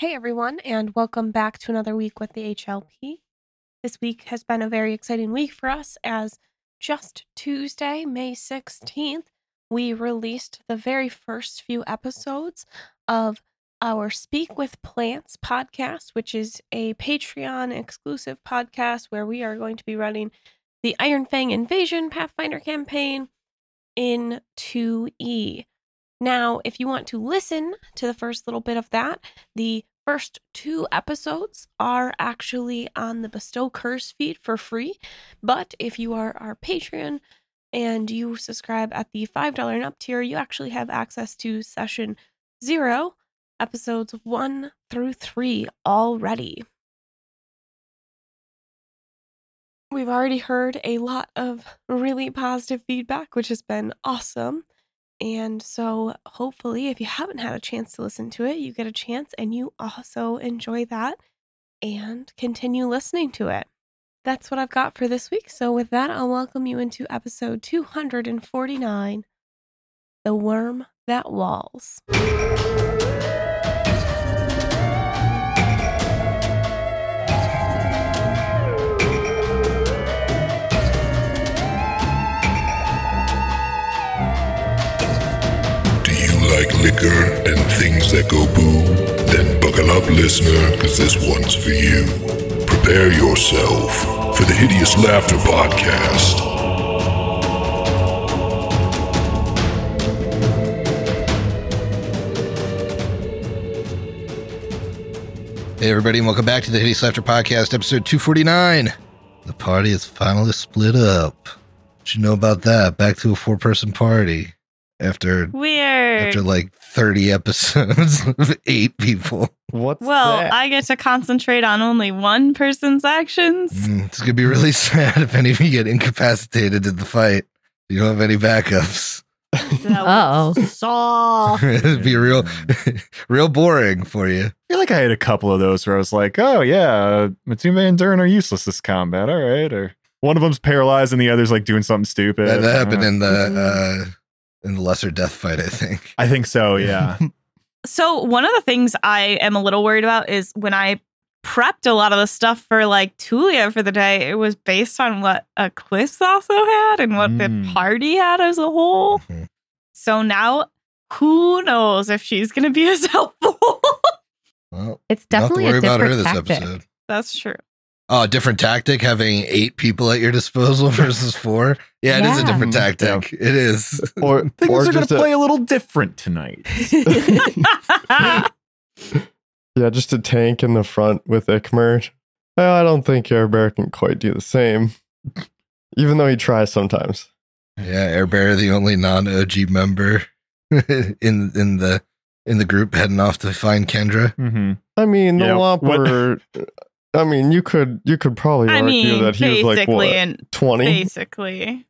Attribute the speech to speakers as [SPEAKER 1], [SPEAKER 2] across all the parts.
[SPEAKER 1] Hey everyone, and welcome back to another week with the HLP. This week has been a very exciting week for us as just Tuesday, May 16th, we released the very first few episodes of our Speak with Plants podcast, which is a Patreon exclusive podcast where we are going to be running the Iron Fang Invasion Pathfinder campaign in 2E. Now, if you want to listen to the first little bit of that, the first two episodes are actually on the Bestow Curse feed for free. But if you are our Patreon and you subscribe at the $5 and up tier, you actually have access to session zero, episodes one through three already. We've already heard a lot of really positive feedback, which has been awesome. And so, hopefully, if you haven't had a chance to listen to it, you get a chance and you also enjoy that and continue listening to it. That's what I've got for this week. So, with that, I'll welcome you into episode 249 The Worm That Walls.
[SPEAKER 2] Do you like liquor and things that go boo? Then buckle up, listener, because this one's for you. Prepare yourself for the Hideous Laughter Podcast.
[SPEAKER 3] Hey, everybody, and welcome back to the Hideous Laughter Podcast, episode 249. The party is finally split up. What you know about that? Back to a four person party after
[SPEAKER 4] Weird.
[SPEAKER 3] after like 30 episodes of eight people.
[SPEAKER 5] What's
[SPEAKER 4] well,
[SPEAKER 5] that?
[SPEAKER 4] I get to concentrate on only one person's actions.
[SPEAKER 3] Mm, it's going to be really sad if any of you get incapacitated in the fight. You don't have any backups.
[SPEAKER 6] Uh-oh.
[SPEAKER 4] Saw.
[SPEAKER 3] It'd be real, real boring for you.
[SPEAKER 5] I feel like I had a couple of those where I was like, "Oh yeah, uh, Matsume and Durin are useless this combat. All right." Or one of them's paralyzed and the other's like doing something stupid. Uh,
[SPEAKER 3] That, that happened in the
[SPEAKER 4] Mhm.
[SPEAKER 3] uh, in the lesser death fight, I think.
[SPEAKER 5] I think so. Oh, Yeah.
[SPEAKER 4] So one of the things I am a little worried about is when I prepped a lot of the stuff for like Tulia for the day, it was based on what Eclipse also had and what the
[SPEAKER 5] Mm.
[SPEAKER 4] party had as a whole.
[SPEAKER 3] Mhm.
[SPEAKER 4] So now who knows if she's gonna be as helpful.
[SPEAKER 3] Well,
[SPEAKER 6] It's
[SPEAKER 3] not to
[SPEAKER 6] definitely
[SPEAKER 3] worry
[SPEAKER 6] a different
[SPEAKER 3] about her this
[SPEAKER 6] tactic.
[SPEAKER 3] episode.
[SPEAKER 4] That's true.
[SPEAKER 3] Oh, different tactic having eight people at your disposal versus four. Yeah, it is a
[SPEAKER 6] Yeah.
[SPEAKER 3] different
[SPEAKER 5] Mhm,
[SPEAKER 3] tactic. It is.
[SPEAKER 5] or things
[SPEAKER 7] or
[SPEAKER 5] are going
[SPEAKER 7] just
[SPEAKER 5] to
[SPEAKER 7] a-
[SPEAKER 5] play a little different tonight.
[SPEAKER 7] Yeah, just a tank in the front with Ikmer. Well, I don't think Air Bear can quite do the same, even though he tries sometimes.
[SPEAKER 3] Yeah, Air Bear, the only non-OG member in in the in the group, heading off to find Kendra.
[SPEAKER 5] Mm-hmm.
[SPEAKER 7] I mean, the
[SPEAKER 5] Yeah, what-
[SPEAKER 7] Whopper. I mean, you could you could probably
[SPEAKER 4] I
[SPEAKER 7] argue
[SPEAKER 4] mean,
[SPEAKER 7] that he was like
[SPEAKER 4] basically,
[SPEAKER 7] what
[SPEAKER 4] and
[SPEAKER 7] twenty.
[SPEAKER 4] basically.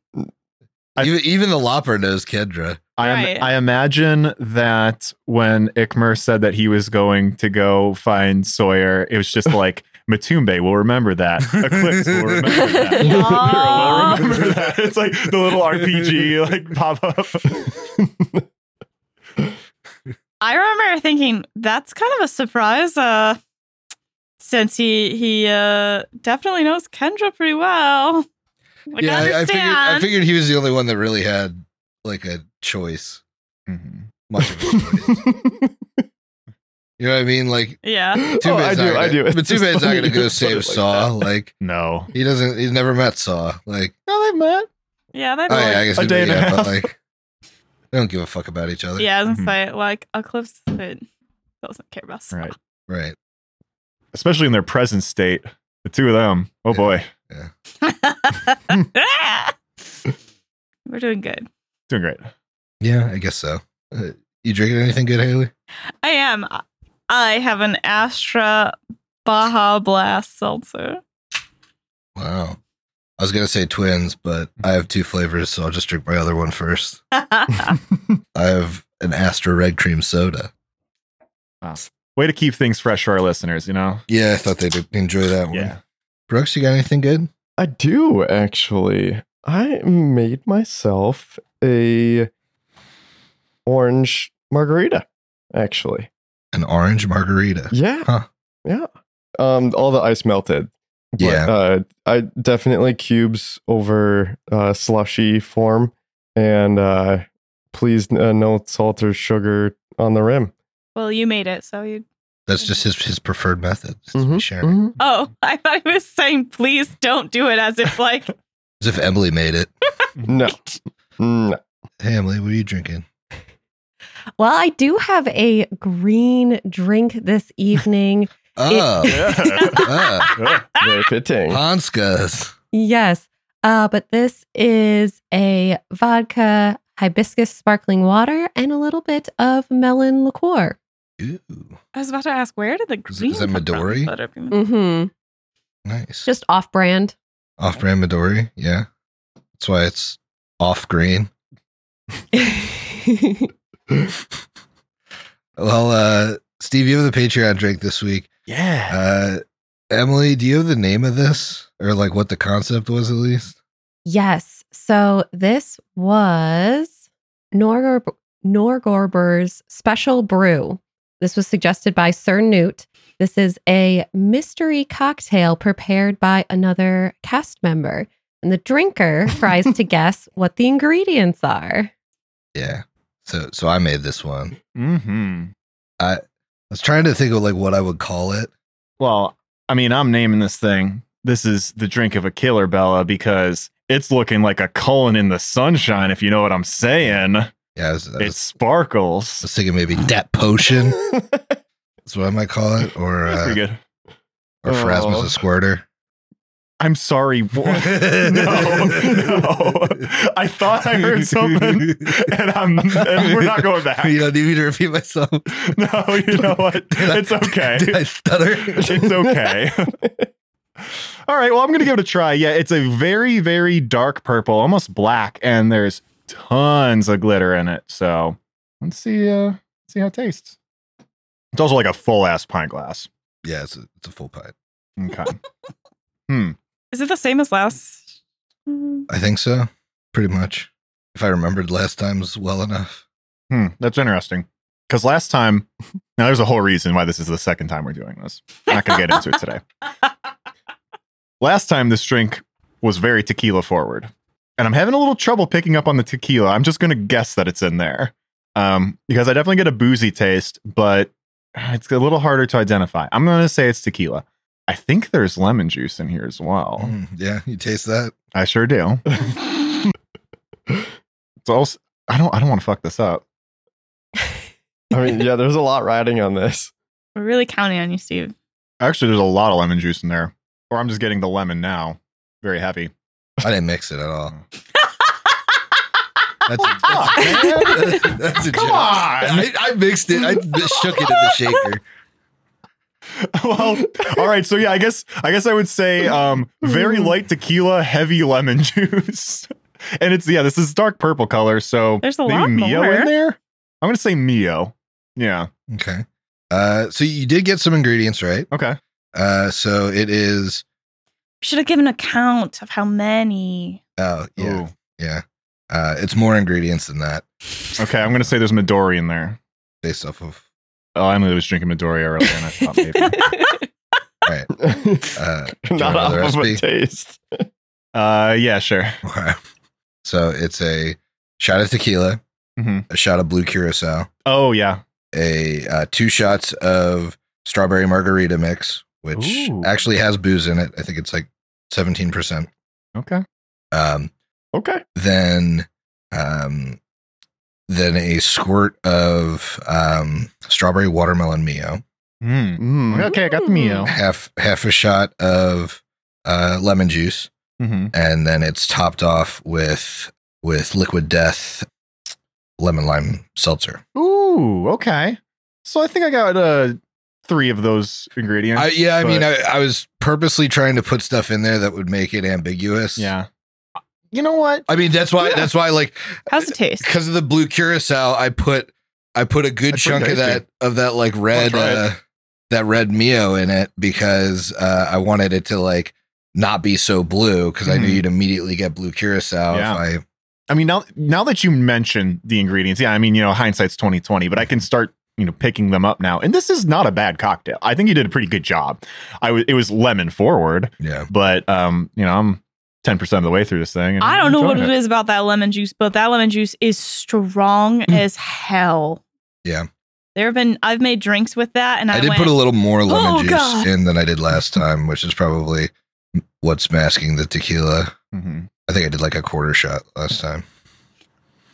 [SPEAKER 5] I-
[SPEAKER 3] even, even the Lopper knows Kendra.
[SPEAKER 5] I am,
[SPEAKER 4] Right.
[SPEAKER 5] I imagine that when Ikmer said that he was going to go find Sawyer, it was just like Matumbe will remember that. Eclipse will remember that. Hero
[SPEAKER 4] Aw.
[SPEAKER 5] will remember that. It's like the little RPG like pop up.
[SPEAKER 4] I remember thinking that's kind of a surprise, uh, since he he uh, definitely knows Kendra pretty well. Like,
[SPEAKER 3] yeah,
[SPEAKER 4] I
[SPEAKER 3] I, I figured I
[SPEAKER 4] understand.
[SPEAKER 3] figured he was the only one that really had like a choice.
[SPEAKER 5] Mm-hmm.
[SPEAKER 3] Much of a choice. you know what I mean? Like
[SPEAKER 4] yeah,
[SPEAKER 7] oh,
[SPEAKER 3] Tube's
[SPEAKER 7] I do,
[SPEAKER 3] not gonna,
[SPEAKER 7] I do. It's
[SPEAKER 3] But Tube's
[SPEAKER 7] just
[SPEAKER 3] not
[SPEAKER 7] funny
[SPEAKER 3] going to
[SPEAKER 7] you
[SPEAKER 3] go
[SPEAKER 7] just put it
[SPEAKER 3] save
[SPEAKER 7] like
[SPEAKER 3] Saw.
[SPEAKER 7] that.
[SPEAKER 3] Like
[SPEAKER 5] No.
[SPEAKER 3] he doesn't. He's never met Saw. Like
[SPEAKER 5] No, they've met.
[SPEAKER 4] yeah, that.
[SPEAKER 3] Oh yeah, I guess
[SPEAKER 5] a
[SPEAKER 3] it-
[SPEAKER 5] day and a
[SPEAKER 3] yeah, but
[SPEAKER 5] half.
[SPEAKER 3] like they don't give a fuck about each other.
[SPEAKER 4] yeah, I was
[SPEAKER 5] Mhm.
[SPEAKER 4] gonna say like Eclipse it doesn't care about Saw.
[SPEAKER 5] Right.
[SPEAKER 3] Right.
[SPEAKER 5] Especially in their present state. The two of them. Oh
[SPEAKER 3] Yeah.
[SPEAKER 5] boy.
[SPEAKER 4] We're doing good.
[SPEAKER 5] Doing great.
[SPEAKER 3] Yeah, I guess so. Uh, you drinking anything good, Haley?
[SPEAKER 4] I am. I have an Astra Baja Blast seltzer.
[SPEAKER 3] Wow. I was gonna say twins, but I have two flavors, so I'll just drink my other one first. I have an Astra red cream soda.
[SPEAKER 5] Way to keep things fresh for our listeners, you know?
[SPEAKER 3] Yeah, I thought they'd enjoy that one.
[SPEAKER 5] Yeah.
[SPEAKER 3] Brooks, you got anything good?
[SPEAKER 7] I do actually. I made myself a orange margarita. Actually,
[SPEAKER 3] an orange margarita.
[SPEAKER 7] Yeah.
[SPEAKER 3] Huh.
[SPEAKER 7] Yeah. Um, all the ice melted. But,
[SPEAKER 3] Yeah.
[SPEAKER 7] Uh, I definitely cubes over uh, slushy form, and uh, please uh, no salt or sugar on the rim.
[SPEAKER 4] Well, you made it, so you.
[SPEAKER 3] That's just his, his preferred method. is
[SPEAKER 5] Mm-hmm.
[SPEAKER 3] to
[SPEAKER 7] Mhm,
[SPEAKER 3] share it.
[SPEAKER 7] mhm.
[SPEAKER 4] Oh, I thought he was saying, please don't do it, as if like
[SPEAKER 3] As if Emily made it.
[SPEAKER 7] No. Mm, No.
[SPEAKER 3] Hey, Emily, what are you drinking?
[SPEAKER 6] Well, I do have a green drink this evening.
[SPEAKER 3] Oh, oh,
[SPEAKER 7] Very fitting.
[SPEAKER 3] Hanskas.
[SPEAKER 6] yes. Uh, but this is a vodka, hibiscus sparkling water, and a little bit of melon liqueur.
[SPEAKER 3] Ooh,
[SPEAKER 4] I was about to ask, where did the
[SPEAKER 3] Is-
[SPEAKER 4] green
[SPEAKER 3] is that
[SPEAKER 4] come from?
[SPEAKER 3] Midori?
[SPEAKER 4] But I mean-
[SPEAKER 6] Mm-hmm.
[SPEAKER 3] nice.
[SPEAKER 6] Just off brand.
[SPEAKER 3] off brand Midori. Yeah. That's why it's off green. Well, uh, Steve, you have the Patreon drink this week.
[SPEAKER 5] yeah.
[SPEAKER 3] Uh, Emily, do you have the name of this or like what the concept was at least?
[SPEAKER 6] yes. So this was Norgor- Norgorber's special brew. This was suggested by Sir Newt. This is a mystery cocktail prepared by another cast member. And the drinker tries to guess what the ingredients are.
[SPEAKER 3] Yeah. So, so I made this one. I
[SPEAKER 5] hmm
[SPEAKER 3] was trying to think of like what I would call it.
[SPEAKER 5] Well, I mean, I'm naming this thing. This is the drink of a killer, Bella, because it's looking like a cullen in the sunshine, if you know what I'm saying.
[SPEAKER 3] Yeah. I was, I was,
[SPEAKER 5] It sparkles.
[SPEAKER 3] I was thinking maybe dat potion. That's what I might call it. Or,
[SPEAKER 5] That's
[SPEAKER 3] uh,
[SPEAKER 5] pretty good.
[SPEAKER 3] or Phrasma's
[SPEAKER 7] Oh.
[SPEAKER 3] a squirter.
[SPEAKER 5] I'm sorry. wha- no, no. I thought I heard something, and I'm and we're not going back.
[SPEAKER 3] You don't need me to repeat myself.
[SPEAKER 5] No, you know what?
[SPEAKER 3] Did I-
[SPEAKER 5] It's okay.
[SPEAKER 3] Did I stutter?
[SPEAKER 5] It's okay. All right. Well, I'm going to give it a try. Yeah, it's a very, very dark purple, almost black, and there's tons of glitter in it. So let's see. Uh, see how it tastes. It's also like a full ass pint glass.
[SPEAKER 3] Yeah, it's a, it's a full pint.
[SPEAKER 5] Okay.
[SPEAKER 4] Is it the same as last? Mm,
[SPEAKER 3] I think so. Pretty much. If I remembered last time's well enough.
[SPEAKER 5] Hmm, that's interesting. Because last time, now there's a whole reason why this is the second time we're doing this. I'm not going to get into it today. Last time, this drink was very tequila forward. And I'm having a little trouble picking up on the tequila. I'm just going to guess that it's in there um, because I definitely get a boozy taste, but it's a little harder to identify. I'm going to say it's tequila. I think there's lemon juice in here as well.
[SPEAKER 3] Mm, yeah, you taste that?
[SPEAKER 5] I sure do. It's also, I don't, I don't want to fuck this up.
[SPEAKER 7] I mean, yeah, there's a lot riding on this.
[SPEAKER 4] We're really counting on you, Steve.
[SPEAKER 5] Actually, there's a lot of lemon juice in there. Or I'm just getting the lemon now. Very happy.
[SPEAKER 3] I didn't mix it at all. That's a,
[SPEAKER 5] Fuck,
[SPEAKER 3] that's,
[SPEAKER 5] Ah, man.
[SPEAKER 3] that's- that's a
[SPEAKER 5] Come
[SPEAKER 3] joke.
[SPEAKER 5] on.
[SPEAKER 3] I, I mixed it. I shook it in the shaker.
[SPEAKER 5] well, all right. So yeah, I guess I guess I would say um, very light tequila, heavy lemon juice, and it's yeah. This is dark purple color. So
[SPEAKER 4] There's a
[SPEAKER 5] maybe
[SPEAKER 4] lot
[SPEAKER 5] Mio
[SPEAKER 4] more.
[SPEAKER 5] in there. I'm gonna say Mio. Yeah.
[SPEAKER 3] Okay. Uh, so you did get some ingredients right.
[SPEAKER 5] Okay.
[SPEAKER 3] Uh, so it is.
[SPEAKER 4] We should have given a count of how many.
[SPEAKER 3] Oh yeah,
[SPEAKER 5] Ooh.
[SPEAKER 3] yeah. Uh, it's more ingredients than that,
[SPEAKER 5] Okay. I'm gonna say there's Midori in there.
[SPEAKER 3] based off of.
[SPEAKER 5] Oh, Emily was drinking Midori earlier, and I thought maybe.
[SPEAKER 3] Uh, do you
[SPEAKER 7] Not
[SPEAKER 3] remember
[SPEAKER 7] off
[SPEAKER 3] the
[SPEAKER 7] of a
[SPEAKER 3] recipe?
[SPEAKER 7] taste.
[SPEAKER 5] uh, yeah, sure.
[SPEAKER 3] Okay. So it's a shot of tequila,
[SPEAKER 5] Mhm.
[SPEAKER 3] a shot of blue curacao,
[SPEAKER 5] Oh yeah.
[SPEAKER 3] a uh, two shots of strawberry margarita mix, which
[SPEAKER 5] Ooh.
[SPEAKER 3] actually has booze in it. I think it's like seventeen percent.
[SPEAKER 5] Okay.
[SPEAKER 3] Um,
[SPEAKER 7] Okay.
[SPEAKER 3] then, um, then a squirt of um, strawberry watermelon mio,
[SPEAKER 5] Hmm.
[SPEAKER 7] Mm.
[SPEAKER 5] Okay, I got the Mio.
[SPEAKER 3] half half a shot of uh, lemon juice,
[SPEAKER 5] Mm-hmm.
[SPEAKER 3] and then it's topped off with with liquid death lemon lime seltzer.
[SPEAKER 5] Ooh, okay. So I think I got uh three of those ingredients.
[SPEAKER 3] I, yeah, I mean, I,
[SPEAKER 5] but-
[SPEAKER 3] I was purposely trying to put stuff in there that would make it ambiguous.
[SPEAKER 5] yeah. You know what?
[SPEAKER 3] I mean, that's why.
[SPEAKER 5] Yeah.
[SPEAKER 3] That's why, like,
[SPEAKER 4] How's it taste?
[SPEAKER 3] because of the blue curacao, I put I put a good
[SPEAKER 5] That's
[SPEAKER 3] chunk of
[SPEAKER 5] pretty
[SPEAKER 3] that of that like red
[SPEAKER 5] try it.
[SPEAKER 3] uh, that red mio in it because uh, I wanted it to like not be so blue because I knew
[SPEAKER 5] Mhm.
[SPEAKER 3] you'd immediately get blue curacao
[SPEAKER 5] Yeah.
[SPEAKER 3] if I
[SPEAKER 5] I mean, now now that you mention the ingredients, yeah, I mean, you know, hindsight's twenty twenty, but I can start you know picking them up now. And this is not a bad cocktail. I think you did a pretty good job. I was it was lemon forward,
[SPEAKER 3] Yeah.
[SPEAKER 5] but um, you know, I'm ten percent of the way through this thing. and
[SPEAKER 4] I
[SPEAKER 5] I'm
[SPEAKER 4] don't know what
[SPEAKER 5] enjoying
[SPEAKER 4] it is about that lemon juice, but that lemon juice is strong as hell.
[SPEAKER 3] Mm. Yeah.
[SPEAKER 4] There have been I've made drinks with that and I,
[SPEAKER 3] I did
[SPEAKER 4] went,
[SPEAKER 3] put a little more lemon
[SPEAKER 4] Oh,
[SPEAKER 3] juice
[SPEAKER 4] God.
[SPEAKER 3] in than I did last time, which is probably what's masking the tequila.
[SPEAKER 5] Mhm.
[SPEAKER 3] I think I did like a quarter shot last time.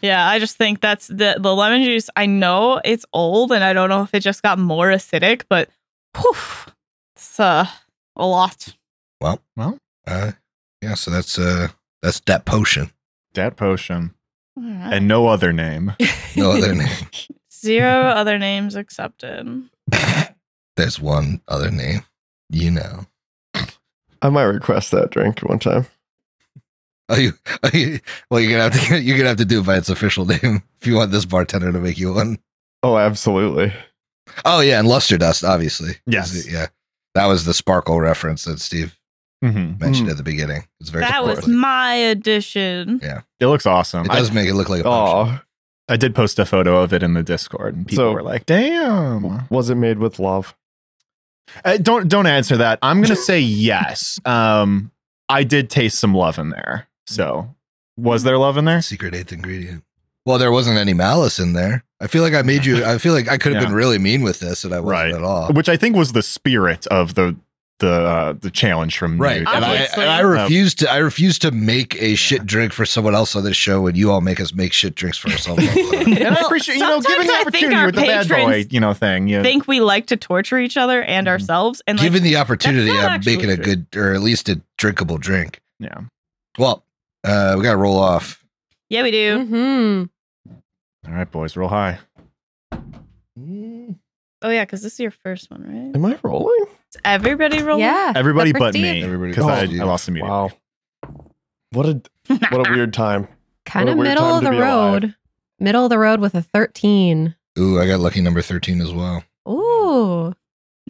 [SPEAKER 4] Yeah, I just think that's the the lemon juice. I know it's old and I don't know if it just got more acidic, but whew, it's uh, a lot.
[SPEAKER 3] Uh, yeah, so that's uh that's that potion.
[SPEAKER 5] That potion and no other name.
[SPEAKER 3] No other name.
[SPEAKER 4] Zero other names accepted.
[SPEAKER 3] There's one other name. You know.
[SPEAKER 7] I might request that drink one time.
[SPEAKER 3] Oh, you, oh, you well, you're gonna have to you're gonna have to do it by its official name if you want this bartender to make you one.
[SPEAKER 7] Oh, absolutely.
[SPEAKER 3] Oh yeah, and luster dust, obviously.
[SPEAKER 5] Yes.
[SPEAKER 3] Is it- Yeah. That was the sparkle reference that Steve
[SPEAKER 5] Mm-hmm.
[SPEAKER 3] mentioned
[SPEAKER 7] Mm.
[SPEAKER 3] at the beginning. It's very
[SPEAKER 4] That was
[SPEAKER 3] sparkly.
[SPEAKER 4] my addition.
[SPEAKER 5] It looks awesome.
[SPEAKER 3] It
[SPEAKER 5] I,
[SPEAKER 3] does make it look like a potion.
[SPEAKER 7] Oh,
[SPEAKER 5] I did post a photo of it in the Discord, and people
[SPEAKER 7] So-
[SPEAKER 5] were like, "Damn!"
[SPEAKER 7] was it made with love?
[SPEAKER 5] Uh, don't don't answer that. I'm gonna say yes. Um, I did taste some love in there. So, was there love in there?
[SPEAKER 3] Secret eighth ingredient. Well, there wasn't any malice in there. I feel like I made you I feel like I could have
[SPEAKER 5] Yeah.
[SPEAKER 3] been really mean with this and I wasn't
[SPEAKER 5] Right.
[SPEAKER 3] at all.
[SPEAKER 5] Which I think was the spirit of the the uh, the challenge from
[SPEAKER 3] Right.
[SPEAKER 5] Newt.
[SPEAKER 3] And I,
[SPEAKER 4] Obviously.
[SPEAKER 3] and I refuse to I refuse to make a shit drink for someone else on this show and you all make us make shit drinks for ourselves. all the time.
[SPEAKER 5] Uh, And I appreciate you know
[SPEAKER 4] sometimes
[SPEAKER 5] given the
[SPEAKER 4] I think
[SPEAKER 5] opportunity
[SPEAKER 4] our
[SPEAKER 5] with the bad boy
[SPEAKER 4] patrons
[SPEAKER 5] you know thing. Yeah.
[SPEAKER 4] Think we like to torture each other and
[SPEAKER 5] Mhm.
[SPEAKER 4] ourselves, and like,
[SPEAKER 3] Given the opportunity,
[SPEAKER 4] not
[SPEAKER 3] I'm making a
[SPEAKER 4] actually true.
[SPEAKER 3] good or at least a drinkable drink.
[SPEAKER 5] yeah.
[SPEAKER 3] Well, uh, we gotta roll off.
[SPEAKER 4] yeah, we do.
[SPEAKER 6] Mm-hmm.
[SPEAKER 5] All right, boys, roll high.
[SPEAKER 4] Oh yeah, because this is your first one, right?
[SPEAKER 7] Am I rolling?
[SPEAKER 4] Does everybody roll.
[SPEAKER 6] Yeah.
[SPEAKER 5] Everybody
[SPEAKER 6] Except for
[SPEAKER 5] but
[SPEAKER 6] Steve.
[SPEAKER 5] me,
[SPEAKER 3] Everybody
[SPEAKER 5] because
[SPEAKER 3] but
[SPEAKER 5] I,
[SPEAKER 3] Steve.
[SPEAKER 5] I lost immediately.
[SPEAKER 7] Wow. What a what a weird time.
[SPEAKER 6] Kind of
[SPEAKER 7] What a weird
[SPEAKER 6] middle
[SPEAKER 7] time
[SPEAKER 6] of
[SPEAKER 7] to
[SPEAKER 6] the
[SPEAKER 7] be alive.
[SPEAKER 6] road. Middle of the road with a 13.
[SPEAKER 3] Ooh, I got lucky number thirteen as well.
[SPEAKER 6] Ooh.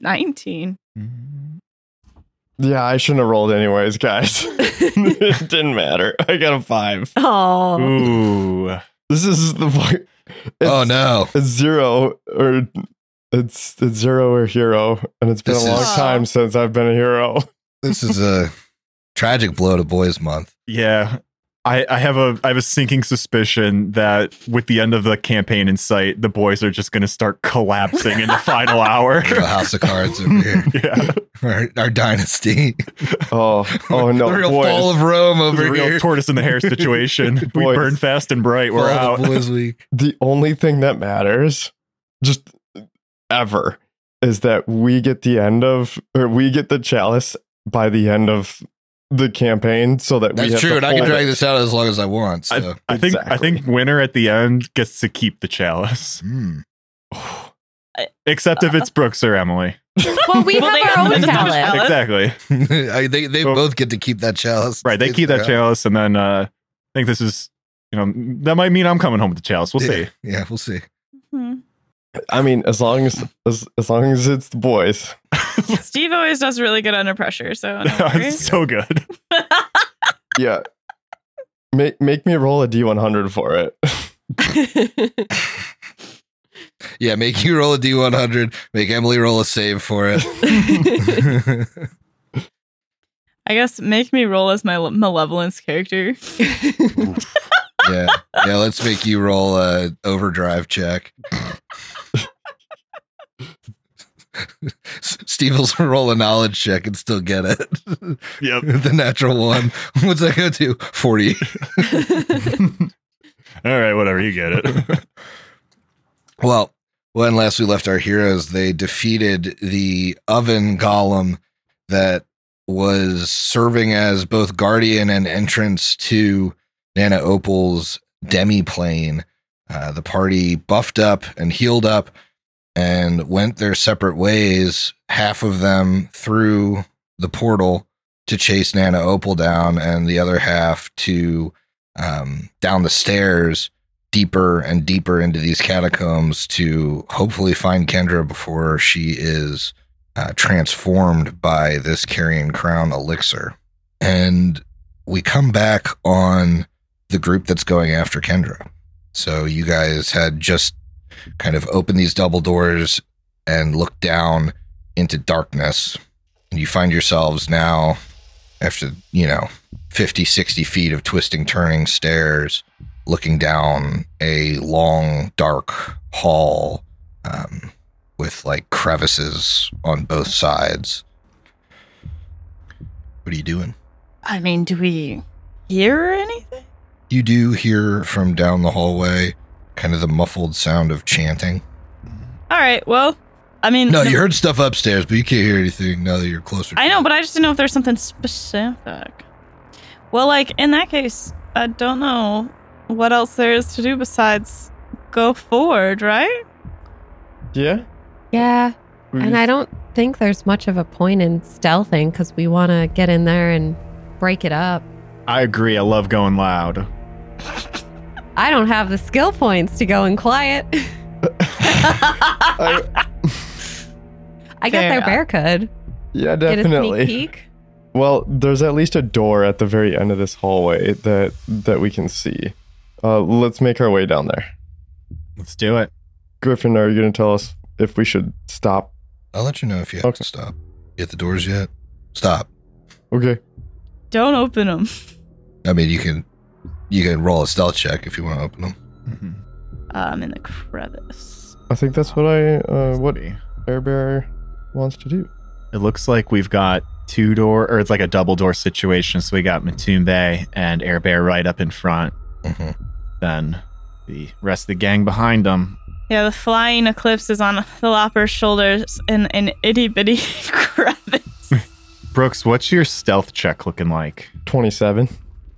[SPEAKER 4] Nineteen.
[SPEAKER 7] Yeah, I shouldn't have rolled anyways, guys. it didn't matter. I got a five.
[SPEAKER 6] Oh.
[SPEAKER 5] Ooh.
[SPEAKER 7] This is the fu- it's,
[SPEAKER 3] oh no.
[SPEAKER 7] It's zero or it's it's zero or hero, and it's been
[SPEAKER 3] This
[SPEAKER 7] a long
[SPEAKER 4] is-
[SPEAKER 7] time since I've been a hero.
[SPEAKER 3] This is a tragic blow to boys month.
[SPEAKER 5] Yeah. I, I have a I have a sinking suspicion that with the end of the campaign in sight, the boys are just gonna start collapsing in the final hour.
[SPEAKER 3] Little house of cards over here.
[SPEAKER 5] yeah.
[SPEAKER 3] Our, our dynasty.
[SPEAKER 7] Oh, oh no,
[SPEAKER 3] the real
[SPEAKER 7] boys.
[SPEAKER 3] fall of Rome
[SPEAKER 5] This is
[SPEAKER 3] over
[SPEAKER 5] a real
[SPEAKER 3] here.
[SPEAKER 5] tortoise in the hair situation. we
[SPEAKER 7] Boys.
[SPEAKER 5] burn fast and bright. We're
[SPEAKER 3] Fall
[SPEAKER 5] out.
[SPEAKER 3] of Boys Week.
[SPEAKER 7] the only thing that matters, just ever, is that we get the end of or we get the chalice by the end of the campaign, so that we
[SPEAKER 3] That's
[SPEAKER 7] have
[SPEAKER 3] true,
[SPEAKER 7] to
[SPEAKER 3] and I can
[SPEAKER 7] hold
[SPEAKER 3] drag
[SPEAKER 7] it.
[SPEAKER 3] this out as long as I want. So.
[SPEAKER 5] I think I think
[SPEAKER 7] Exactly.
[SPEAKER 5] winner at the end gets to keep the chalice.
[SPEAKER 3] Hmm.
[SPEAKER 5] Except if it's Brooks or Emily.
[SPEAKER 6] Well, we
[SPEAKER 4] Well, they
[SPEAKER 6] have our
[SPEAKER 4] have
[SPEAKER 6] own
[SPEAKER 4] the
[SPEAKER 6] talent.
[SPEAKER 4] chalice.
[SPEAKER 5] Exactly.
[SPEAKER 3] I, they they
[SPEAKER 5] Well-
[SPEAKER 3] both get to keep that chalice.
[SPEAKER 5] Right. They
[SPEAKER 3] It's
[SPEAKER 5] keep
[SPEAKER 3] their
[SPEAKER 5] that
[SPEAKER 3] own.
[SPEAKER 5] chalice and then uh I think this is you know that might mean I'm coming home with the chalice. We'll
[SPEAKER 3] yeah,
[SPEAKER 5] see.
[SPEAKER 3] Yeah, we'll see.
[SPEAKER 4] Hmm.
[SPEAKER 7] I mean, as long as as as long as it's the boys.
[SPEAKER 4] Steve always does really good under pressure, so no
[SPEAKER 5] It's
[SPEAKER 4] worries.
[SPEAKER 5] so good.
[SPEAKER 7] Yeah. Make make me roll a D one hundred for it.
[SPEAKER 3] Yeah, make you roll a D one hundred. Make Emily roll a save for it.
[SPEAKER 4] I guess make me roll as my le- malevolence character.
[SPEAKER 3] yeah, yeah. Let's make you roll a overdrive check. Steve will roll a knowledge check and still get it.
[SPEAKER 5] Yep.
[SPEAKER 3] the natural one. What's that go to? Forty.
[SPEAKER 5] All right, whatever, you get it.
[SPEAKER 3] Well, when last we left our heroes, they defeated the oven golem that was serving as both guardian and entrance to Nana Opal's demiplane. Uh, the party buffed up and healed up and went their separate ways, half of them through the portal to chase Nana Opal down, and the other half to um, down the stairs deeper and deeper into these catacombs to hopefully find Kendra before she is uh, transformed by this carrion crown elixir. And we come back on the group that's going after Kendra. So you guys had just kind of open these double doors and look down into darkness. And you find yourselves now after, you know, 50, 60 feet of twisting, turning stairs, looking down a long, dark hall um, with like crevices on both sides. What are you doing?
[SPEAKER 4] I mean, do we hear anything?
[SPEAKER 3] You do hear from down the hallway kind of the muffled sound of chanting.
[SPEAKER 4] All right. Well, I mean,
[SPEAKER 3] No, you heard stuff upstairs, but you can't hear anything now that you're closer.
[SPEAKER 4] I know, but I just didn't know if there's something specific. Well, like in that case, I don't know what else there is to do besides go forward, right?
[SPEAKER 7] Yeah.
[SPEAKER 6] Yeah.
[SPEAKER 7] We
[SPEAKER 6] And I don't think there's much of a point in stealthing because we want to get in there and break it up.
[SPEAKER 5] I agree. I love going loud.
[SPEAKER 6] I don't have the skill points to go in quiet.
[SPEAKER 7] I-
[SPEAKER 6] I guess
[SPEAKER 4] Fair.
[SPEAKER 6] their bear could
[SPEAKER 7] yeah,
[SPEAKER 6] get a
[SPEAKER 7] definitely.
[SPEAKER 6] sneak peek.
[SPEAKER 7] Well, there's at least a door at the very end of this hallway that that we can see. Uh, let's make our way down there.
[SPEAKER 5] Let's do it.
[SPEAKER 7] Griffin, are you going to tell us if we should stop?
[SPEAKER 3] I'll let you know if you have
[SPEAKER 7] Okay.
[SPEAKER 3] to stop. You at the doors yet? Stop.
[SPEAKER 7] Okay.
[SPEAKER 4] Don't open them.
[SPEAKER 3] I mean, you can you can roll a stealth check if you want to open them.
[SPEAKER 5] Mm-hmm.
[SPEAKER 4] Um, in the crevice.
[SPEAKER 7] I think that's what I uh, what
[SPEAKER 5] It
[SPEAKER 7] Air Bear wants to do.
[SPEAKER 5] looks like we've got two door, or it's like a double door situation. So we got Matumbe and Air Bear right up in front.
[SPEAKER 3] hmm
[SPEAKER 5] Then the rest of the gang behind them.
[SPEAKER 4] Yeah, the flying eclipse is on the Lopper's shoulders in an itty bitty crevice.
[SPEAKER 5] Brooks, what's your stealth check looking like?
[SPEAKER 7] Twenty seven.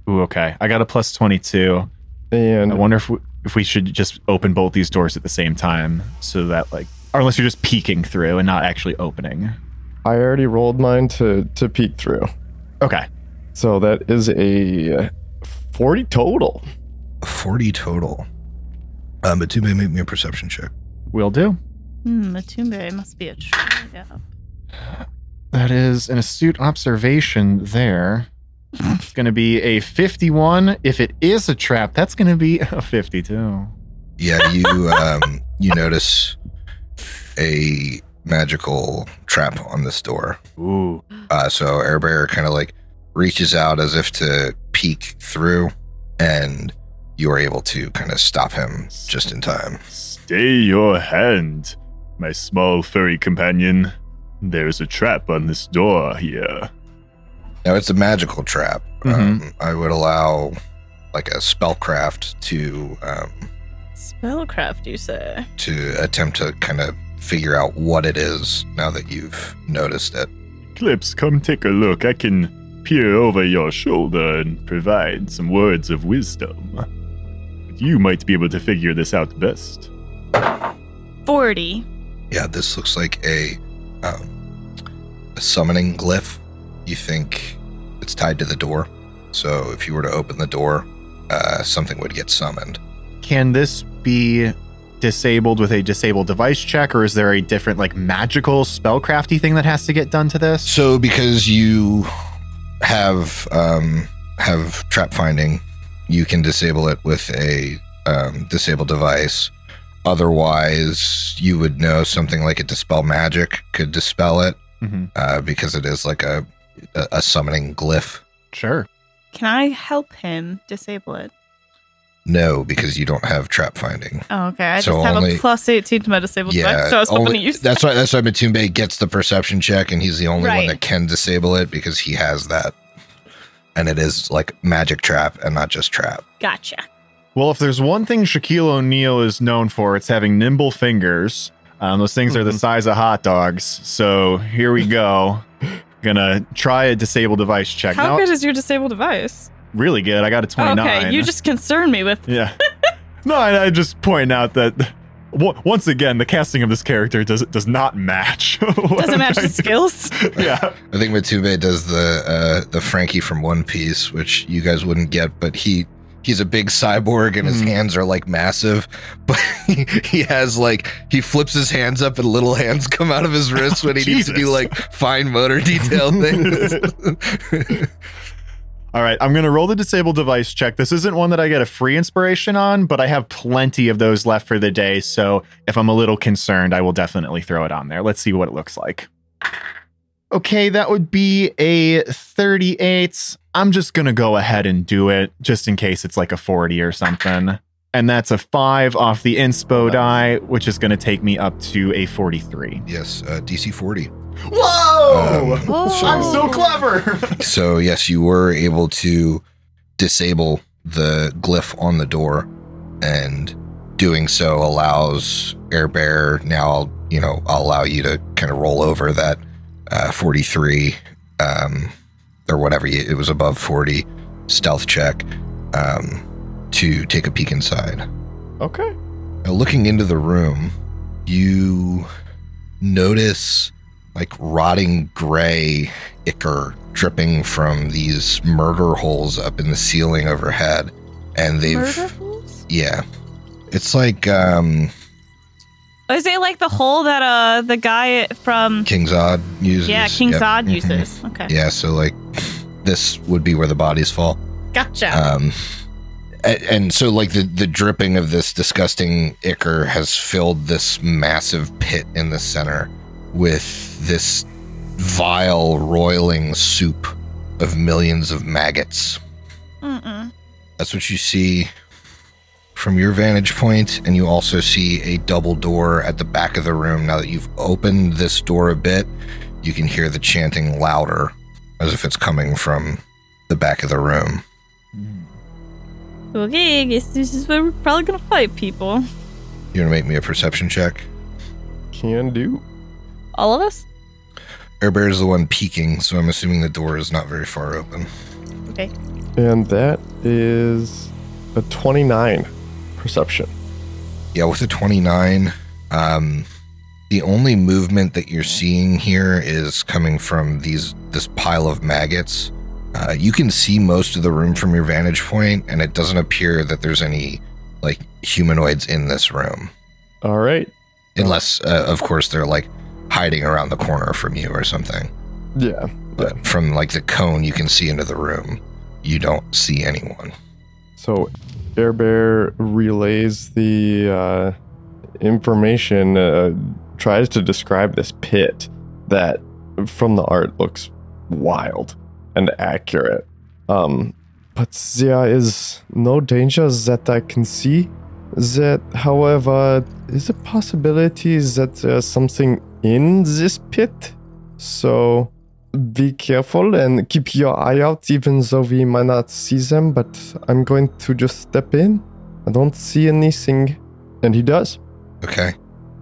[SPEAKER 5] Ooh, okay. I got a plus 22.
[SPEAKER 7] And
[SPEAKER 5] I wonder if we, if we should just open both these doors at the same time so that, like, or unless you're just peeking through and not actually opening.
[SPEAKER 7] I already rolled mine to to peek through.
[SPEAKER 5] Okay.
[SPEAKER 7] So that is a forty total.
[SPEAKER 3] Forty total. Um, but two may make me a perception check.
[SPEAKER 5] Will do.
[SPEAKER 4] Hmm, Matumbe must be a trap.
[SPEAKER 5] That is an astute observation there. It's going to be a 51. If it is a trap, that's going to be a 52.
[SPEAKER 3] Yeah, you um you notice a magical trap on this door.
[SPEAKER 5] Ooh.
[SPEAKER 3] Uh, so Air Bear kind of like reaches out as if to peek through, and you are able to kind of stop him just in time.
[SPEAKER 5] Stay your hand, my small furry companion. There is a trap on this door here.
[SPEAKER 3] Now it's a magical trap. Um, I would allow like a spellcraft to um,
[SPEAKER 4] Spellcraft, you say?
[SPEAKER 3] to attempt to kind of figure out what it is now that you've noticed it.
[SPEAKER 5] Clips, come take a look. I can peer over your shoulder and provide some words of wisdom. But you might be able to figure this out best.
[SPEAKER 4] 40.
[SPEAKER 3] Yeah, this looks like a, um, a summoning glyph. You think it's tied to the door, so if you were to open the door, uh, something would get summoned.
[SPEAKER 5] Can this be disabled with a disabled device check, or is there a different, like, magical spellcrafty thing that has to get done to this?
[SPEAKER 3] So because you have um, have trap finding, you can disable it with a um, disable device. Otherwise, you would know something like a dispel magic could dispel it
[SPEAKER 5] Mhm.
[SPEAKER 3] uh, because it is like a a, a summoning glyph.
[SPEAKER 5] Sure.
[SPEAKER 4] Can I help him disable it?
[SPEAKER 3] No, because you don't have trap finding.
[SPEAKER 4] Oh, okay. I
[SPEAKER 3] So
[SPEAKER 4] just have
[SPEAKER 3] only-
[SPEAKER 4] a plus 18 to my disabled
[SPEAKER 3] Yeah,
[SPEAKER 4] device, so I was hoping
[SPEAKER 3] only-
[SPEAKER 4] to use
[SPEAKER 3] that's why that's why Matumbe gets the perception check, and he's the only one
[SPEAKER 4] Right.
[SPEAKER 3] that can disable it because he has that, and it is like magic trap and not just trap.
[SPEAKER 4] Gotcha.
[SPEAKER 5] Well, if there's one thing Shaquille O'Neal is known for, it's having nimble fingers. Um, those things are the
[SPEAKER 7] Mhm.
[SPEAKER 5] size of hot dogs. So here we go. Gonna try a disabled device check.
[SPEAKER 4] How
[SPEAKER 5] Now-
[SPEAKER 4] good is your disabled device?
[SPEAKER 5] really good. I got a 29.
[SPEAKER 4] Okay, you just concern me with.
[SPEAKER 5] Yeah. no, I, I just point out that w- once again, the casting of this character does does not match.
[SPEAKER 4] Doesn't match the skills.
[SPEAKER 5] Yeah.
[SPEAKER 3] I think Matube does the uh, the Frankie from One Piece, which you guys wouldn't get, but he he's a big cyborg and his
[SPEAKER 5] Hmm.
[SPEAKER 3] hands are like massive, but he, he has like he flips his hands up and little hands come out of his wrists when he needs to do
[SPEAKER 5] Jesus.
[SPEAKER 3] like fine motor detail things.
[SPEAKER 5] I All right, I'm going to roll the disabled device check. This isn't one that I get a free inspiration on, but I have plenty of those left for the day. So if I'm a little concerned, I will definitely throw it on there. Let's see what it looks like. Okay, that would be a 38. I'm just going to go ahead and do it just in case it's like a 40 or something. And that's a 5 off the inspo die, which is going to take me up to a 43.
[SPEAKER 3] Yes, uh, DC 40.
[SPEAKER 5] Whoa!
[SPEAKER 3] Um,
[SPEAKER 5] Oh. I'm so clever!
[SPEAKER 3] So, yes, you were able to disable the glyph on the door, and doing so allows Air Bear now, I'll, you know, I'll allow you to kind of roll over that uh, 43 um, or whatever you, it was above 40 stealth check um, to take a peek inside.
[SPEAKER 7] Okay.
[SPEAKER 3] Now, Uh, looking into the room, you notice like rotting gray ichor dripping from these murder holes up in the ceiling overhead. And they've,
[SPEAKER 1] Murder fools?
[SPEAKER 3] yeah, it's like um,
[SPEAKER 4] Is it like the hole that uh the guy from
[SPEAKER 3] King Zod uses.
[SPEAKER 4] yeah King
[SPEAKER 3] Yep.
[SPEAKER 4] Zod
[SPEAKER 3] Mhm.
[SPEAKER 4] uses? Okay,
[SPEAKER 3] Yeah, so like this would be where the bodies fall.
[SPEAKER 4] gotcha.
[SPEAKER 3] Um, and, and so like the the dripping of this disgusting ichor has filled this massive pit in the center with this vile roiling soup of millions of maggots.
[SPEAKER 4] Mm-mm.
[SPEAKER 3] That's what you see from your vantage point, and you also see a double door at the back of the room. Now that you've opened this door a bit, you can hear the chanting louder, as if it's coming from the back of the room.
[SPEAKER 4] Okay, I guess this is where we're probably gonna fight people.
[SPEAKER 3] You gonna make me a perception check?
[SPEAKER 7] Can do.
[SPEAKER 4] All of us.
[SPEAKER 3] Air Bear is the one peeking, so I'm assuming the door is not very far open.
[SPEAKER 4] Okay.
[SPEAKER 7] And that is a 29 perception.
[SPEAKER 3] Yeah, with a 29, um, the only movement that you're seeing here is coming from these this pile of maggots. Uh, you can see most of the room from your vantage point, and it doesn't appear that there's any like humanoids in this room,
[SPEAKER 7] All right.
[SPEAKER 3] unless, uh, of course, they're like hiding around the corner from you or something.
[SPEAKER 7] Yeah.
[SPEAKER 3] But from like the cone you can see into the room, you don't see anyone.
[SPEAKER 7] So Air Bear relays the uh, information, uh, tries to describe this pit that from the art looks wild and accurate. Um, but there is no danger that I can see. That, however, is a possibility that there's something in this pit. So be careful and keep your eye out, even though we might not see them. But I'm going to just step in. I don't see anything. And he does.
[SPEAKER 3] Okay.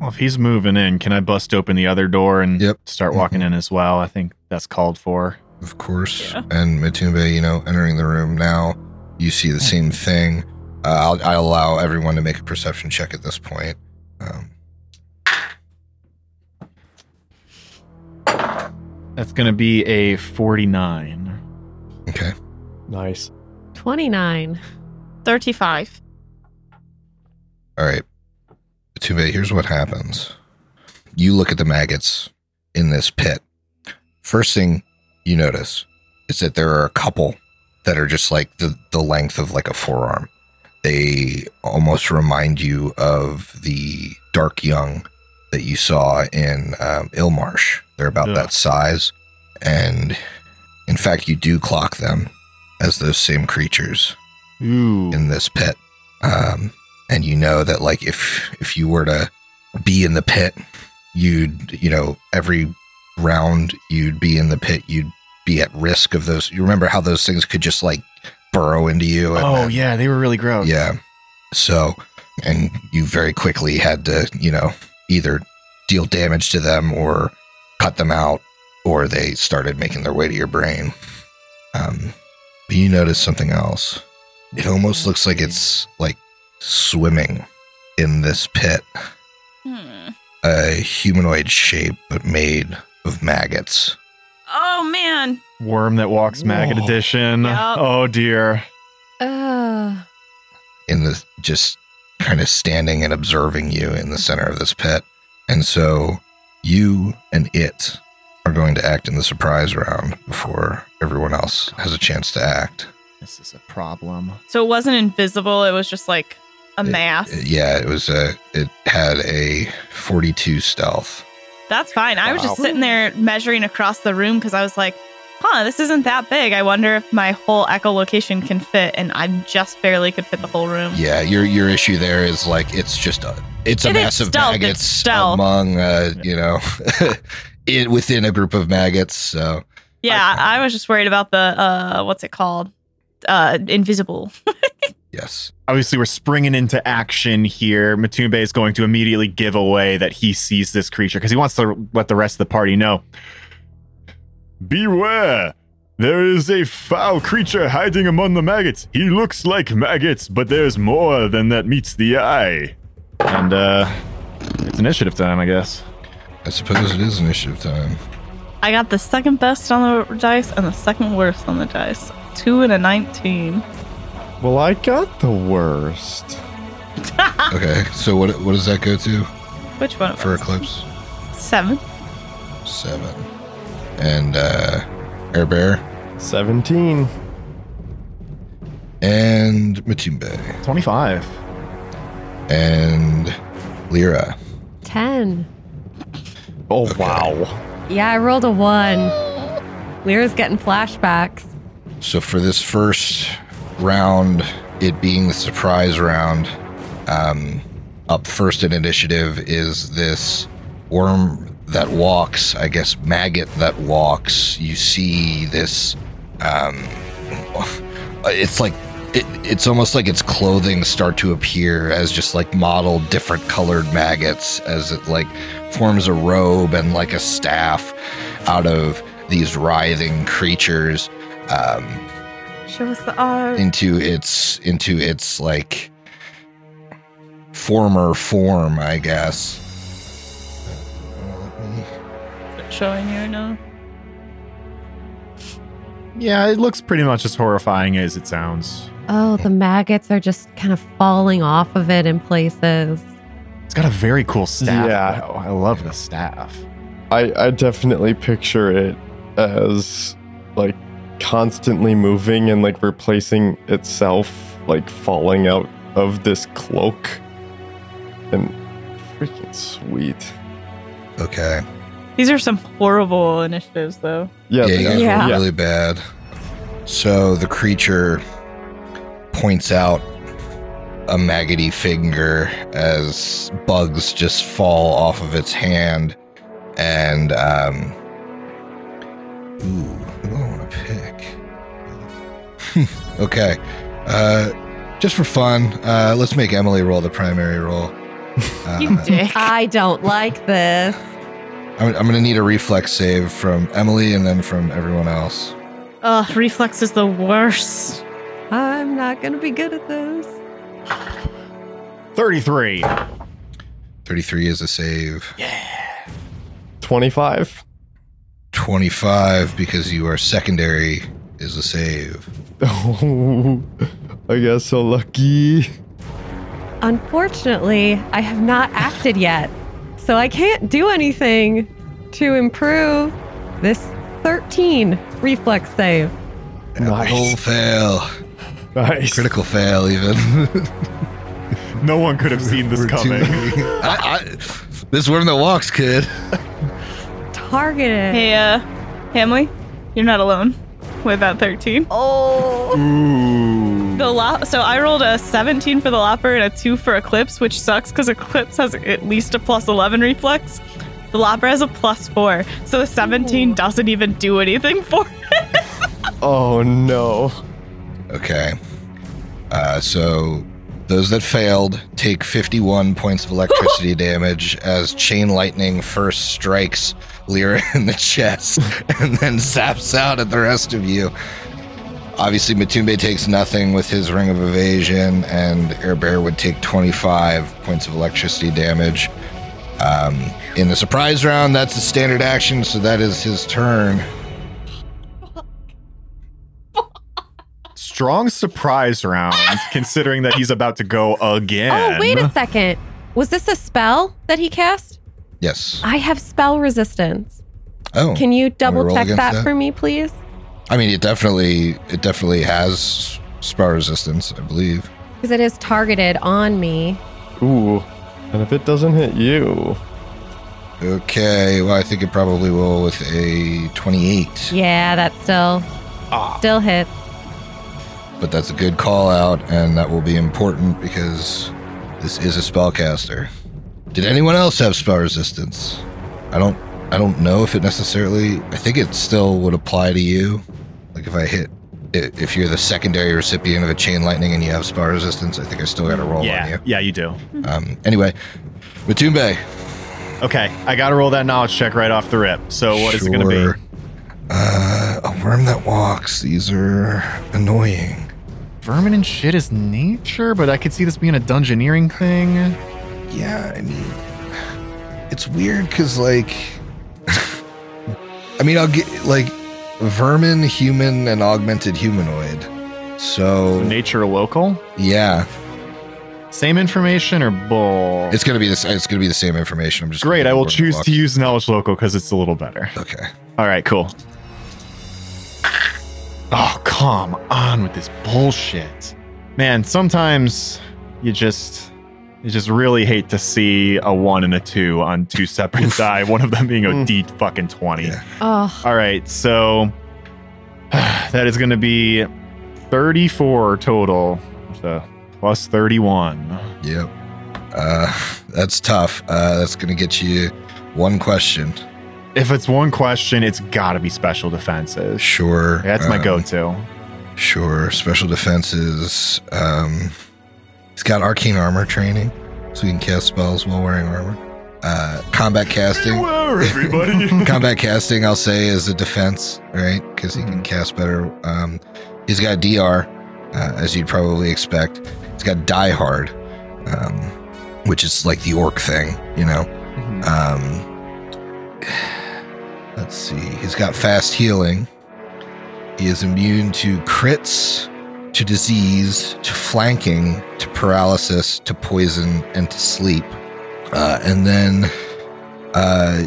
[SPEAKER 5] Well, if he's moving in, can I bust open the other door and
[SPEAKER 3] Yep.
[SPEAKER 5] start walking in as well? I think that's called for.
[SPEAKER 3] of course.
[SPEAKER 4] Yeah.
[SPEAKER 3] And Matumba, you know, entering the room now, you see the same thing. Uh, I'll, I'll allow everyone to make a perception check at this point. Um,
[SPEAKER 5] That's going to be a 49.
[SPEAKER 3] okay.
[SPEAKER 7] Nice.
[SPEAKER 6] 29.
[SPEAKER 4] Thirty-five.
[SPEAKER 3] All right. Matumba, here's what happens you look at the maggots in this pit. First thing you notice is that there are a couple that are just like the, the length of like a forearm. They almost remind you of the dark young that you saw in um, Ilmarsh. They're about
[SPEAKER 5] Ugh.
[SPEAKER 3] that size. And in fact, you do clock them as those same creatures
[SPEAKER 5] Ooh.
[SPEAKER 3] in this pit. Um, and you know that like if if you were to be in the pit, you'd you know every round you'd be in the pit, you'd be at risk of those. You remember how those things could just like burrow into you? And
[SPEAKER 5] oh,
[SPEAKER 3] then-
[SPEAKER 5] yeah. They were really gross.
[SPEAKER 3] yeah. So, and you very quickly had to you know either deal damage to them or cut them out, or they started making their way to your brain. Um, but you notice something else. It almost looks like it's like swimming in this pit,
[SPEAKER 4] Hmm.
[SPEAKER 3] a humanoid shape, but made of maggots.
[SPEAKER 4] Oh man.
[SPEAKER 5] Worm that walks maggot
[SPEAKER 7] Whoa.
[SPEAKER 5] edition.
[SPEAKER 4] Yep.
[SPEAKER 5] Oh, dear.
[SPEAKER 6] Uh,
[SPEAKER 3] in the just kind of standing and observing you in the center of this pit. And so you and it are going to act in the surprise round before everyone else has a chance to act.
[SPEAKER 5] This is a problem.
[SPEAKER 4] So it wasn't invisible. It was just like a
[SPEAKER 3] It-
[SPEAKER 4] mass.
[SPEAKER 3] Yeah, it was a. It had a 42 stealth.
[SPEAKER 4] That's fine. I was just
[SPEAKER 5] Wow.
[SPEAKER 4] sitting there measuring across the room because I was like, huh, this isn't that big. I wonder if my whole echolocation can fit. And I just barely could fit the whole room.
[SPEAKER 3] Yeah, your your issue there is like it's just a it's a
[SPEAKER 4] It is
[SPEAKER 3] massive
[SPEAKER 4] stealth, it's
[SPEAKER 3] maggots
[SPEAKER 4] stealth.
[SPEAKER 3] among uh, you know in within a group of maggots. So
[SPEAKER 4] Yeah, I was just worried about the, uh, what's it called? Uh, invisible.
[SPEAKER 3] yes,
[SPEAKER 5] Obviously, we're springing into action here. Matumbe is going to immediately give away that he sees this creature because he wants to let the rest of the party know. Beware! There is a foul creature hiding among the maggots. He looks like maggots, but there's more than that meets the eye. And, uh, it's initiative time, I guess.
[SPEAKER 3] I suppose it is initiative time.
[SPEAKER 4] I got the second best on the dice and the second worst on the dice. Two and a 19.
[SPEAKER 7] Well, I got the worst.
[SPEAKER 4] Ah.
[SPEAKER 3] Okay, so what what does that go to
[SPEAKER 4] Which one?
[SPEAKER 3] for Eclipse?
[SPEAKER 4] Seven.
[SPEAKER 3] Seven, and uh, Air Bear
[SPEAKER 7] 17.
[SPEAKER 3] and Matumbe
[SPEAKER 5] 25.
[SPEAKER 3] and Lyra.
[SPEAKER 6] 10.
[SPEAKER 7] Oh,
[SPEAKER 3] Okay.
[SPEAKER 7] wow.
[SPEAKER 6] Yeah, I rolled a one. Lyra's getting flashbacks.
[SPEAKER 3] So for this first round, it being the surprise round, um, up first in initiative is this worm that walks. I guess maggot that walks. You see this. Um, it's like it, it's almost like its clothing start to appear as just like model different colored maggots as it like forms a robe and like a staff out of these writhing creatures. Um,
[SPEAKER 4] Show us the art.
[SPEAKER 3] into its into its like former form, I guess.
[SPEAKER 4] Showing you now.
[SPEAKER 5] Yeah, it looks pretty much as horrifying as it sounds.
[SPEAKER 6] Oh, the maggots are just kind of falling off of it in places.
[SPEAKER 5] It's got a very cool staff.
[SPEAKER 7] Yeah.
[SPEAKER 5] though. I love the staff.
[SPEAKER 7] I, I definitely picture it as like constantly moving and like replacing itself, like falling out of this cloak. And freaking sweet.
[SPEAKER 3] Okay.
[SPEAKER 4] These are some horrible initiatives, though.
[SPEAKER 7] Yeah,
[SPEAKER 3] yeah, you guys
[SPEAKER 7] the-
[SPEAKER 6] Yeah.
[SPEAKER 3] were really bad. So the creature points out a maggoty finger as bugs just fall off of its hand, and um, ooh, who do I want to pick? okay, uh, just for fun, uh, let's make Emily roll the primary roll.
[SPEAKER 4] You
[SPEAKER 3] Uh,
[SPEAKER 4] dick.
[SPEAKER 6] I don't like this.
[SPEAKER 3] I'm, I'm gonna need a reflex save from Emily and then from everyone else.
[SPEAKER 4] Ugh, reflex is the worst.
[SPEAKER 6] I'm not going to be good at this.
[SPEAKER 5] 33.
[SPEAKER 3] 33 is a save.
[SPEAKER 7] 25.
[SPEAKER 3] 25 because you are secondary is a save.
[SPEAKER 7] Oh, I got so lucky.
[SPEAKER 6] Unfortunately, I have not acted yet, so I can't do anything to improve this 13 reflex save.
[SPEAKER 7] Nice.
[SPEAKER 3] Whole fail.
[SPEAKER 7] Nice.
[SPEAKER 3] Critical fail, even.
[SPEAKER 5] No one could have seen this
[SPEAKER 3] We're too-
[SPEAKER 5] coming.
[SPEAKER 3] I, I, this worm that walks could.
[SPEAKER 6] Targeted.
[SPEAKER 4] Hey, uh, Hamley, you're not alone with that 13.
[SPEAKER 6] Oh.
[SPEAKER 5] Ooh.
[SPEAKER 4] The lo- so I rolled a 17 for the Lopper and a 2 for Eclipse, which sucks because Eclipse has at least a plus 11 reflex. The Lopper has a plus 4, so the 17 doesn't even do anything for
[SPEAKER 7] Oh no.
[SPEAKER 3] Okay. Uh, so those that failed take 51 points of electricity damage as chain lightning first strikes Lyra in the chest and then zaps out at the rest of you. Obviously, Matumbe takes nothing with his ring of evasion, and Air Bear would take 25 points of electricity damage. Um, in the surprise round, that's a standard action, so that is his turn.
[SPEAKER 5] Strong surprise round, considering that he's about to go again.
[SPEAKER 6] Oh, wait a second. Was this a spell that he cast?
[SPEAKER 3] Yes.
[SPEAKER 6] I have spell resistance.
[SPEAKER 3] Oh,
[SPEAKER 6] Can you double
[SPEAKER 3] roll
[SPEAKER 6] check
[SPEAKER 3] against
[SPEAKER 6] that,
[SPEAKER 3] that?
[SPEAKER 6] for me, please?
[SPEAKER 3] I mean, it definitely it definitely has spell resistance, I believe.
[SPEAKER 6] Because it is targeted on me.
[SPEAKER 7] Ooh. And if it doesn't hit you,
[SPEAKER 3] Okay, well, I think it probably will with a 28,
[SPEAKER 6] Yeah, that still
[SPEAKER 3] Ah.
[SPEAKER 6] still hits.
[SPEAKER 3] but that's a good call out, and that will be important because this is a spellcaster. Did anyone else have spell resistance? I don't. I don't know if it necessarily. I think it still would apply to you. Like if I hit, i- if you're the secondary recipient of a chain lightning and you have spell resistance, I think I still got to roll on
[SPEAKER 5] Yeah,
[SPEAKER 3] you.
[SPEAKER 5] yeah, you do.
[SPEAKER 3] Um. Anyway, Matumbe.
[SPEAKER 5] Okay, I gotta roll that knowledge check right off the rip. So what is it gonna
[SPEAKER 3] Sure.
[SPEAKER 5] be?
[SPEAKER 3] Uh, a worm that walks. These are annoying.
[SPEAKER 5] Vermin and shit is nature, but I could see this being a dungeoneering thing.
[SPEAKER 3] Yeah, I mean, it's weird because, like, I mean, I'll get like vermin, human, and augmented humanoid. So,
[SPEAKER 5] Nature local?
[SPEAKER 3] yeah,
[SPEAKER 5] Same information or bull?
[SPEAKER 3] it's gonna be this. It's gonna be the same information. I'm just
[SPEAKER 5] great.
[SPEAKER 3] gonna
[SPEAKER 5] I will
[SPEAKER 3] worm that
[SPEAKER 5] choose
[SPEAKER 3] walks.
[SPEAKER 5] to use knowledge local because it's a little better.
[SPEAKER 3] Okay,
[SPEAKER 5] All right, cool. Oh, come on with this bullshit. Man, sometimes you just you just really hate to see a 1 and a 2 on two separate die, one of them being a
[SPEAKER 7] Mm.
[SPEAKER 5] D fucking 20.
[SPEAKER 3] Yeah.
[SPEAKER 6] Oh,
[SPEAKER 5] All right, so that is going to be 34 total. So plus 31.
[SPEAKER 3] yep. Uh, that's tough. Uh, that's gonna get you one question.
[SPEAKER 5] If it's one question, it's got to be special defenses.
[SPEAKER 3] Sure,
[SPEAKER 5] That's my
[SPEAKER 3] um,
[SPEAKER 5] go-to.
[SPEAKER 3] Sure. Special defenses. Um, he's got arcane armor training, so he can cast spells while wearing armor. Uh, combat casting.
[SPEAKER 5] everybody.
[SPEAKER 3] Combat casting, I'll say, is a defense, right? Because he can cast better. Um, he's got DR, uh, as you'd probably expect. He's got Die Hard, um, which is like the orc thing, you know. Um, let's see. He's got fast healing. He is immune to crits, to disease, to flanking, to paralysis, to poison, and to sleep. Uh, and then uh,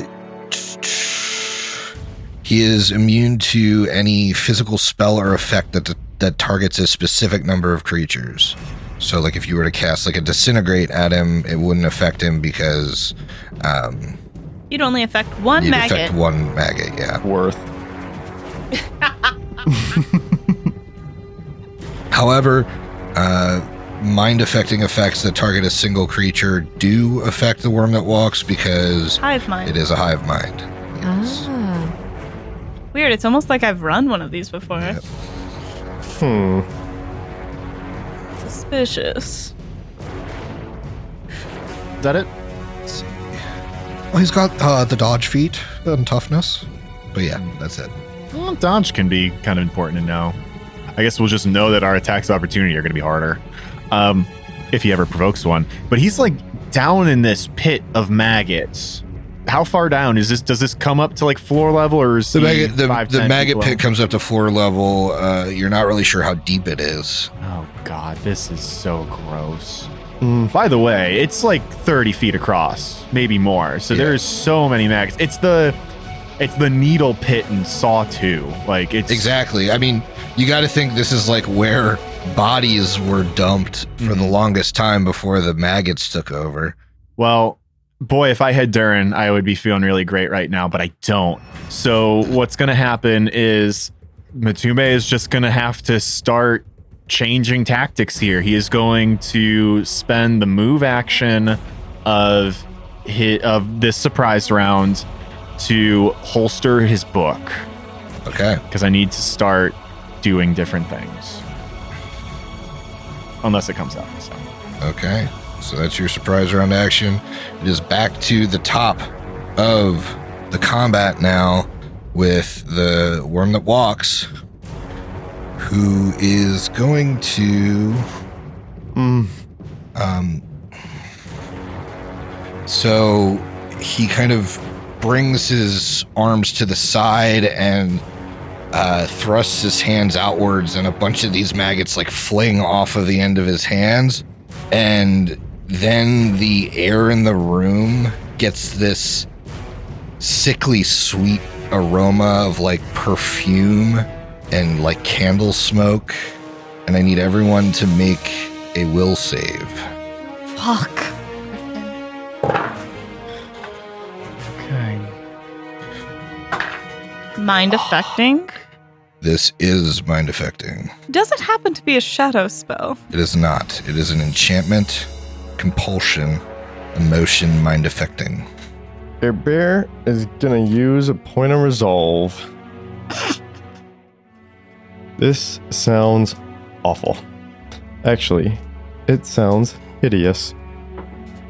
[SPEAKER 3] he is immune to any physical spell or effect that that targets a specific number of creatures. So, like, if you were to cast like a disintegrate at him, it wouldn't affect him because um,
[SPEAKER 4] You'd only affect one
[SPEAKER 3] you'd
[SPEAKER 4] maggot.
[SPEAKER 3] affect one maggot. Yeah.
[SPEAKER 7] worth.
[SPEAKER 3] However, uh, mind affecting effects that target a single creature do affect the worm that walks because
[SPEAKER 4] Hive mind.
[SPEAKER 3] it is a hive mind. Yes.
[SPEAKER 6] ah.
[SPEAKER 4] Weird. It's almost like I've run one of these before.
[SPEAKER 3] Yep.
[SPEAKER 7] Hmm.
[SPEAKER 4] Suspicious.
[SPEAKER 5] Is that it?
[SPEAKER 3] Well, he's got uh, the dodge feat and toughness. But yeah, that's it.
[SPEAKER 5] Well, dodge can be kind of important to know. I guess we'll just know that our attacks of opportunity are going to be harder um, if he ever provokes one. But he's like down in this pit of maggots. How far down is this? Does this come up to like floor level or is
[SPEAKER 3] The
[SPEAKER 5] he
[SPEAKER 3] maggot, the,
[SPEAKER 5] five,
[SPEAKER 3] the
[SPEAKER 5] 10 feet
[SPEAKER 3] maggot
[SPEAKER 5] below?
[SPEAKER 3] pit comes up to floor level. Uh, you're not really sure how deep it is.
[SPEAKER 5] Oh god, this is so gross.
[SPEAKER 7] Mm.
[SPEAKER 5] By the way, it's like 30 feet across, maybe more. So
[SPEAKER 3] Yeah.
[SPEAKER 5] there's so many maggots. It's the it's the needle pit in Saw 2. Like it's
[SPEAKER 3] Exactly. I mean, you got to think this is like where bodies were dumped for
[SPEAKER 5] Mm-hmm.
[SPEAKER 3] the longest time before the maggots took over.
[SPEAKER 5] Well, boy, if I had Durin, I would be feeling really great right now, but I don't. So what's gonna happen is Matume is just gonna have to start changing tactics here. He is going to spend the move action of hit of this surprise round to holster his book
[SPEAKER 3] Okay.
[SPEAKER 5] because I need to start doing different things. Unless it comes out. So.
[SPEAKER 3] Okay. So that's your surprise round action. It is back to the top of the combat now with the worm that walks, who is going to.
[SPEAKER 7] Mm.
[SPEAKER 3] Um, so he kind of brings his arms to the side and uh, thrusts his hands outwards, and a bunch of these maggots like fling off of the end of his hands. And then the air in the room gets this sickly sweet aroma of like perfume and like candle smoke. And I need everyone to make a will save.
[SPEAKER 6] Fuck.
[SPEAKER 5] Okay.
[SPEAKER 4] Mind affecting?
[SPEAKER 3] This is mind affecting.
[SPEAKER 4] Does it happen to be a shadow spell?
[SPEAKER 3] It is not. It is an enchantment, compulsion, emotion, mind affecting.
[SPEAKER 7] Bear Bear is gonna use a point of resolve. this sounds awful. Actually, it sounds hideous.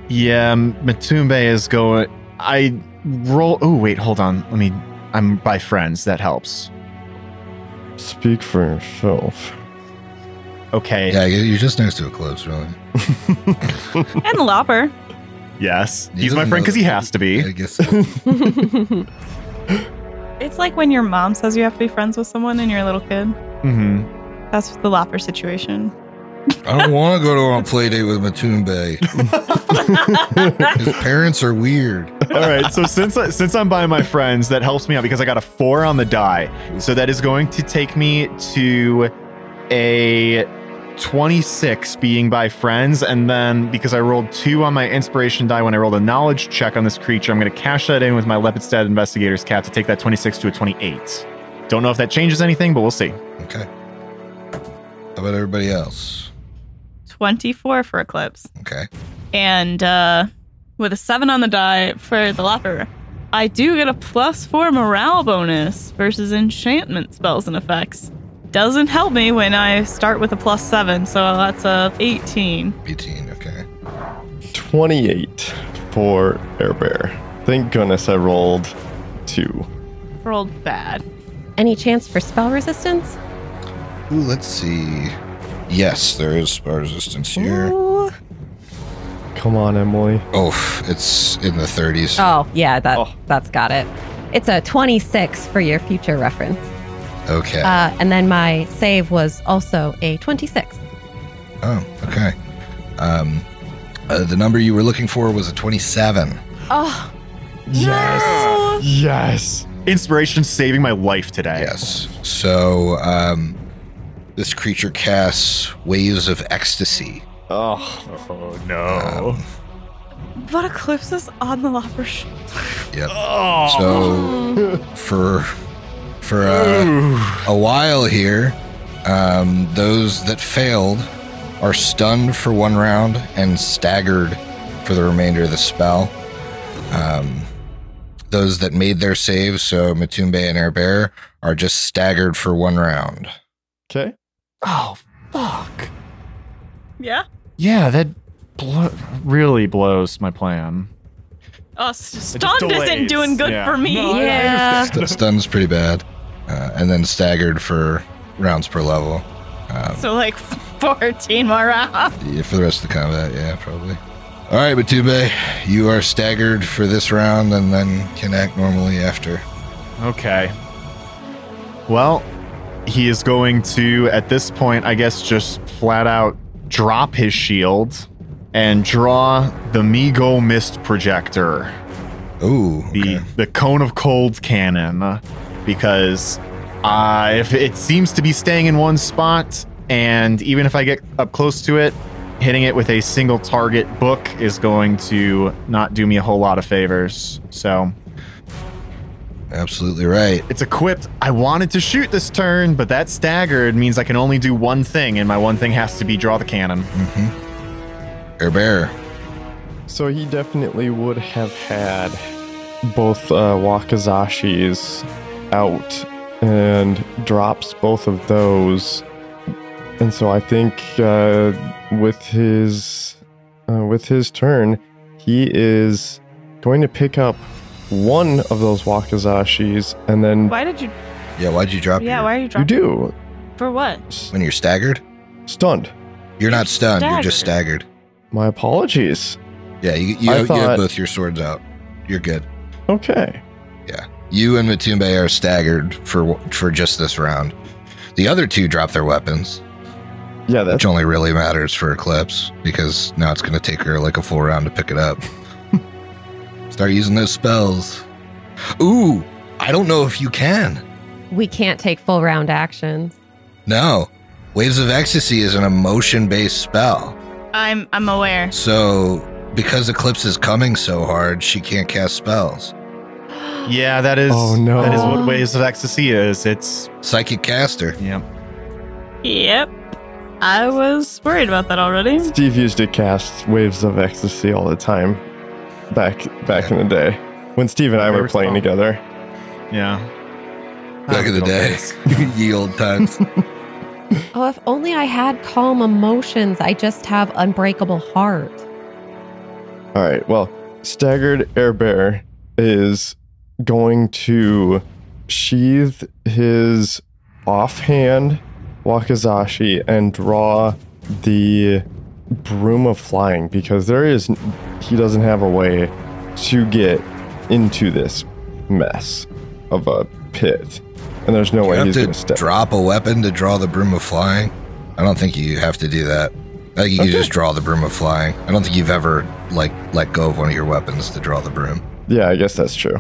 [SPEAKER 5] Yeah, M- Matumbe is going. I roll. Oh wait, hold on. Let me. I'm by friends. That helps.
[SPEAKER 7] Speak for yourself.
[SPEAKER 5] Okay.
[SPEAKER 3] Yeah, you- you're just next to a close, really.
[SPEAKER 4] And Lopper.
[SPEAKER 5] Yes, he's
[SPEAKER 3] Neither
[SPEAKER 5] my friend because he
[SPEAKER 3] mother-
[SPEAKER 5] has to be.
[SPEAKER 3] I guess.
[SPEAKER 4] It's like when your mom says you have to be friends with someone and you're a little kid.
[SPEAKER 5] Mm-hmm.
[SPEAKER 4] That's the Lopper situation.
[SPEAKER 3] I don't want to go on a play date with Matumbe. His parents are weird.
[SPEAKER 5] All right, so since I, since I'm by my friends, that helps me out because I got a four on the die. So that is going to take me to a 26 being by friends, and then because I rolled two on my inspiration die when I rolled a knowledge check on this creature, I'm going to cash that in with my Lepidstad Investigator's Cap to take that 26 to a 28. Don't know if that changes anything, but we'll see.
[SPEAKER 3] Okay. How about everybody else?
[SPEAKER 4] 24 for Eclipse.
[SPEAKER 3] Okay.
[SPEAKER 4] And uh, with a 7 on the die for the Lopper, I do get a plus 4 morale bonus versus enchantment spells and effects. Doesn't help me when I start with a plus 7, so that's a 18.
[SPEAKER 3] 18. Okay.
[SPEAKER 7] 28 for Air Bear. Thank goodness I rolled two.
[SPEAKER 4] Rolled bad.
[SPEAKER 6] Any chance for spell resistance?
[SPEAKER 3] Ooh, let's see. Yes, there is spell resistance here.
[SPEAKER 6] Ooh.
[SPEAKER 7] Come on, Emily.
[SPEAKER 3] Oh, it's in the 30s.
[SPEAKER 6] Oh, yeah, that
[SPEAKER 7] Oh.
[SPEAKER 6] that's got it. It's a 26 for your future reference.
[SPEAKER 3] Okay.
[SPEAKER 6] Uh, and then my save was also a 26.
[SPEAKER 3] Oh, okay. Um, uh, the number you were looking for was a 27.
[SPEAKER 6] Oh,
[SPEAKER 7] Yes. Yes.
[SPEAKER 5] Inspiration saving my life today.
[SPEAKER 3] Yes. So um, this creature casts waves of ecstasy.
[SPEAKER 7] Oh,
[SPEAKER 5] Oh no.
[SPEAKER 3] Um,
[SPEAKER 4] But Eclipse is on the Lopper shoulder.
[SPEAKER 3] yep.
[SPEAKER 5] oh.
[SPEAKER 3] So for for uh, a while here, um, those that failed are stunned for one round and staggered for the remainder of the spell. Um, those that made their saves, so Matumbe and Air Bear, are just staggered for one round.
[SPEAKER 7] okay.
[SPEAKER 5] oh fuck.
[SPEAKER 4] yeah?
[SPEAKER 5] Yeah, that blo- really blows my plan.
[SPEAKER 4] Oh, stunned isn't
[SPEAKER 5] delays.
[SPEAKER 4] doing good
[SPEAKER 5] Yeah.
[SPEAKER 4] for me.
[SPEAKER 5] No, I- I
[SPEAKER 6] yeah.
[SPEAKER 3] St- stuns pretty bad, uh, and then staggered for rounds per level. Um,
[SPEAKER 4] So like 14 more rounds.
[SPEAKER 3] Yeah, for the rest of the combat, yeah, probably. All right, Batube, you are staggered for this round and then can act normally after.
[SPEAKER 5] Okay. Well, he is going to, at this point, I guess, just flat out drop his shield and draw the Migo Mist Projector,
[SPEAKER 3] Ooh,
[SPEAKER 5] the,
[SPEAKER 3] okay.
[SPEAKER 5] the Cone of Cold Cannon, because uh, if it seems to be staying in one spot, and even if I get up close to it, hitting it with a single target book is going to not do me a whole lot of favors. So
[SPEAKER 3] absolutely right.
[SPEAKER 5] It's equipped. I wanted to shoot this turn, but that staggered means I can only do one thing, and my one thing has to be draw the cannon.
[SPEAKER 3] Mm-hmm. Air Bear,
[SPEAKER 7] So he definitely would have had both uh, Wakazashis out and drops both of those. And so I think uh, with his uh, with his turn, he is going to pick up one of those Wakazashis, and then
[SPEAKER 4] Why did you?
[SPEAKER 3] yeah, why'd you drop?
[SPEAKER 4] Yeah,
[SPEAKER 3] your-
[SPEAKER 4] why are you
[SPEAKER 7] you
[SPEAKER 4] dropping?
[SPEAKER 7] do
[SPEAKER 4] For what?
[SPEAKER 7] s-
[SPEAKER 3] When you're staggered,
[SPEAKER 7] stunned.
[SPEAKER 3] you're not stunned. You're just staggered.
[SPEAKER 7] My apologies.
[SPEAKER 3] Yeah, you you,
[SPEAKER 7] I
[SPEAKER 3] you have
[SPEAKER 7] thought-
[SPEAKER 3] both your swords out. You're good.
[SPEAKER 7] Okay.
[SPEAKER 3] You and Matumbe are staggered for for just this round. The other two drop their weapons,
[SPEAKER 7] Yeah, that's
[SPEAKER 3] which only really matters for Eclipse because now it's going to take her like a full round to pick it up. Start using those spells. Ooh, I I don't know if you can.
[SPEAKER 6] We can't take full round actions.
[SPEAKER 3] No. Waves of Ecstasy is an emotion based spell.
[SPEAKER 4] I'm I'm aware.
[SPEAKER 3] So, because Eclipse is coming so hard, she can't cast spells.
[SPEAKER 5] Yeah, that is.
[SPEAKER 7] Oh, no.
[SPEAKER 5] That is what waves of ecstasy is. It's
[SPEAKER 3] Psychic caster.
[SPEAKER 5] yeah.
[SPEAKER 4] Yep. I was worried about that already.
[SPEAKER 7] Steve used to cast waves of ecstasy all the time back back in the day when Steve and I were
[SPEAKER 5] Favorite
[SPEAKER 7] playing
[SPEAKER 5] song.
[SPEAKER 7] together.
[SPEAKER 5] Yeah.
[SPEAKER 3] Back
[SPEAKER 5] uh,
[SPEAKER 3] in the day. Ye old times.
[SPEAKER 6] Oh, if only I had calm emotions. I just have unbreakable heart.
[SPEAKER 7] All right. Well, staggered air bear is going to sheath his offhand wakizashi and draw the broom of flying because there is he doesn't have a way to get into this mess of a pit and there's no
[SPEAKER 3] You
[SPEAKER 7] way
[SPEAKER 3] have
[SPEAKER 7] he's
[SPEAKER 3] to
[SPEAKER 7] going to step
[SPEAKER 3] drop a weapon to draw the broom of flying. I don't think you have to do that. I think you can
[SPEAKER 7] Okay.
[SPEAKER 3] just draw the broom of flying. I don't think you've ever like let go of one of your weapons to draw the broom.
[SPEAKER 7] yeah i guess that's true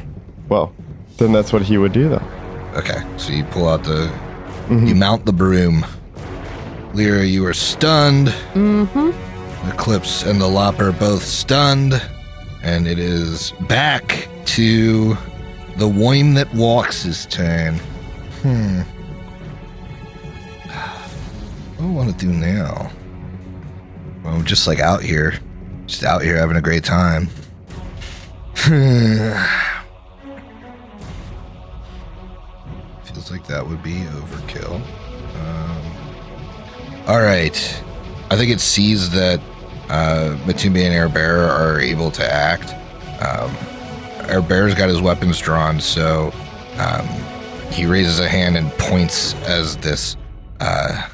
[SPEAKER 7] well then that's what he would do though
[SPEAKER 3] Okay, so you pull out the, you mount the broom. Lyra, you are stunned.
[SPEAKER 6] Mm-hmm.
[SPEAKER 3] Eclipse and the Lop are both stunned, and it is back to the Woim that walks his turn. Hmm. What do I want to do now? I'm just like out here, just out here having a great time. Feels like that would be overkill. Um, all right. I think it sees that uh, Matumbi and Air Bear are able to act. Um, Air Bear's got his weapons drawn, so um, he raises a hand and points as this uh,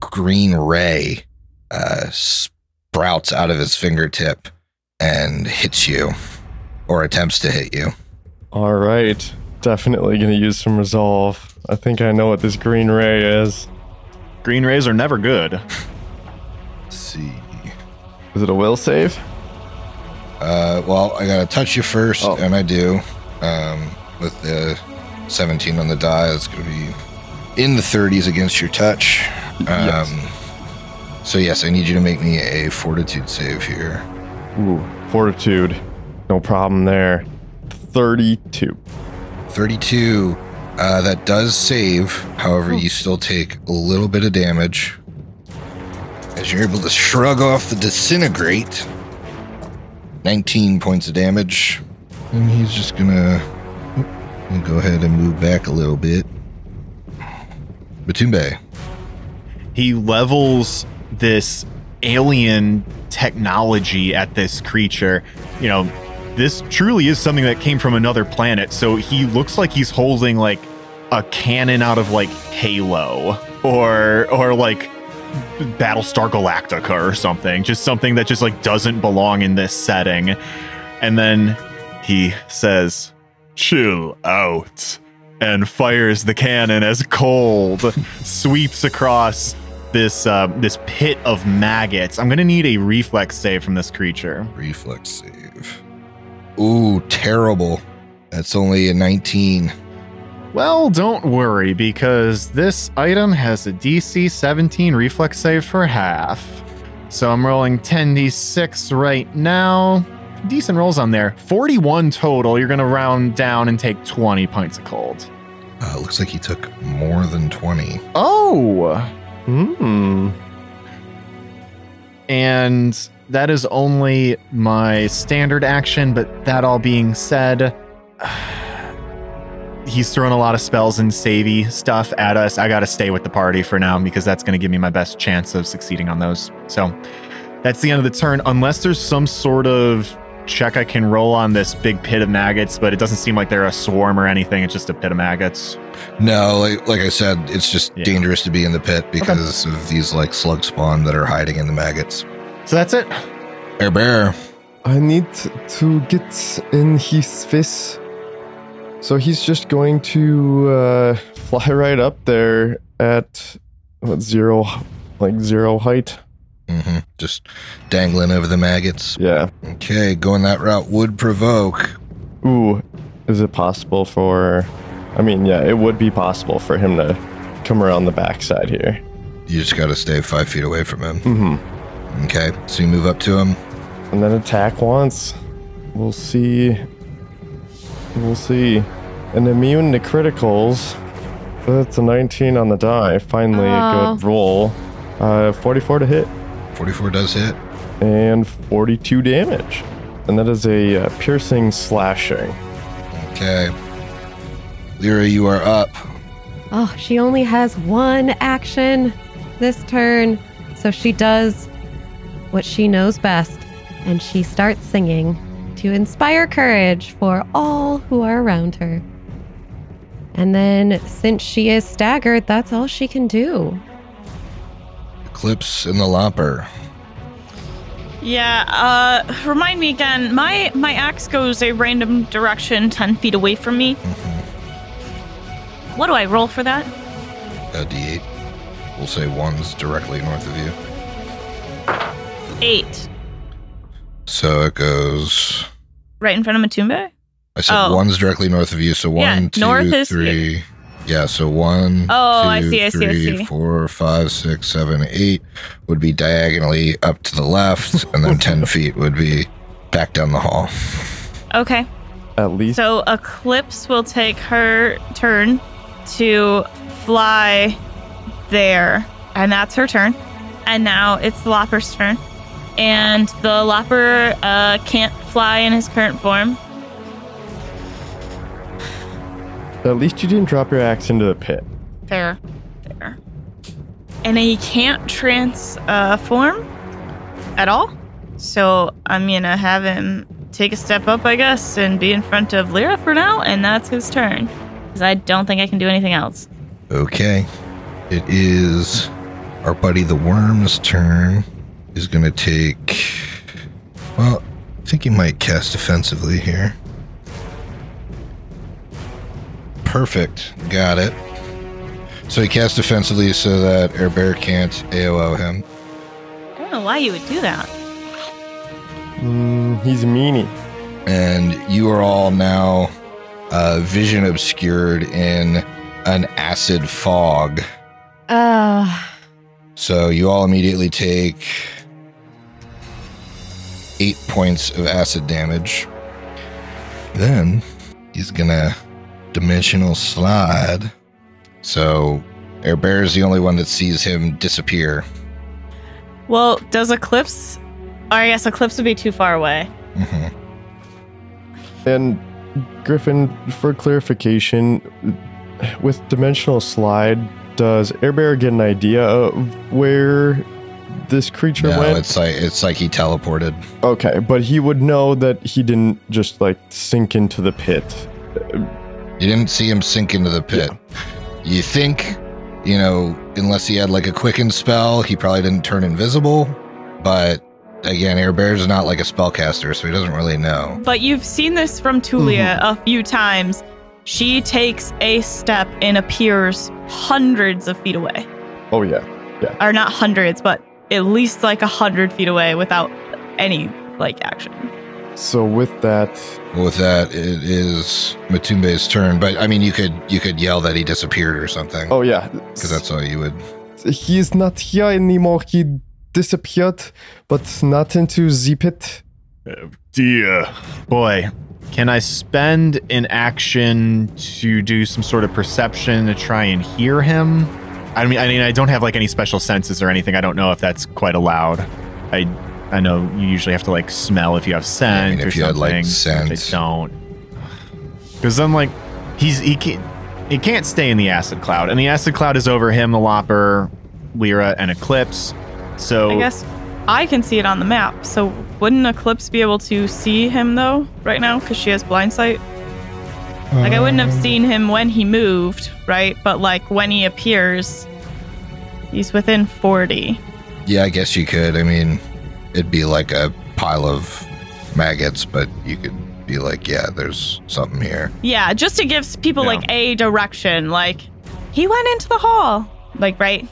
[SPEAKER 3] green ray uh, sprouts out of his fingertip and hits you, or attempts to hit you.
[SPEAKER 7] All right. Definitely going to use some resolve. I think I know what this green ray is.
[SPEAKER 5] Green rays are never good.
[SPEAKER 3] Let's see.
[SPEAKER 7] Is it a will save?
[SPEAKER 3] Uh, well, I gotta touch you first,
[SPEAKER 7] Oh.
[SPEAKER 3] and I do. Um, with the 17 on the die, it's gonna be in the 30s against your touch. Um,
[SPEAKER 7] Yes.
[SPEAKER 3] So, yes, I need you to make me a fortitude save here.
[SPEAKER 7] Ooh, fortitude. No problem there. 32.
[SPEAKER 3] 32. Uh, that does save. However, you still take a little bit of damage. As you're able to shrug off the disintegrate, 19 points of damage. And he's just gonna, oop, gonna go ahead and move back a little bit. Batumbe.
[SPEAKER 5] He levels this alien technology at this creature. You know, this truly is something that came from another planet. So he looks like he's holding like a cannon out of like Halo or or like Battlestar Galactica or something. Just something that just like doesn't belong in this setting. And then he says, "Chill out." And fires the cannon as cold sweeps across this uh, this pit of maggots. I'm gonna need a reflex save from this creature.
[SPEAKER 3] Reflex save. Ooh, terrible. That's only a 19.
[SPEAKER 5] Well, don't worry because this item has a DC 17 reflex save for half. So I'm rolling 10d6 right now. Decent rolls on there. 41 total. You're gonna round down and take 20 pints of cold.
[SPEAKER 3] Uh, looks like he took more than 20.
[SPEAKER 5] Oh.
[SPEAKER 7] Hmm.
[SPEAKER 5] and that is only my standard action. But that all being said, he's throwing a lot of spells and savey stuff at us. I gotta stay with the party for now because that's gonna give me my best chance of succeeding on those. So that's the end of the turn, unless there's some sort of check I can roll on this big pit of maggots. But it doesn't seem like they're a swarm or anything. It's just a pit of maggots.
[SPEAKER 3] No, like, like I said, it's just
[SPEAKER 5] Yeah.
[SPEAKER 3] dangerous to be in the pit because of these like slug spawn that are hiding in the maggots.
[SPEAKER 5] So that's it.
[SPEAKER 3] Air Bear,
[SPEAKER 7] I need to get in his face. So he's just going to uh, fly right up there at what zero, like zero height.
[SPEAKER 3] hmm just dangling over the maggots.
[SPEAKER 7] Yeah.
[SPEAKER 3] Okay, going that route would provoke.
[SPEAKER 7] Ooh, is it possible for I mean, yeah, it would be possible for him to come around the backside here.
[SPEAKER 3] You just got to stay five feet away from him.
[SPEAKER 7] Mm-hmm.
[SPEAKER 3] Okay. So you move up to him.
[SPEAKER 7] and then attack once. We'll see. We'll see. And immune to criticals. That's a 19 on the die. Finally,
[SPEAKER 6] Oh.
[SPEAKER 7] a good roll. Uh, 44 to hit
[SPEAKER 3] 44 does hit.
[SPEAKER 7] and 42 damage. And that is a uh, piercing slashing.
[SPEAKER 3] Okay. Lyra, you are up.
[SPEAKER 6] Oh, she only has one action this turn. So she does what she knows best and she starts singing to inspire courage for all who are around her. And then, since she is staggered, that's all she can do.
[SPEAKER 3] Eclipse and the Lopper.
[SPEAKER 4] Yeah, uh, remind me again. My my axe goes a random direction, ten feet away from me. What do I roll for that?
[SPEAKER 3] A D8. We'll say one's directly north of you.
[SPEAKER 4] Eight,
[SPEAKER 3] So it goes.
[SPEAKER 4] right in front of Matumbe.
[SPEAKER 3] I said
[SPEAKER 4] Oh.
[SPEAKER 3] one's directly north of you. So
[SPEAKER 4] Yeah,
[SPEAKER 3] one, two, three.
[SPEAKER 4] north is-
[SPEAKER 3] Yeah, so one,
[SPEAKER 4] Oh, I
[SPEAKER 3] two,
[SPEAKER 4] see, I see, I
[SPEAKER 3] three,
[SPEAKER 4] see.
[SPEAKER 3] four, five, six, seven, eight would be diagonally up to the left, and then 10 feet would be back down the hall.
[SPEAKER 4] Okay,
[SPEAKER 7] At least
[SPEAKER 4] so Eclipse will take her turn to fly there, and that's her turn. And now it's the Lopper's turn, and the Lopper uh, can't fly in his current form.
[SPEAKER 7] at least you didn't drop your axe into the pit.
[SPEAKER 4] Fair. Fair. And he can't trans uh, form at all. So I'm gonna have him take a step up, I guess, and be in front of Lyra for now, and that's his turn. Because I don't think I can do anything else.
[SPEAKER 3] Okay. It is our buddy the worm's turn. Is going to take. Well, I think he might cast offensively here. Perfect. Got it. So he cast defensively so that Air Bear can't AOO him.
[SPEAKER 4] I don't know why you would do that.
[SPEAKER 7] Mm, he's meanie.
[SPEAKER 3] And you are all now uh, vision obscured in an acid fog.
[SPEAKER 6] Uh,
[SPEAKER 3] So you all immediately take eight points of acid damage. Then he's gonna dimensional slide. So Air Bear is the only one that sees him disappear.
[SPEAKER 4] Well, does Eclipse. Or I guess Eclipse would be too far away.
[SPEAKER 3] hmm
[SPEAKER 7] And Griffin, for clarification, with dimensional slide, does Air Bear get an idea of where this creature
[SPEAKER 3] No,
[SPEAKER 7] went?
[SPEAKER 3] it's like it's like he teleported.
[SPEAKER 7] Okay, but he would know that he didn't just like sink into the pit.
[SPEAKER 3] You didn't see him sink into the pit. You think, you know, unless he had like a quicken spell, he probably didn't turn invisible. But again, Air Bear's not like a spellcaster, so he doesn't really know.
[SPEAKER 4] But you've seen this from Tulia a few times. She takes a step and appears hundreds of feet away.
[SPEAKER 7] Oh yeah,
[SPEAKER 4] or not hundreds, but at least like a hundred feet away without any like action.
[SPEAKER 7] so with that,
[SPEAKER 3] Well, with that, it is Matumbe's turn. But I mean, you could you could yell that he disappeared or something
[SPEAKER 7] oh yeah,
[SPEAKER 3] because that's all you would.
[SPEAKER 7] he's not here anymore. He disappeared, but not into the pit.
[SPEAKER 5] Dear boy, can I spend an action to do some sort of perception to try and hear him? I mean, I mean, I don't have like any special senses or anything. I don't know if that's quite allowed. I, I know you usually have to like smell if you have
[SPEAKER 3] I
[SPEAKER 5] scent
[SPEAKER 3] mean,
[SPEAKER 5] or
[SPEAKER 3] if you had,
[SPEAKER 5] something.
[SPEAKER 3] like,
[SPEAKER 5] which
[SPEAKER 3] scent.
[SPEAKER 5] I don't. Because then, like, he's he can't he can't stay in the acid cloud, and the acid cloud is over him, the Lopper, Lyra, and Eclipse. So
[SPEAKER 4] I guess I can see it on the map. So wouldn't Eclipse be able to see him though right now because she has blind sight? Like I wouldn't have seen him when he moved, right? But like when he appears, he's within forty.
[SPEAKER 3] Yeah, I guess you could. I mean, it'd be like a pile of maggots, but you could be like, yeah, there's something here.
[SPEAKER 4] Yeah, just to give s- people
[SPEAKER 5] Yeah.
[SPEAKER 4] like a direction. Like he went into the hall. Like right.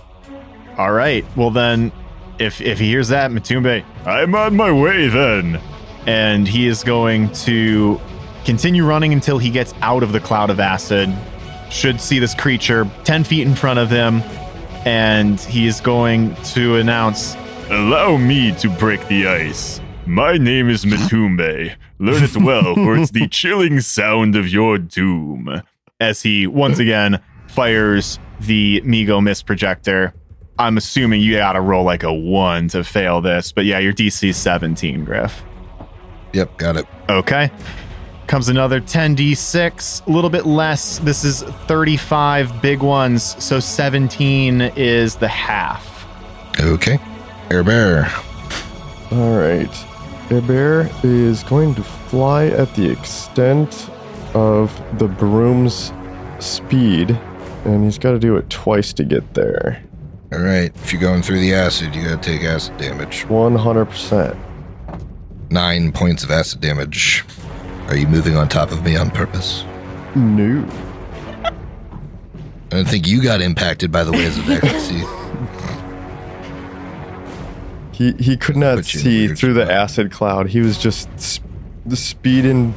[SPEAKER 5] All right. Well then, if if he hears that, Matumbe, I'm on my way then, and he is going to continue running until he gets out of the cloud of acid, should see this creature 10 feet in front of him, and he is going to announce Allow me to break the ice. My name is Matumbe. Learn it well, for it's the chilling sound of your doom. As he once again fires the Migo Miss projector. I'm assuming you gotta roll like a one to fail this, but yeah, your DC 's 17, Griff.
[SPEAKER 3] Yep, got it.
[SPEAKER 5] Okay. Comes another 10d6, a little bit less. This is 35 big ones, so 17 is the half.
[SPEAKER 3] Okay. Air Bear.
[SPEAKER 7] All right. Air Bear is going to fly at the extent of the broom's speed, and he's got to do it twice to get there.
[SPEAKER 3] All right. If you're going through the acid, you got to take acid damage.
[SPEAKER 7] 100%.
[SPEAKER 3] Nine points of acid damage. Are you moving on top of me on purpose?
[SPEAKER 7] No.
[SPEAKER 3] I don't think you got impacted by the waves of accuracy.
[SPEAKER 7] He, he could not
[SPEAKER 3] Put you in
[SPEAKER 7] see
[SPEAKER 3] weird
[SPEAKER 7] through the
[SPEAKER 3] spot.
[SPEAKER 7] acid cloud. He was just sp- speeding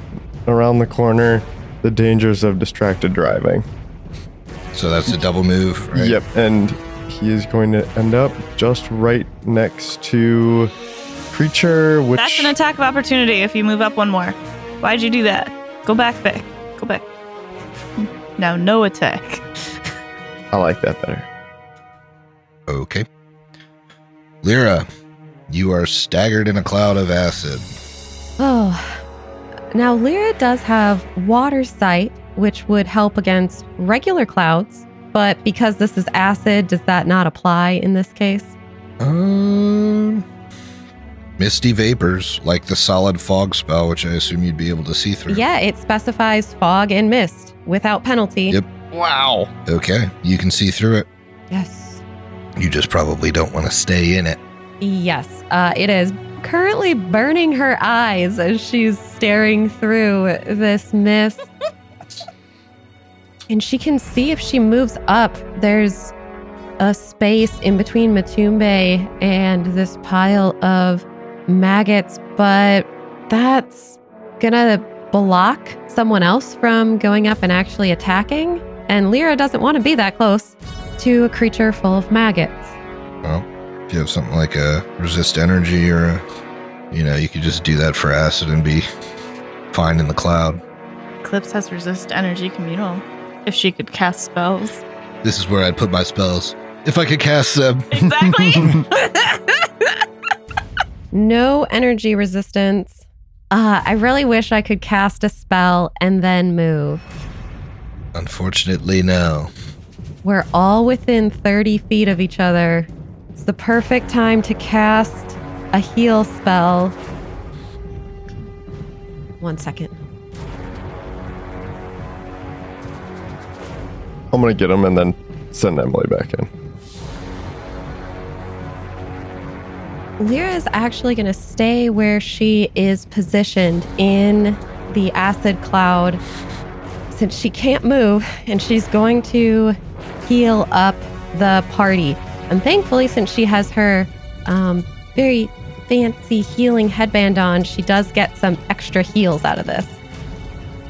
[SPEAKER 7] around the corner. The dangers of distracted driving.
[SPEAKER 3] so that's a double move, right?
[SPEAKER 7] Yep, and he is going to end up just right next to creature, which
[SPEAKER 4] That's an attack of opportunity if you move up one more. Why'd you do that? Go back, back. Go back. Now, no attack.
[SPEAKER 7] I like that better.
[SPEAKER 3] Okay. Lyra, you are staggered in a cloud of acid.
[SPEAKER 6] Oh. Now, Lyra does have water sight, which would help against regular clouds, but because this is acid, does that not apply in this case?
[SPEAKER 3] Um, misty vapors, like the solid fog spell, which I assume you'd be able to see through.
[SPEAKER 6] Yeah, it specifies fog and mist without penalty.
[SPEAKER 3] Yep. Wow. Okay, you can see through it.
[SPEAKER 6] Yes.
[SPEAKER 3] You just probably don't want to stay in it.
[SPEAKER 6] Yes, uh, it is currently burning her eyes as she's staring through this mist. and she can see if she moves up, there's a space in between Matumbe and this pile of maggots, but that's gonna block someone else from going up and actually attacking. And Lyra doesn't want to be that close to a creature full of maggots.
[SPEAKER 3] If you have something like a resist energy or a, you know, you could just do that for acid and be fine in the cloud.
[SPEAKER 4] Eclipse has resist energy communal. If she could cast spells.
[SPEAKER 3] This is where I'd put my spells. If I could cast them.
[SPEAKER 4] Exactly.
[SPEAKER 6] No energy resistance. Uh, I really wish I could cast a spell and then move.
[SPEAKER 3] Unfortunately, no.
[SPEAKER 6] We're all within 30 feet of each other. It's the perfect time to cast a heal spell. One second.
[SPEAKER 7] I'm gonna get him and then send Emily back in.
[SPEAKER 6] Lyra is actually going to stay where she is positioned in the acid cloud since she can't move and she's going to heal up the party. And thankfully, since she has her um, very fancy healing headband on, she does get some extra heals out of this.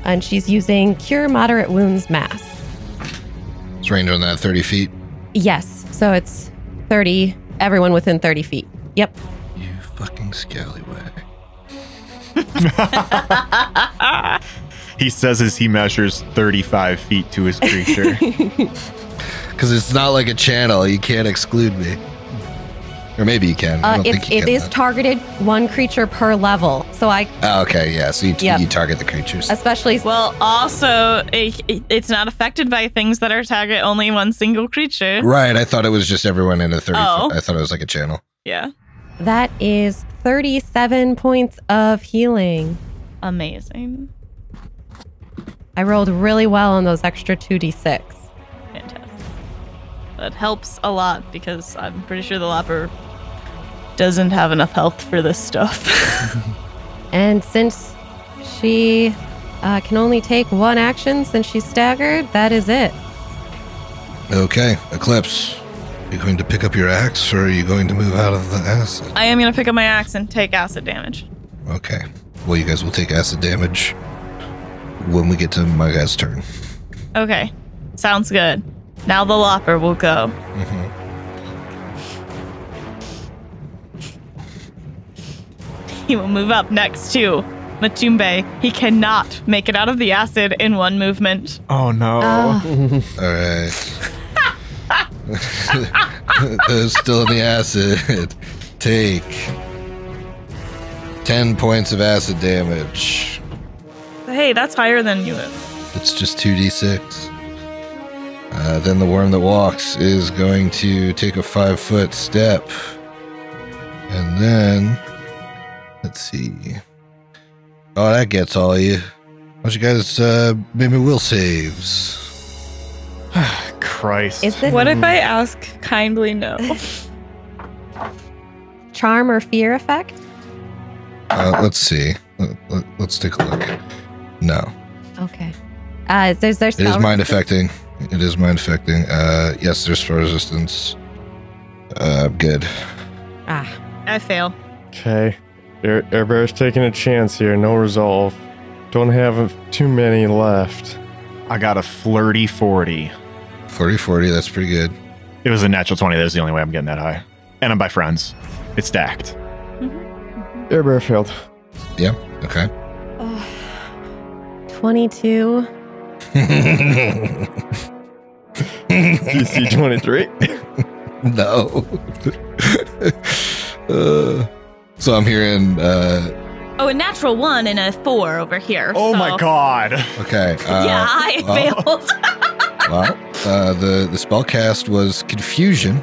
[SPEAKER 6] And she's using Cure Moderate Wounds Mass.
[SPEAKER 3] It's range on that 30 feet.
[SPEAKER 6] Yes, so it's 30, everyone within 30 feet. Yep.
[SPEAKER 3] You fucking scallywag.
[SPEAKER 5] He says as he measures 35 feet to his creature.
[SPEAKER 3] Because it's not like a channel. You can't exclude me. Or maybe you can. I
[SPEAKER 6] Uh,
[SPEAKER 3] don't
[SPEAKER 6] it's,
[SPEAKER 3] think you
[SPEAKER 6] it
[SPEAKER 3] can,
[SPEAKER 6] is
[SPEAKER 3] though.
[SPEAKER 6] targeted one creature per level. So I,
[SPEAKER 3] oh, okay, yeah. So you,
[SPEAKER 6] Yeah.
[SPEAKER 3] you target the creatures.
[SPEAKER 6] especially
[SPEAKER 4] well, also, it, it- it's not affected by things that are target only one single creature.
[SPEAKER 3] right. I thought it was just everyone in a 30
[SPEAKER 4] Oh.
[SPEAKER 3] foot. I thought it was like a channel.
[SPEAKER 4] Yeah.
[SPEAKER 6] that is 37 points of healing.
[SPEAKER 4] Amazing.
[SPEAKER 6] I rolled really well on those extra 2d6.
[SPEAKER 4] Fantastic. That helps a lot because I'm pretty sure the Lopper doesn't have enough health for this stuff.
[SPEAKER 6] And since she uh, can only take one action since she's staggered, that is it.
[SPEAKER 3] Okay, Eclipse. Are you going to pick up your axe or are you going to move out of the acid?
[SPEAKER 4] I am going to pick up my axe and take acid damage.
[SPEAKER 3] Okay. Well, you guys will take acid damage when we get to my guy's turn.
[SPEAKER 4] Okay. Sounds good. Now the lopper will go. He will move up next to Matumbe. He cannot make it out of the acid in one movement.
[SPEAKER 5] Oh no.
[SPEAKER 6] Ah.
[SPEAKER 3] All right. Those still in the acid. Take 10 points of acid damage.
[SPEAKER 4] Hey, that's higher than you.
[SPEAKER 3] It's just 2d6. Uh, then the worm that walks is going to take a five foot step. And then, let's see. Oh, that gets all you. Why don't you guys uh, maybe will saves?
[SPEAKER 5] Christ.
[SPEAKER 6] Is this
[SPEAKER 4] What if I ask kindly no?
[SPEAKER 6] charm or fear effect?
[SPEAKER 3] Uh, let's see. Let, let, let's take a look. No.
[SPEAKER 6] Okay. Uh, there's their
[SPEAKER 3] It
[SPEAKER 6] spell.
[SPEAKER 3] is mind affecting. It is mind affecting. Uh, yes, there's spell resistance. Uh, good.
[SPEAKER 6] Ah,
[SPEAKER 4] I fail.
[SPEAKER 7] Okay. Air, Air Bear's taking a chance here. No resolve. Don't have too many left.
[SPEAKER 5] I got a flirty 40.
[SPEAKER 3] 40 40, that's pretty good.
[SPEAKER 5] It was a natural 20. That was the only way I'm getting that high. And I'm by friends. It's stacked.
[SPEAKER 7] Air Bear failed.
[SPEAKER 3] Okay.
[SPEAKER 6] oh. 22.
[SPEAKER 7] DC 23.
[SPEAKER 3] no. uh, so I'm hearing, uh,
[SPEAKER 4] Oh, a natural one and a four over here.
[SPEAKER 5] Oh my
[SPEAKER 4] so-
[SPEAKER 5] god.
[SPEAKER 3] okay. Uh,
[SPEAKER 4] yeah, I
[SPEAKER 3] well,
[SPEAKER 4] failed.
[SPEAKER 3] Well, uh, the, the spell cast was confusion.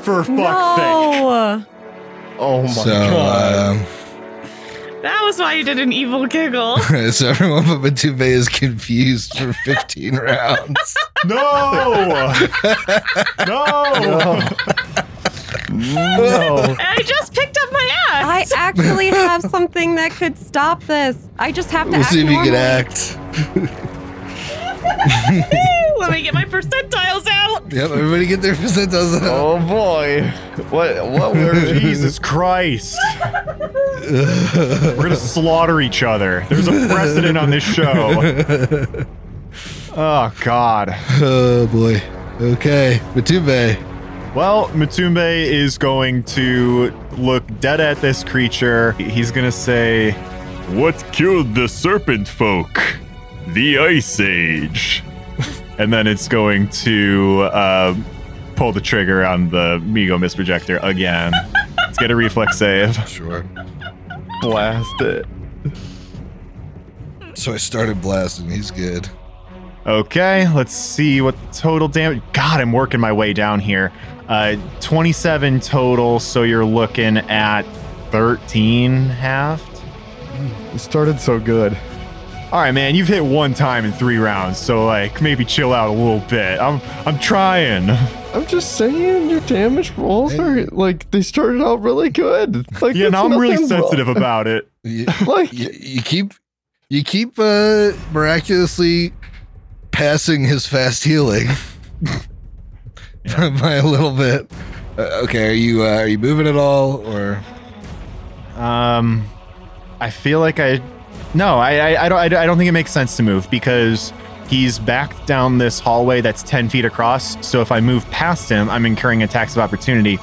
[SPEAKER 5] For fuck's sake.
[SPEAKER 6] no.
[SPEAKER 7] Oh my
[SPEAKER 3] so,
[SPEAKER 7] god.
[SPEAKER 3] um,
[SPEAKER 4] that was why you did an evil giggle.
[SPEAKER 3] um, so everyone but Matube is confused for 15 rounds.
[SPEAKER 5] No. no.
[SPEAKER 7] no.
[SPEAKER 4] I just picked up my ass.
[SPEAKER 6] I actually have something that could stop this. I just have to
[SPEAKER 3] We'll
[SPEAKER 6] act
[SPEAKER 3] see if you can
[SPEAKER 6] normally.
[SPEAKER 3] act.
[SPEAKER 4] Let me get my percentiles out.
[SPEAKER 3] Yep, everybody get their percentiles up.
[SPEAKER 7] Oh boy. What what were
[SPEAKER 5] Jesus Christ. We're going to slaughter each other. There's a precedent on this show. Oh, God.
[SPEAKER 3] Oh boy. Okay, Matube.
[SPEAKER 5] Well, Matumbe is going to look dead at this creature. He's going to say, What killed the serpent folk? The Ice Age. and then it's going to uh, pull the trigger on the Migo Misprojector again. Let's get a reflex save.
[SPEAKER 3] Sure.
[SPEAKER 7] blast it?
[SPEAKER 3] So I started blasting. He's good.
[SPEAKER 5] Okay, let's see what the total damage. God, I'm working my way down here. Uh, 27 total, so you're looking at 13 halved.
[SPEAKER 7] It started so good.
[SPEAKER 5] All right, man, you've hit one time in three rounds, so like maybe chill out a little bit. I'm I'm trying.
[SPEAKER 7] I'm just saying your damage rolls are like they started out really good. Like
[SPEAKER 5] Yeah,
[SPEAKER 7] it's
[SPEAKER 5] now I'm really
[SPEAKER 7] nothing wrong.
[SPEAKER 5] sensitive about it.
[SPEAKER 3] You,
[SPEAKER 7] Like
[SPEAKER 3] you, you keep you keep uh miraculously passing his fast healing by a little bit. Uh, okay, are you uh, are you moving at all or
[SPEAKER 5] Um, I feel like I, no, I, I, I don't, I, don't- I don't think it makes sense to move because he's backed down this hallway that's ten feet across. So if I move past him, I'm incurring attacks of opportunity.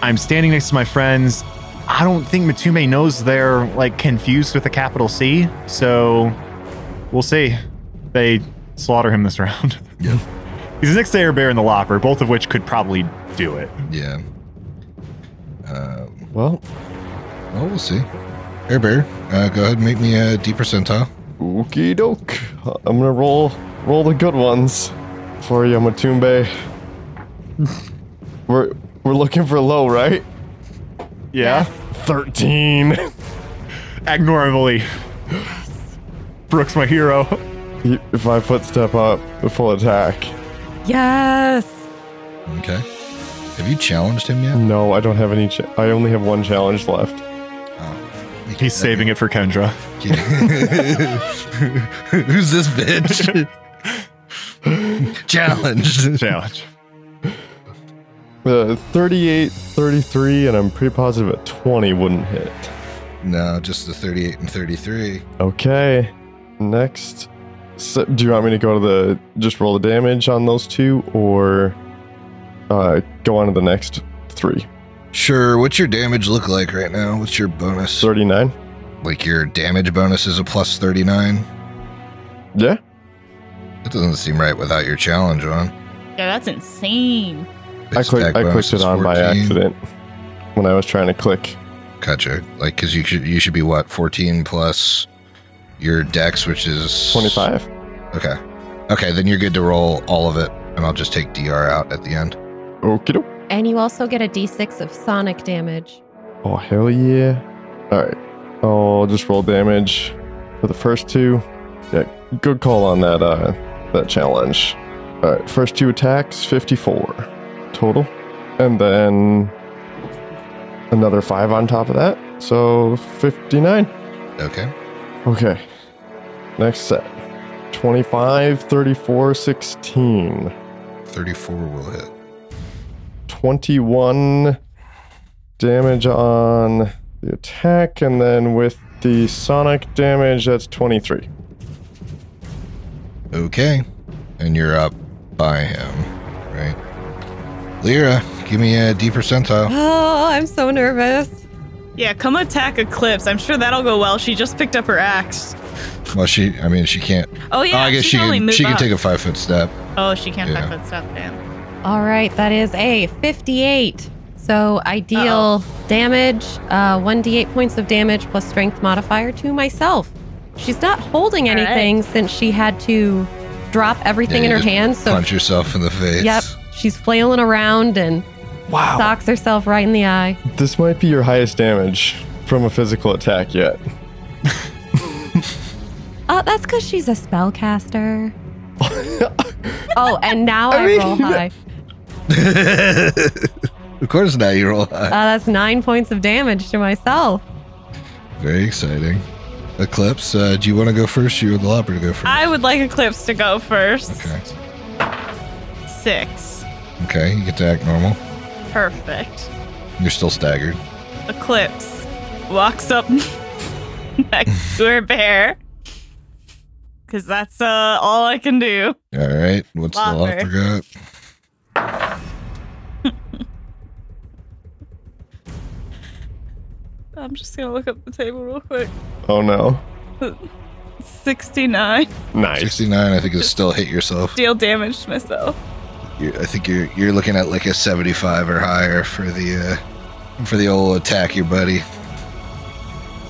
[SPEAKER 5] I'm standing next to my friends. I don't think Matume knows they're like confused with a capital C. So we'll see. They slaughter him this round.
[SPEAKER 3] Yep.
[SPEAKER 5] He's next to Air Bear and the Lopper, both of which could probably do it.
[SPEAKER 3] yeah. Um,
[SPEAKER 7] well,
[SPEAKER 3] well, we'll see. Air Bear, uh, go ahead and make me a D percentile.
[SPEAKER 7] Okie doke. I'm gonna roll roll the good ones for you, Matumbe. we're we're looking for low, right?
[SPEAKER 5] Yeah.
[SPEAKER 7] Thirteen.
[SPEAKER 5] Act normally. Brooks, my hero.
[SPEAKER 7] You- Five foot step up, full attack.
[SPEAKER 6] Yes.
[SPEAKER 3] Okay. Have you challenged him yet?
[SPEAKER 7] No, I don't have any. Cha- I only have one challenge left.
[SPEAKER 5] He's saving it for Kendra.
[SPEAKER 3] Who's this bitch? Challenged.
[SPEAKER 5] Challenge.
[SPEAKER 7] Uh, 38, 33, and I'm pretty positive a 20 wouldn't hit.
[SPEAKER 3] No, just the 38 and 33.
[SPEAKER 7] Okay. Next So, do you want me to go to the just roll the damage on those two, or uh, go on to the next three?
[SPEAKER 3] Sure. What's your damage look like right now? What's your bonus?
[SPEAKER 7] Thirty-nine.
[SPEAKER 3] Like your damage bonus is a plus 39.
[SPEAKER 7] Yeah.
[SPEAKER 3] That doesn't seem right without your challenge on.
[SPEAKER 4] Yeah, that's insane.
[SPEAKER 7] I,
[SPEAKER 3] Base
[SPEAKER 7] click,
[SPEAKER 3] attack
[SPEAKER 7] I
[SPEAKER 3] bonus
[SPEAKER 7] clicked it
[SPEAKER 3] is
[SPEAKER 7] on by
[SPEAKER 3] 14.
[SPEAKER 7] accident when I was trying to click.
[SPEAKER 3] Gotcha. Like, because you should you should be what 14 plus your dex, which is
[SPEAKER 7] 25.
[SPEAKER 3] Okay. Okay, then you're good to roll all of it, and I'll just take DR out at the end.
[SPEAKER 7] Okie doke.
[SPEAKER 6] And you also get a d6 of sonic damage.
[SPEAKER 7] Oh, hell yeah. All right. I'll just roll damage for the first two. Yeah, good call on that, uh, that challenge. All right, first two attacks, 54 total. And then another five on top of that. So 59.
[SPEAKER 3] Okay.
[SPEAKER 7] Okay. Next set 25, 34, 16.
[SPEAKER 3] 34 will hit.
[SPEAKER 7] 21 damage on the attack, and then with the sonic damage, that's 23.
[SPEAKER 3] Okay. And you're up by him, right? Lyra, give me a D percentile.
[SPEAKER 6] Oh, I'm so nervous.
[SPEAKER 4] Yeah, come attack Eclipse. I'm sure that'll go well. She just picked up her axe.
[SPEAKER 3] Well, she, I mean, she can't.
[SPEAKER 4] Oh yeah,
[SPEAKER 3] oh, I guess
[SPEAKER 4] she,
[SPEAKER 3] she
[SPEAKER 4] can only
[SPEAKER 3] can,
[SPEAKER 4] move
[SPEAKER 3] she can
[SPEAKER 4] up.
[SPEAKER 3] take a five foot step.
[SPEAKER 4] Oh, she can't
[SPEAKER 3] Yeah.
[SPEAKER 4] yeah. that stuff, man.
[SPEAKER 6] All right, that is a 58. So I deal damage, uh, 1d8 points of damage plus strength modifier to myself. She's not holding
[SPEAKER 4] All right.
[SPEAKER 6] anything since she had to drop everything
[SPEAKER 3] Yeah,
[SPEAKER 6] in
[SPEAKER 3] you
[SPEAKER 6] her
[SPEAKER 3] just
[SPEAKER 6] hands. So,
[SPEAKER 3] Punch yourself in the face.
[SPEAKER 6] yep, she's flailing around and
[SPEAKER 7] Wow.
[SPEAKER 6] socks herself right in the eye.
[SPEAKER 7] This might be your highest damage from a physical attack yet.
[SPEAKER 6] Oh, that's because she's a spellcaster. oh, and now I, roll high.
[SPEAKER 3] Of course, now you roll high.
[SPEAKER 6] Uh, that's nine points of damage to myself.
[SPEAKER 3] Very exciting. Eclipse, uh, do you want to go first? You or the leopard to go first?
[SPEAKER 4] I would like Eclipse to go first.
[SPEAKER 3] Okay.
[SPEAKER 4] Six.
[SPEAKER 3] Okay, you get to act normal.
[SPEAKER 4] Perfect.
[SPEAKER 3] You're still staggered.
[SPEAKER 4] Eclipse walks up next to her bear. Cause that's uh, all I can do.
[SPEAKER 3] All right. What's
[SPEAKER 4] Whopper.
[SPEAKER 3] the leopard got?
[SPEAKER 4] I'm just gonna look up the table real quick.
[SPEAKER 7] Oh no.
[SPEAKER 4] 69.
[SPEAKER 7] Nice.
[SPEAKER 3] 69, I think is still hit yourself.
[SPEAKER 4] Deal damage to myself.
[SPEAKER 3] You're, I think you're you're looking at like a 75 or higher for the uh, for the old attack your buddy.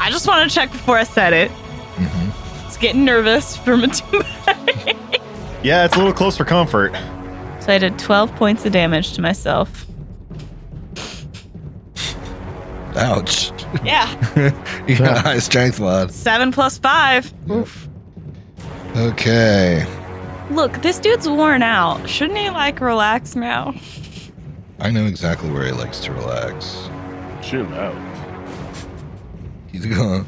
[SPEAKER 4] I just want to check before I said it.
[SPEAKER 3] Mm-hmm.
[SPEAKER 4] It's getting nervous for Matumba.
[SPEAKER 5] Yeah, it's a little close for comfort.
[SPEAKER 4] so I did 12 points of damage to myself.
[SPEAKER 3] Ouch.
[SPEAKER 4] Yeah.
[SPEAKER 3] You got a high strength mod.
[SPEAKER 4] Seven plus five.
[SPEAKER 3] Okay.
[SPEAKER 4] Look, this dude's worn out. Shouldn't he like relax now?
[SPEAKER 3] I know exactly where he likes to relax.
[SPEAKER 5] Chill out.
[SPEAKER 3] He's gonna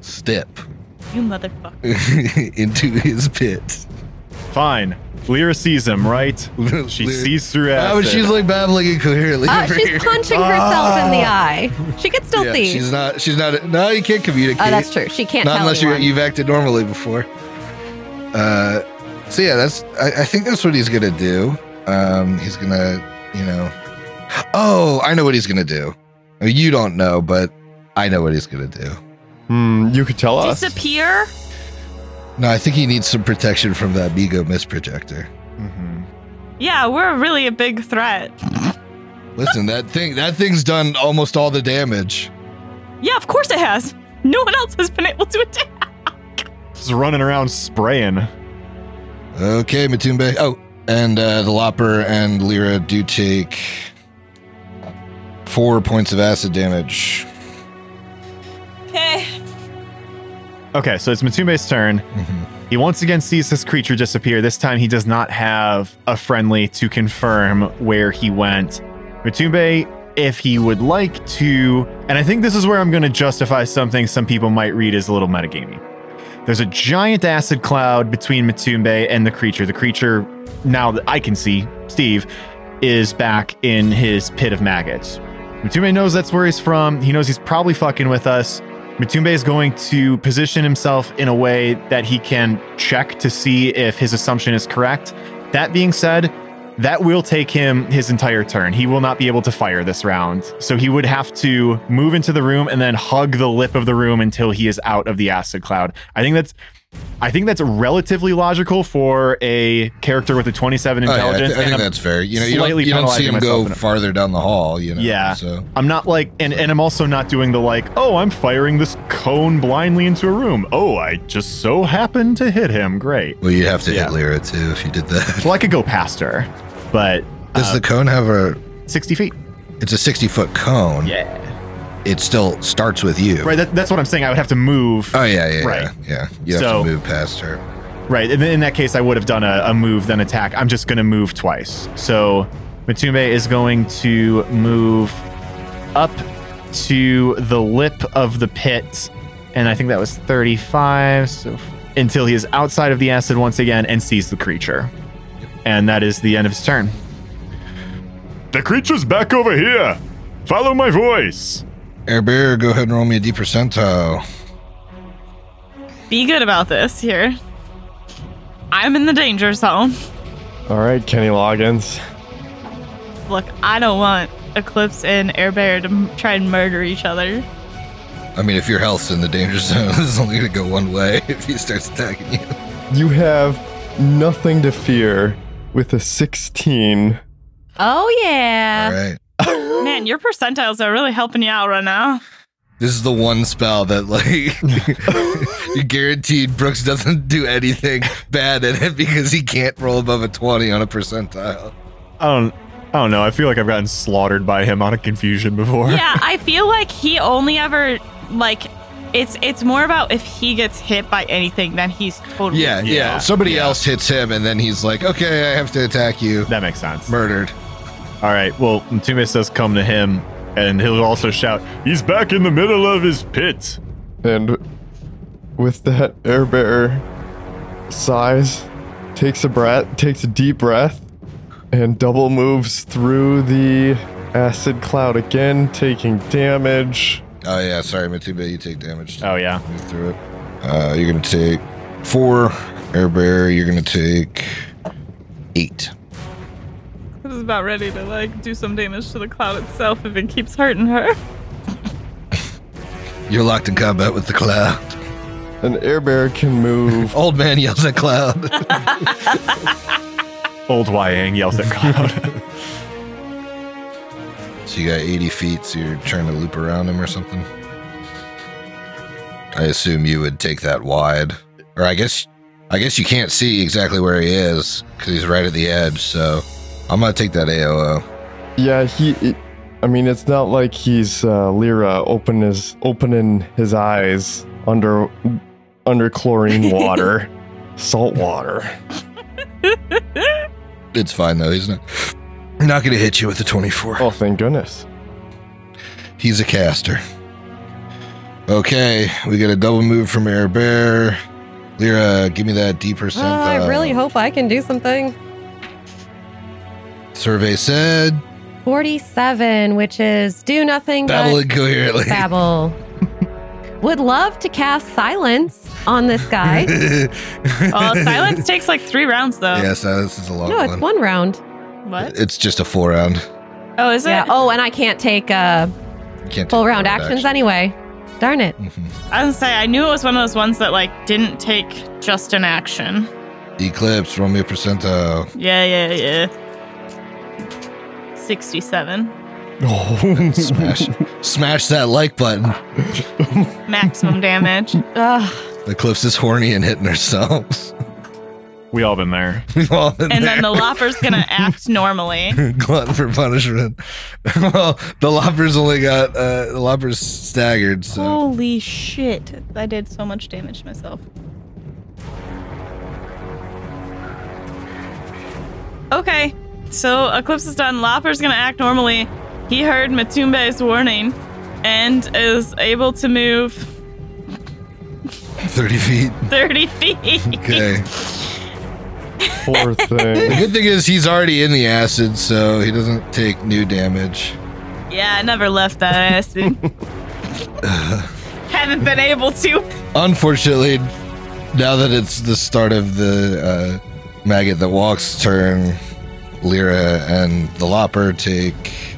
[SPEAKER 3] step
[SPEAKER 4] You motherfucker.
[SPEAKER 3] into his pit.
[SPEAKER 5] Fine. Lyra sees him, right? She
[SPEAKER 3] Lyra-
[SPEAKER 5] sees through acid.
[SPEAKER 3] Oh, and she's like babbling incoherently.
[SPEAKER 6] Uh,
[SPEAKER 3] over here.
[SPEAKER 6] she's punching herself in the eye. She can still
[SPEAKER 3] Ah. Yeah,
[SPEAKER 6] see.
[SPEAKER 3] she's not. She's not. No, you can't communicate.
[SPEAKER 6] Oh, that's true. She can't
[SPEAKER 3] not
[SPEAKER 6] tell
[SPEAKER 3] unless you
[SPEAKER 6] anyone.
[SPEAKER 3] you've acted normally before. Uh, so yeah, that's. I, I think that's what he's gonna do. Um, he's gonna, you know. Oh, I know what he's gonna do. I mean, You don't know, but I know what he's gonna do.
[SPEAKER 7] Hmm, you could tell us.
[SPEAKER 4] Disappear?
[SPEAKER 3] No, I think he needs some protection from that Migo misprojector.
[SPEAKER 5] Mhm.
[SPEAKER 4] Yeah, we're really a big threat.
[SPEAKER 3] Listen, that thing. That thing's done almost all the damage.
[SPEAKER 4] Yeah, of course it has. No one else has been able to attack.
[SPEAKER 5] Just running around spraying.
[SPEAKER 3] Okay, Matumbe. Oh, and uh, the Lopper and Lyra do take four points of acid damage.
[SPEAKER 4] Okay.
[SPEAKER 5] Okay, so it's Matumbe's turn. He once again sees this creature disappear. This time he does not have a friendly to confirm where he went. Matumbe, if he would like to, and I think this is where I'm going to justify something some people might read as a little metagamey. There's a giant acid cloud between Matumbe and the creature. The creature, now that I can see, Steve, is back in his pit of maggots. Matumbe knows that's where he's from. He knows he's probably fucking with us. Matumbe is going to position himself in a way that he can check to see if his assumption is correct. That being said, that will take him his entire turn. He will not be able to fire this round. So he would have to move into the room and then hug the lip of the room until he is out of the acid cloud. I think that's I think that's relatively logical for a character with a 27
[SPEAKER 3] Oh, yeah, I, thi-
[SPEAKER 5] intelligence
[SPEAKER 3] I think
[SPEAKER 5] and a
[SPEAKER 3] that's fair. You know, you
[SPEAKER 5] slightly
[SPEAKER 3] don't, you don't see
[SPEAKER 5] penalizing
[SPEAKER 3] him go
[SPEAKER 5] myself in a-
[SPEAKER 3] farther down the hall. You know,
[SPEAKER 5] Yeah.
[SPEAKER 3] So
[SPEAKER 5] I'm not like, and, and I'm also not doing the like, oh, I'm firing this cone blindly into a room. Oh, I just so happened to hit him. Great.
[SPEAKER 3] well, you'd have to
[SPEAKER 5] Yeah.
[SPEAKER 3] hit Lyra too if you did that.
[SPEAKER 5] Well, I could go past her, but
[SPEAKER 3] Does
[SPEAKER 5] Uh,
[SPEAKER 3] the cone have a?
[SPEAKER 5] 60 feet.
[SPEAKER 3] It's a sixty foot cone.
[SPEAKER 5] Yeah.
[SPEAKER 3] It still starts with you.
[SPEAKER 5] Right. That, that's what I'm saying. I would have to move.
[SPEAKER 3] Oh yeah, yeah,
[SPEAKER 5] Right.
[SPEAKER 3] yeah, yeah. You have
[SPEAKER 5] So-
[SPEAKER 3] to move past her.
[SPEAKER 5] Right. And in that case, I would have done a, a move, then attack. I'm just going to move twice. So Matumbe is going to move up to the lip of the pit. And I think that was 35. So until he is outside of the acid once again and sees the creature. And that is the end of his turn. The creature's back over here. Follow my voice.
[SPEAKER 3] Air Bear, go ahead and roll me a D percentile.
[SPEAKER 4] Be good about this here. I'm in the danger zone.
[SPEAKER 7] All right, Kenny Loggins.
[SPEAKER 4] Look, I don't want Eclipse and Air Bear to m- try and murder each other.
[SPEAKER 3] I mean, if your health's in the danger zone, this is only gonna go one way if he starts attacking you.
[SPEAKER 7] You have nothing to fear with a 16.
[SPEAKER 6] Oh
[SPEAKER 3] All
[SPEAKER 6] yeah.
[SPEAKER 3] right.
[SPEAKER 4] Man, your percentiles are really helping you out right now.
[SPEAKER 3] This is the one spell that, like, you guaranteed Brooks doesn't do anything bad in it because he can't roll above a 20 on a percentile.
[SPEAKER 5] I don't, I don't know. I feel like I've gotten slaughtered by him out of confusion before.
[SPEAKER 4] yeah, I feel like he only ever like it's it's more about if he gets hit by anything then he's totally
[SPEAKER 3] Yeah, yeah.
[SPEAKER 5] Yeah,
[SPEAKER 3] Somebody else hits him, and then he's like, okay, I have to attack you.
[SPEAKER 5] That makes sense.
[SPEAKER 3] Murdered.
[SPEAKER 5] All right. Well, Mtume says come to him, and he'll also shout, "He's back in the middle of his pit."
[SPEAKER 7] And with that, Air Bear sighs, takes a breath, takes a deep breath, and double moves through the acid cloud again, taking damage.
[SPEAKER 3] Oh, yeah. Sorry, Matuba, you take damage.
[SPEAKER 5] Oh yeah.
[SPEAKER 3] Move through it. Uh, you're going to take four. Air Bear, you're going to take eight.
[SPEAKER 4] This is about ready to like do some damage to the cloud itself if it keeps hurting her.
[SPEAKER 3] You're locked in combat with the cloud.
[SPEAKER 7] An Air Bear can move.
[SPEAKER 3] Old man yells at cloud.
[SPEAKER 5] Old Wyang yells at Cloud.
[SPEAKER 3] So you got 80 feet, so you're trying to loop around him or something? I assume you would take that wide. Or I guess I guess you can't see exactly where he is because he's right at the edge, so I'm going to take that AOO.
[SPEAKER 7] Yeah, he. It, I mean, it's not like he's uh, Lyra open his, opening his eyes under under chlorine water, salt water.
[SPEAKER 3] It's fine, though. He's not, not going to hit you with a 24.
[SPEAKER 7] Oh, thank goodness.
[SPEAKER 3] He's a caster. Okay, we got a double move from Air Bear. Lyra, give me that D
[SPEAKER 6] Oh,
[SPEAKER 3] percent. uh,
[SPEAKER 6] I really hope I can do something.
[SPEAKER 3] Survey said,
[SPEAKER 6] 47, which is do nothing
[SPEAKER 3] babble
[SPEAKER 6] but
[SPEAKER 3] incoherently.
[SPEAKER 6] babble. Would love to cast silence on this guy.
[SPEAKER 4] Oh, silence takes like three rounds though.
[SPEAKER 3] Yeah, so this is a long
[SPEAKER 6] Um, no, it's
[SPEAKER 3] one.
[SPEAKER 6] one round.
[SPEAKER 4] What?
[SPEAKER 3] It's just a four round.
[SPEAKER 4] Oh, is it?
[SPEAKER 6] Yeah. Oh, and I can't take uh,
[SPEAKER 3] You can't
[SPEAKER 6] full
[SPEAKER 3] take
[SPEAKER 6] round actions anyway. Darn it.
[SPEAKER 3] Mhm.
[SPEAKER 4] I was gonna say I knew it was one of those ones that like didn't take just an action.
[SPEAKER 3] Eclipse, roll me a uh, percentile.
[SPEAKER 4] Yeah, yeah, yeah. Sixty-seven.
[SPEAKER 3] Smash, smash that like button.
[SPEAKER 4] Maximum damage.
[SPEAKER 6] Ugh.
[SPEAKER 3] Eclipse is horny and hitting ourselves.
[SPEAKER 5] we all been there.
[SPEAKER 3] We've all been
[SPEAKER 4] And
[SPEAKER 3] there.
[SPEAKER 4] then the lopper's gonna act normally.
[SPEAKER 3] glutton for punishment. well, the lopper's only got uh, the lopper's staggered,
[SPEAKER 6] Oh.
[SPEAKER 3] so
[SPEAKER 4] Holy shit. I did so much damage to myself. Okay, so Eclipse is done. Lopper's gonna act normally. He heard Matumbe's warning and is able to move
[SPEAKER 3] thirty feet.
[SPEAKER 4] 30 feet.
[SPEAKER 3] Okay.
[SPEAKER 7] Poor
[SPEAKER 3] the
[SPEAKER 7] thing.
[SPEAKER 3] good thing is he's already in the acid, so he doesn't take new damage.
[SPEAKER 4] Yeah, I never left that acid. Have haven't been able to.
[SPEAKER 3] Unfortunately, now that it's the start of the uh, maggot that walks turn, Lyra and the Lopper take.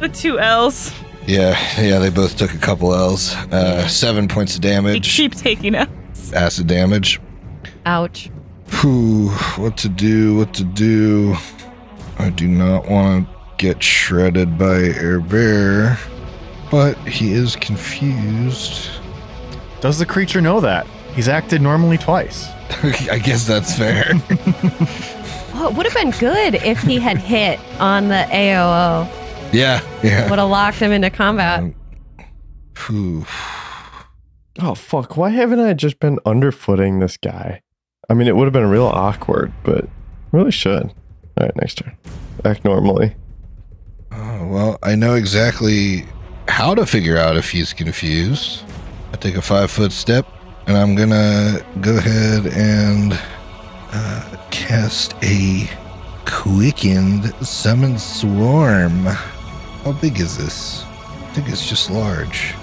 [SPEAKER 4] The two L's.
[SPEAKER 3] Yeah, yeah, they both took a couple L's. Uh, seven points of
[SPEAKER 4] They
[SPEAKER 3] damage,
[SPEAKER 4] keep taking it.
[SPEAKER 3] acid damage.
[SPEAKER 6] Ouch.
[SPEAKER 3] Whew, what to do? What to do? I do not want to get shredded by Air Bear, but he is confused.
[SPEAKER 5] Does the creature know that? He's acted normally twice.
[SPEAKER 3] I guess that's fair.
[SPEAKER 6] Oh, it would have been good if he had hit on the AOO.
[SPEAKER 3] yeah, yeah.
[SPEAKER 6] Would have locked him into combat.
[SPEAKER 3] Whew.
[SPEAKER 7] Oh fuck! Why haven't I just been underfooting this guy? I mean, it would have been real awkward, but really should. All right, next turn. Act normally.
[SPEAKER 3] Oh, well, I know exactly how to figure out if he's confused. I take a five foot step, and I'm gonna go ahead and uh, cast a quickened summon swarm. How big is this? I think it's just large.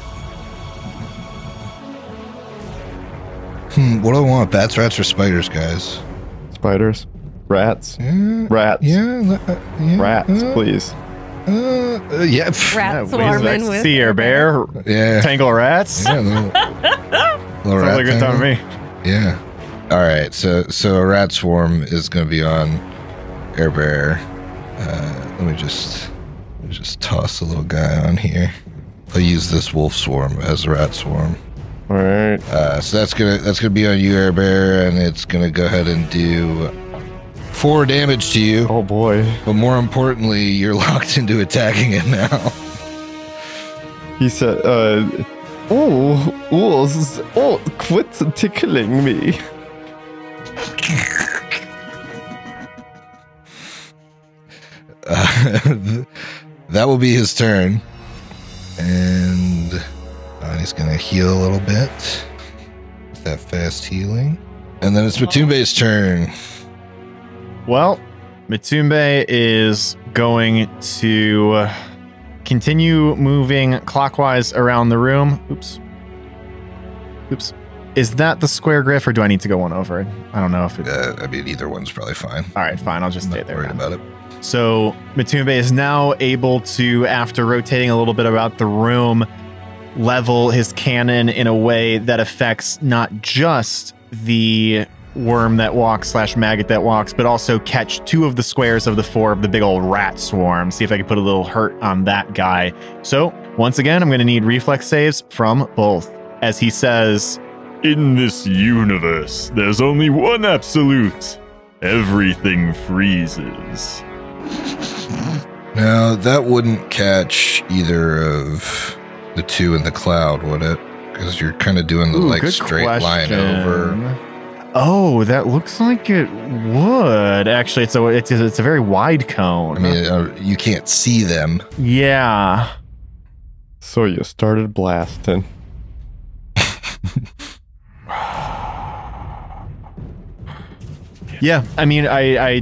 [SPEAKER 3] Hmm, what do I want? Bats, rats, or spiders, guys?
[SPEAKER 7] Spiders, rats,
[SPEAKER 3] Yeah,
[SPEAKER 7] rats,
[SPEAKER 3] yeah, uh, yeah,
[SPEAKER 7] rats,
[SPEAKER 3] uh,
[SPEAKER 7] please.
[SPEAKER 3] Uh, uh, yeah, pff,
[SPEAKER 6] Rat
[SPEAKER 5] Yeah, what is
[SPEAKER 6] swarming
[SPEAKER 5] that?
[SPEAKER 6] with.
[SPEAKER 5] sea air bear,
[SPEAKER 3] yeah.
[SPEAKER 5] tangle rats.
[SPEAKER 3] Yeah, little, little
[SPEAKER 5] Sounds
[SPEAKER 3] rat
[SPEAKER 5] like a good time to
[SPEAKER 3] thing.
[SPEAKER 5] me.
[SPEAKER 3] Yeah. All right. So so a rat swarm is going to be on Air Bear. Uh, let me just let me just toss a little guy on here. I'll use this wolf swarm as a rat swarm.
[SPEAKER 7] All right.
[SPEAKER 3] Uh, so that's gonna that's gonna be on you, Air Bear, and it's gonna go ahead and do four damage to you.
[SPEAKER 7] Oh boy,
[SPEAKER 3] But more importantly, you're locked into attacking it now.
[SPEAKER 7] he said. uh Oh, oh, s- oh! Quit tickling me.
[SPEAKER 3] Uh, that will be his turn. And uh, he's going to heal a little bit with that fast healing. And then it's Matumbe's turn.
[SPEAKER 5] Well, Mitumbe is going to uh, continue moving clockwise around the room. Oops. Oops. Is that the square griff or do I need to go one over it? I don't know if it.
[SPEAKER 3] Uh, I mean, either one's probably fine.
[SPEAKER 5] All right, fine. I'll just
[SPEAKER 3] I'm
[SPEAKER 5] stay
[SPEAKER 3] not
[SPEAKER 5] there.
[SPEAKER 3] worried
[SPEAKER 5] then.
[SPEAKER 3] about it.
[SPEAKER 5] So Matumbe is now able to, after rotating a little bit about the room, level his cannon in a way that affects not just the worm that walks slash maggot that walks, but also catch two of the squares of the four of the big old rat swarm. See if I can put a little hurt on that guy. So once again, I'm going to need reflex saves from both. As he says,
[SPEAKER 8] In this universe, there's only one absolute everything freezes.
[SPEAKER 3] Now, that wouldn't catch either of the two in the cloud, would it? Because you're kind of doing the
[SPEAKER 5] Ooh,
[SPEAKER 3] like
[SPEAKER 5] good
[SPEAKER 3] straight line
[SPEAKER 5] question.
[SPEAKER 3] over.
[SPEAKER 5] Oh, that looks like it would. Actually, it's a it's a, it's a very wide cone.
[SPEAKER 3] I mean, uh, you can't see them.
[SPEAKER 5] yeah.
[SPEAKER 7] So you started blasting.
[SPEAKER 5] Yeah. I mean, I I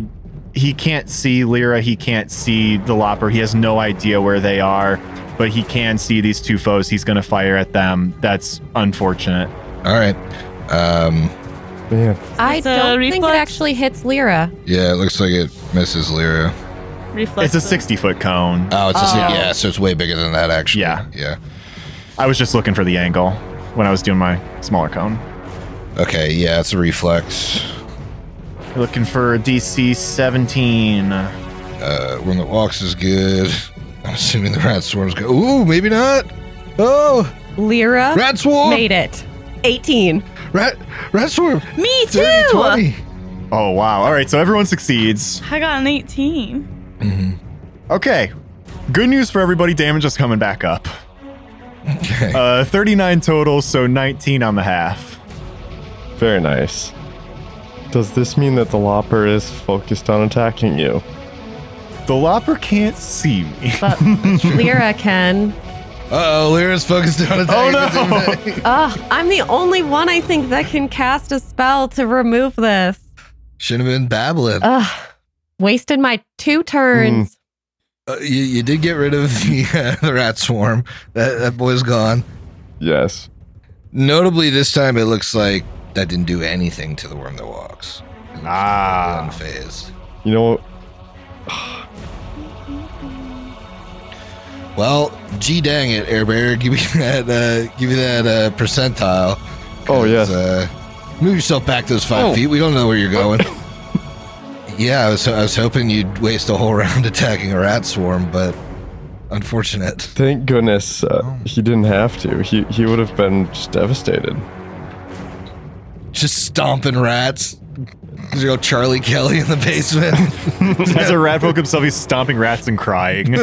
[SPEAKER 5] he can't see Lyra, he can't see the Lopper. He has no idea where they are, but he can see these two foes. He's going to fire at them. That's unfortunate.
[SPEAKER 3] All right. Um,
[SPEAKER 7] Man,
[SPEAKER 6] I
[SPEAKER 4] It's a
[SPEAKER 6] don't think it
[SPEAKER 4] reflex.
[SPEAKER 6] actually hits Lyra.
[SPEAKER 3] yeah, it looks like it misses Lyra.
[SPEAKER 4] Reflex.
[SPEAKER 5] it's a 60 foot cone.
[SPEAKER 3] Oh, it's just,
[SPEAKER 6] Oh.
[SPEAKER 3] yeah, so it's way bigger than that, actually.
[SPEAKER 5] Yeah.
[SPEAKER 3] Yeah.
[SPEAKER 5] I was just looking for the angle when I was doing my smaller cone.
[SPEAKER 3] Okay, yeah, it's a reflex.
[SPEAKER 5] Looking for DC 17.
[SPEAKER 3] Uh, one that walks is good. I'm assuming the rat swarm's good. Ooh, maybe not. Oh,
[SPEAKER 6] Lyra
[SPEAKER 3] rat swarm!
[SPEAKER 6] made it. 18.
[SPEAKER 3] Rat, rat swarm!
[SPEAKER 4] Me too!
[SPEAKER 3] 30, 20!
[SPEAKER 5] Oh, wow. All right. So everyone succeeds.
[SPEAKER 4] I got an 18.
[SPEAKER 3] hmm
[SPEAKER 5] Okay. Good news for everybody. Damage is coming back up.
[SPEAKER 3] Okay.
[SPEAKER 5] Uh, 39 total, so 19 on the half.
[SPEAKER 7] very nice. Does this mean that the Lopper is focused on attacking you?
[SPEAKER 5] The Lopper can't see me.
[SPEAKER 6] But Lyra can.
[SPEAKER 3] Uh-oh, Lyra's focused on attacking.
[SPEAKER 5] Oh,
[SPEAKER 3] no!
[SPEAKER 6] Ugh, I'm the only one I think that can cast a spell to remove this.
[SPEAKER 3] Should have been babbling. Uh,
[SPEAKER 6] Ugh, wasted my two turns.
[SPEAKER 3] you, you uh, did get rid of the, uh, the rat swarm. That, that boy's gone.
[SPEAKER 7] Yes.
[SPEAKER 3] Notably, this time it looks like that didn't do anything to the worm that walks. It looks
[SPEAKER 5] Ah.
[SPEAKER 3] completely unfazed.
[SPEAKER 7] You know oh, what?
[SPEAKER 3] Well, gee dang it, Air Bear, give me that, uh, give me that uh, percentile. 'Cause,
[SPEAKER 7] Oh, yes.
[SPEAKER 3] Uh, move yourself back those five
[SPEAKER 7] Oh.
[SPEAKER 3] feet. We don't know where you're going. yeah, I was, I was hoping you'd waste a whole round attacking a rat swarm, but unfortunate.
[SPEAKER 7] Thank goodness
[SPEAKER 3] Oh.
[SPEAKER 7] uh, he didn't have to. He he would have been just devastated.
[SPEAKER 3] Just stomping rats. There's go Charlie Kelly in the basement.
[SPEAKER 5] As a rat folk himself, he's stomping rats and crying.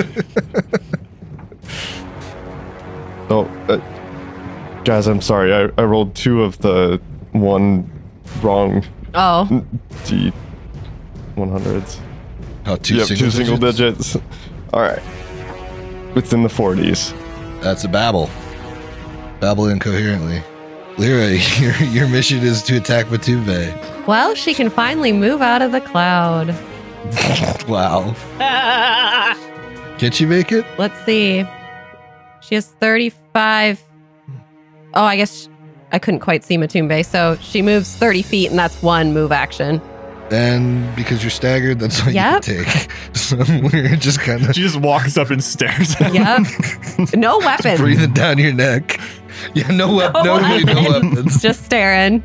[SPEAKER 7] Oh, uh, guys, I'm sorry. I, I rolled two of the one wrong
[SPEAKER 3] Mm.
[SPEAKER 6] Oh,
[SPEAKER 7] D 100s.
[SPEAKER 3] oh, two
[SPEAKER 7] yep,
[SPEAKER 3] single
[SPEAKER 7] two single
[SPEAKER 3] digits?
[SPEAKER 7] digits. All right. It's in the 40s.
[SPEAKER 3] That's a babble. Babble incoherently. Lyra, your, your mission is to attack Matuve.
[SPEAKER 6] well, she can finally move out of the cloud.
[SPEAKER 3] Wow. Can she make it?
[SPEAKER 6] Let's see. She has 35. Oh, I guess sh I couldn't quite see Matumbe. So she moves 30 feet, and that's one move action.
[SPEAKER 3] And because you're staggered, that's all
[SPEAKER 6] Yep.
[SPEAKER 3] you can take. So we're just kind of
[SPEAKER 5] she just walks up and stares at him.
[SPEAKER 6] Yep. no weapon.
[SPEAKER 3] breathing down your neck. Yeah, no, wep- no, no, weapons.
[SPEAKER 6] Just staring.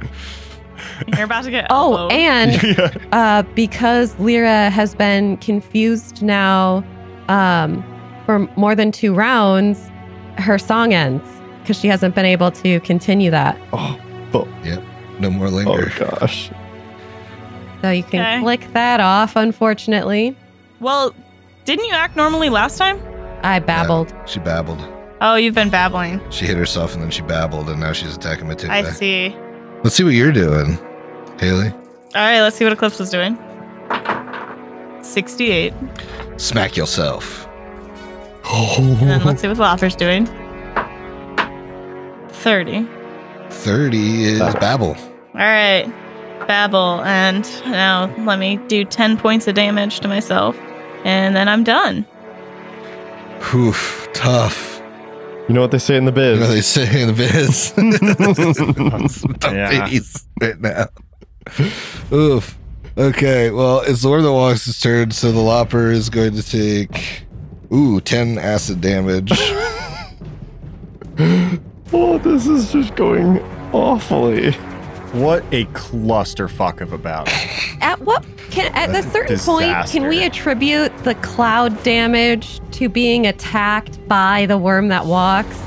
[SPEAKER 4] You're about to get.
[SPEAKER 6] Oh,
[SPEAKER 4] elbowed.
[SPEAKER 6] and
[SPEAKER 5] Yeah.
[SPEAKER 6] uh, because Lyra has been confused now um, for more than two rounds, her song ends because she hasn't been able to continue that.
[SPEAKER 7] Oh,
[SPEAKER 3] No more
[SPEAKER 7] oh
[SPEAKER 3] linger.
[SPEAKER 7] gosh.
[SPEAKER 6] So you can
[SPEAKER 4] Okay.
[SPEAKER 6] click that off, unfortunately.
[SPEAKER 4] well, didn't you act normally last time?
[SPEAKER 6] I babbled.
[SPEAKER 3] She babbled.
[SPEAKER 4] Oh, you've been babbling.
[SPEAKER 3] She hit herself and then she babbled, and now she's attacking Matuve.
[SPEAKER 4] I see.
[SPEAKER 3] Let's see what you're doing, Haley.
[SPEAKER 4] All right, let's see what Eclipse is doing. 68.
[SPEAKER 3] Smack yourself.
[SPEAKER 4] And then let's see what Lopper's doing. 30.
[SPEAKER 3] 30 is babble.
[SPEAKER 4] All right. Babble. And now let me do 10 points of damage to myself. And then I'm done.
[SPEAKER 3] Whew, tough.
[SPEAKER 7] You know what they say in the
[SPEAKER 3] You
[SPEAKER 7] biz?
[SPEAKER 3] know, they say in the biz. Tough
[SPEAKER 5] Yeah.
[SPEAKER 3] days right now. Oof. Okay, well, it's Lord of the Walks' turn, so the Lopper is going to take, ooh, 10 acid damage.
[SPEAKER 7] Oh, this is just going awfully.
[SPEAKER 5] What a clusterfuck of a battle.
[SPEAKER 6] At what can at a
[SPEAKER 5] That's a
[SPEAKER 6] certain point can we
[SPEAKER 5] disaster.
[SPEAKER 6] attribute the cloud damage to being attacked by the worm that walks?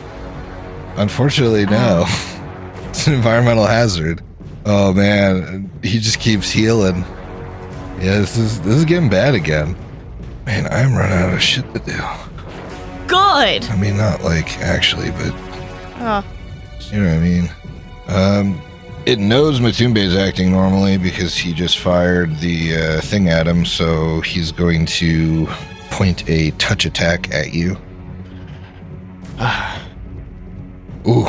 [SPEAKER 3] Unfortunately, no. It's an environmental hazard. Oh, man. He just keeps healing. Yeah, this is, this is getting bad again. Man, I'm running out of shit to do.
[SPEAKER 4] Good.
[SPEAKER 3] I mean, not like actually, but
[SPEAKER 4] Oh,
[SPEAKER 3] You know what I mean? Um, it knows Matumbe is acting normally because he just fired the uh, thing at him, so he's going to point a touch attack at you. Ooh,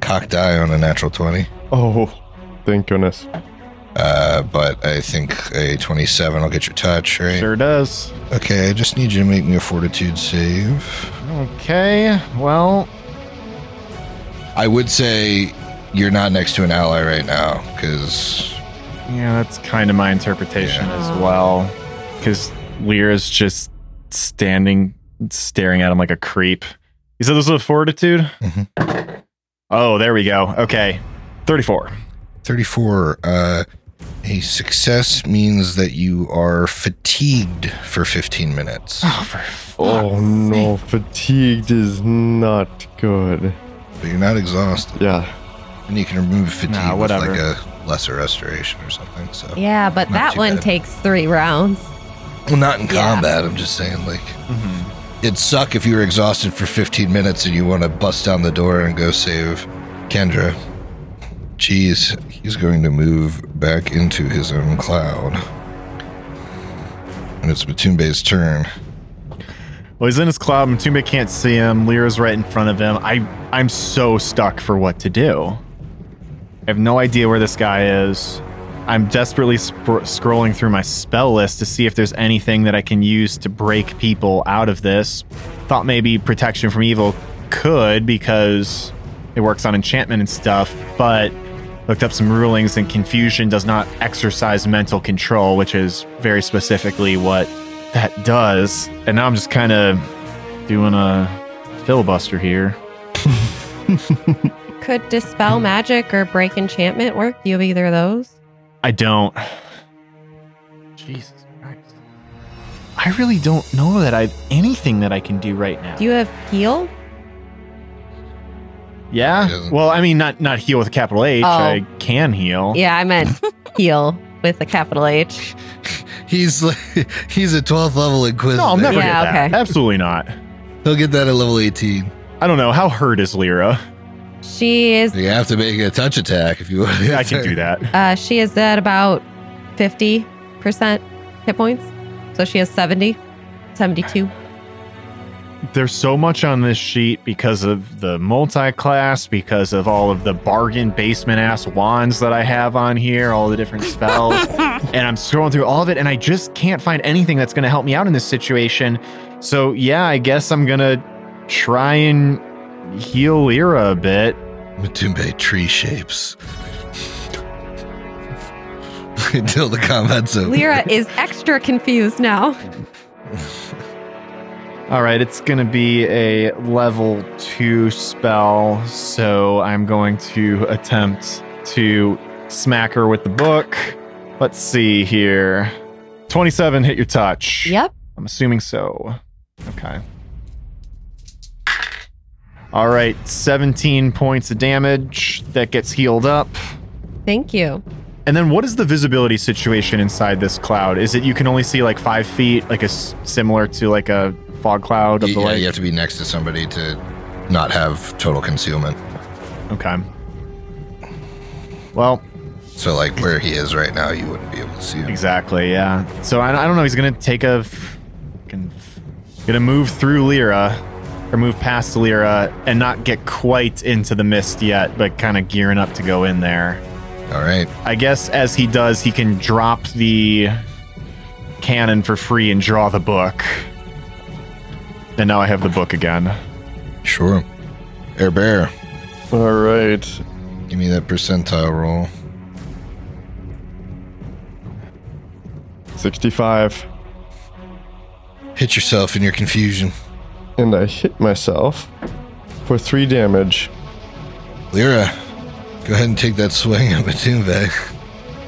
[SPEAKER 3] cocked eye on a natural 20.
[SPEAKER 7] Oh, thank goodness.
[SPEAKER 3] Ah, Uh, but I think a 27 will get your touch, right?
[SPEAKER 5] Sure does.
[SPEAKER 3] Okay, I just need you to make me a fortitude save.
[SPEAKER 5] Okay, well,
[SPEAKER 3] I would say you're not next to an ally right now because
[SPEAKER 5] yeah, that's kind of my interpretation as well. Because Lyra's just standing, staring at him like a creep. You said this was a fortitude?
[SPEAKER 3] Mhm.
[SPEAKER 5] Oh, there we go. Okay, 34.
[SPEAKER 3] 34 uh a success means that you are fatigued for 15 minutes
[SPEAKER 5] Oh, for
[SPEAKER 7] Oh no, fatigued is not good.
[SPEAKER 3] but you're not exhausted
[SPEAKER 7] Yeah.
[SPEAKER 3] and you can remove fatigue
[SPEAKER 5] Nah,
[SPEAKER 3] with
[SPEAKER 5] whatever.
[SPEAKER 3] like a lesser restoration or something so
[SPEAKER 6] Yeah, but
[SPEAKER 3] Not
[SPEAKER 6] that
[SPEAKER 3] too
[SPEAKER 6] one
[SPEAKER 3] bad.
[SPEAKER 6] takes three rounds.
[SPEAKER 3] well not in
[SPEAKER 6] Yeah.
[SPEAKER 3] combat i'm just saying like it'd suck if you were exhausted for 15 minutes and you want to bust down the door and go save kendra jeez he's going to move back into his own cloud and it's Matumbe's turn
[SPEAKER 5] Well, he's in his cloud. Matumbe can't see him. Lyra's right in front of him. I, I'm so stuck for what to do. I have no idea where this guy is. I'm desperately spr scrolling through my spell list to see if there's anything that I can use to break people out of this. Thought maybe protection from evil could because It works on enchantment and stuff, but looked up some rulings and confusion does not exercise mental control, which is very specifically what that does. And now I'm just kind of doing a filibuster here.
[SPEAKER 6] Could
[SPEAKER 3] Hmm.
[SPEAKER 6] dispel magic or break enchantment work? Do you have either of those?
[SPEAKER 5] I don't. Jesus Christ. I really don't know that I've anything that I can do right now.
[SPEAKER 6] Do you have heal?
[SPEAKER 3] He
[SPEAKER 5] yeah.
[SPEAKER 3] doesn't.
[SPEAKER 5] Well, I mean, not not heal with a capital H.
[SPEAKER 6] Oh.
[SPEAKER 5] I can heal.
[SPEAKER 6] Yeah, I meant heal with a capital H.
[SPEAKER 2] He's like, he's a 12th level inquisitor.
[SPEAKER 5] No, I'll never
[SPEAKER 6] Yeah,
[SPEAKER 5] get that.
[SPEAKER 6] okay.
[SPEAKER 5] Absolutely not.
[SPEAKER 2] He'll get that at level 18.
[SPEAKER 5] I don't know how hurt is Lyra.
[SPEAKER 6] She is
[SPEAKER 2] You have to make a touch attack if you want.
[SPEAKER 5] I can do that.
[SPEAKER 6] uh she is at about 50% hit points. So she has 70, 72.
[SPEAKER 5] There's so much on this sheet because of the multi-class, because of all of the bargain basement ass wands that I have on here, all the different spells, and I'm scrolling through all of it, and I just can't find anything that's going to help me out in this situation. So yeah, I guess I'm gonna try and heal Lyra a bit.
[SPEAKER 2] Matumbe tree shapes. Until the combat's over.
[SPEAKER 6] Lyra is extra confused now.
[SPEAKER 5] All right, it's going to be a level two spell, so I'm going to attempt to smack her with the book. Let's see here. 27 hit your touch.
[SPEAKER 6] Yep.
[SPEAKER 5] I'm assuming so. Okay. All right, 17 points of damage that gets healed up.
[SPEAKER 6] Thank you.
[SPEAKER 5] And then what is the visibility situation inside this cloud? Is it you can only see like five feet, like a s- similar to like a fog cloud of
[SPEAKER 3] You,
[SPEAKER 5] the
[SPEAKER 3] yeah,
[SPEAKER 5] like?
[SPEAKER 3] you have to be next to somebody to not have total concealment.
[SPEAKER 5] Okay. Well,
[SPEAKER 3] So, like where he is right now, you wouldn't be able to see him.
[SPEAKER 5] exactly. Yeah. So I, I don't know. He's gonna take a, f- can- gonna move through Lyra, or move past Lyra, and not get quite into the mist yet, but kind of gearing up to go in there.
[SPEAKER 3] All right.
[SPEAKER 5] I guess as he does, he can drop the cannon for free and draw the book. And now I have the book again.
[SPEAKER 3] Sure. Air Bear,
[SPEAKER 7] All right.
[SPEAKER 3] give me that percentile roll.
[SPEAKER 7] 65.
[SPEAKER 3] Hit yourself in your confusion.
[SPEAKER 7] And I hit myself for three damage.
[SPEAKER 3] Lyra, go ahead and take that swing at Matumbe.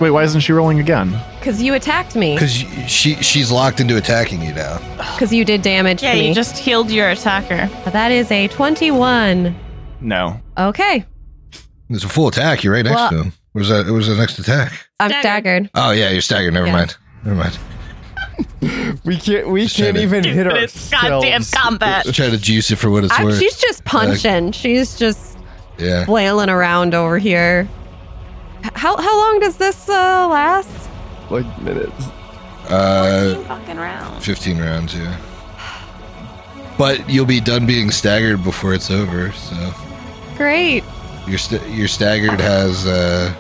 [SPEAKER 5] Wait, why isn't she rolling again?
[SPEAKER 6] Cuz you attacked me
[SPEAKER 3] Because she she's locked into attacking you now.
[SPEAKER 6] cuz you did damage
[SPEAKER 4] Yeah,
[SPEAKER 6] to me.
[SPEAKER 4] you just healed your attacker.
[SPEAKER 6] that is a 21.
[SPEAKER 5] No.
[SPEAKER 6] Okay.
[SPEAKER 3] It's a full attack. You're right next
[SPEAKER 6] Well-
[SPEAKER 3] to him. Where's that? Where's the next attack?
[SPEAKER 6] I'm
[SPEAKER 4] Staggered.
[SPEAKER 6] staggered.
[SPEAKER 3] Oh yeah, you're staggered. Never
[SPEAKER 6] Yeah.
[SPEAKER 3] mind. Never mind.
[SPEAKER 7] We can't. We
[SPEAKER 3] Shut
[SPEAKER 7] can't
[SPEAKER 3] it.
[SPEAKER 7] even hit
[SPEAKER 4] Stupidest goddamn
[SPEAKER 7] ourselves.
[SPEAKER 4] combat.
[SPEAKER 3] Let's try to juice it for what it's
[SPEAKER 6] I'm-
[SPEAKER 3] worth.
[SPEAKER 6] she's just punching. she's just
[SPEAKER 3] Yeah.
[SPEAKER 6] flailing around over here. H- How how long does this uh, last?
[SPEAKER 7] Like minutes.
[SPEAKER 3] Uh,
[SPEAKER 4] Fucking round.
[SPEAKER 3] 15 rounds. Yeah. But you'll be done being staggered before it's over. So
[SPEAKER 6] Great.
[SPEAKER 3] your st- your staggered has uh,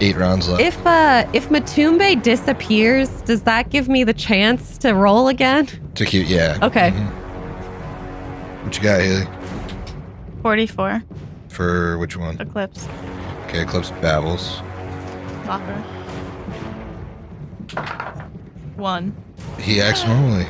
[SPEAKER 3] eight rounds left.
[SPEAKER 6] If uh if Matumbe disappears, does that give me the chance to roll again?
[SPEAKER 3] to keep. Yeah.
[SPEAKER 6] Okay.
[SPEAKER 3] What you got, Haley?
[SPEAKER 4] 44
[SPEAKER 3] For which one?
[SPEAKER 4] Eclipse.
[SPEAKER 3] Okay, Eclipse babbles.
[SPEAKER 4] Locker. One.
[SPEAKER 3] He acts normally.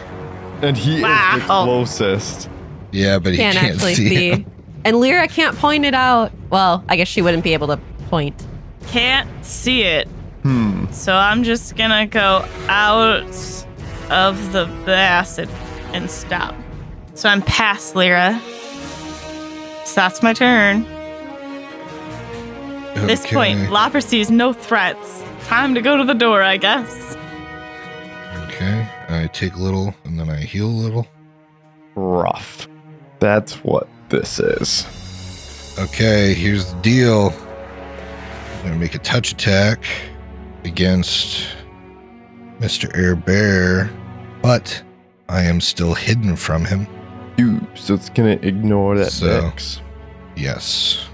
[SPEAKER 7] And he is the
[SPEAKER 4] Wow.
[SPEAKER 7] closest.
[SPEAKER 3] Yeah, but he
[SPEAKER 6] Can't
[SPEAKER 3] can't,
[SPEAKER 6] actually
[SPEAKER 3] see.
[SPEAKER 6] see.
[SPEAKER 3] him.
[SPEAKER 6] And Lyra can't point it out. Well, I guess she wouldn't be able to point.
[SPEAKER 4] Can't see it.
[SPEAKER 7] Hmm.
[SPEAKER 4] So I'm just gonna go out of the, the acid and stop. So I'm past Lyra. So that's my turn. At this point,
[SPEAKER 3] Okay,
[SPEAKER 4] Lopper sees no threats. Time to go to the door, I guess.
[SPEAKER 3] Okay, I take a little and then I heal a little.
[SPEAKER 7] Rough. That's what this is.
[SPEAKER 3] Okay, here's the deal. I'm gonna make a touch attack against Mr. Air Bear, but I am still hidden from him.
[SPEAKER 7] You. So it's gonna ignore that
[SPEAKER 3] So-
[SPEAKER 7] dex.
[SPEAKER 3] Yes.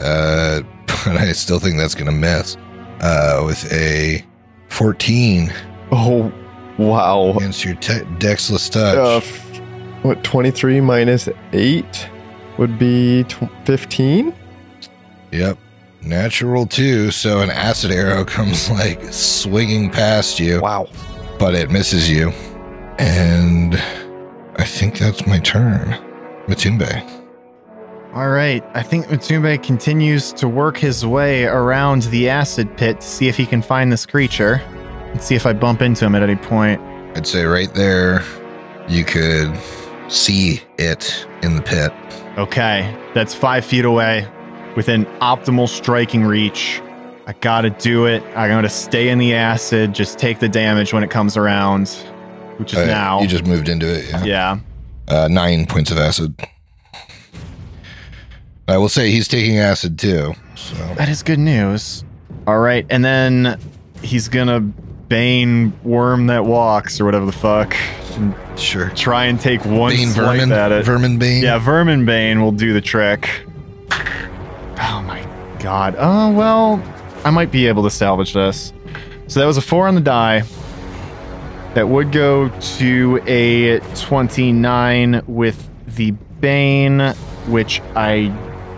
[SPEAKER 3] Uh, but I still think that's gonna miss. Uh, with a 14
[SPEAKER 7] Oh, wow.
[SPEAKER 3] against your te- Dexless Touch.
[SPEAKER 7] Uh, f- what 23 minus 8 would be tw- 15
[SPEAKER 3] Yep. Natural two, so an acid arrow comes like swinging past you. Wow. But it misses you. And I think that's my turn. Matumbe.
[SPEAKER 5] All right. I think Matumbe continues to work his way around the acid pit to see if he can find this creature and see if I bump into him at any point.
[SPEAKER 3] I'd say right there, you could see it in the pit.
[SPEAKER 5] Okay. That's five feet away within optimal striking reach. I gotta do it. I'm gonna stay in the acid, just take the damage when it comes around, which is
[SPEAKER 3] Uh,
[SPEAKER 5] now.
[SPEAKER 3] You just moved into it. Yeah.
[SPEAKER 5] yeah.
[SPEAKER 3] Uh, nine points of acid. I will say he's taking acid too. So
[SPEAKER 5] That is good news. All right, and then he's gonna bane worm that walks or whatever the fuck. And
[SPEAKER 3] sure.
[SPEAKER 5] try and take one
[SPEAKER 3] Bane
[SPEAKER 5] swipe
[SPEAKER 3] vermin.
[SPEAKER 5] at it.
[SPEAKER 3] Vermin bane.
[SPEAKER 5] yeah, vermin bane will do the trick. Oh my god. Oh well, I might be able to salvage this. So that was a four on the die. That would go to a twenty-nine with the bane, which I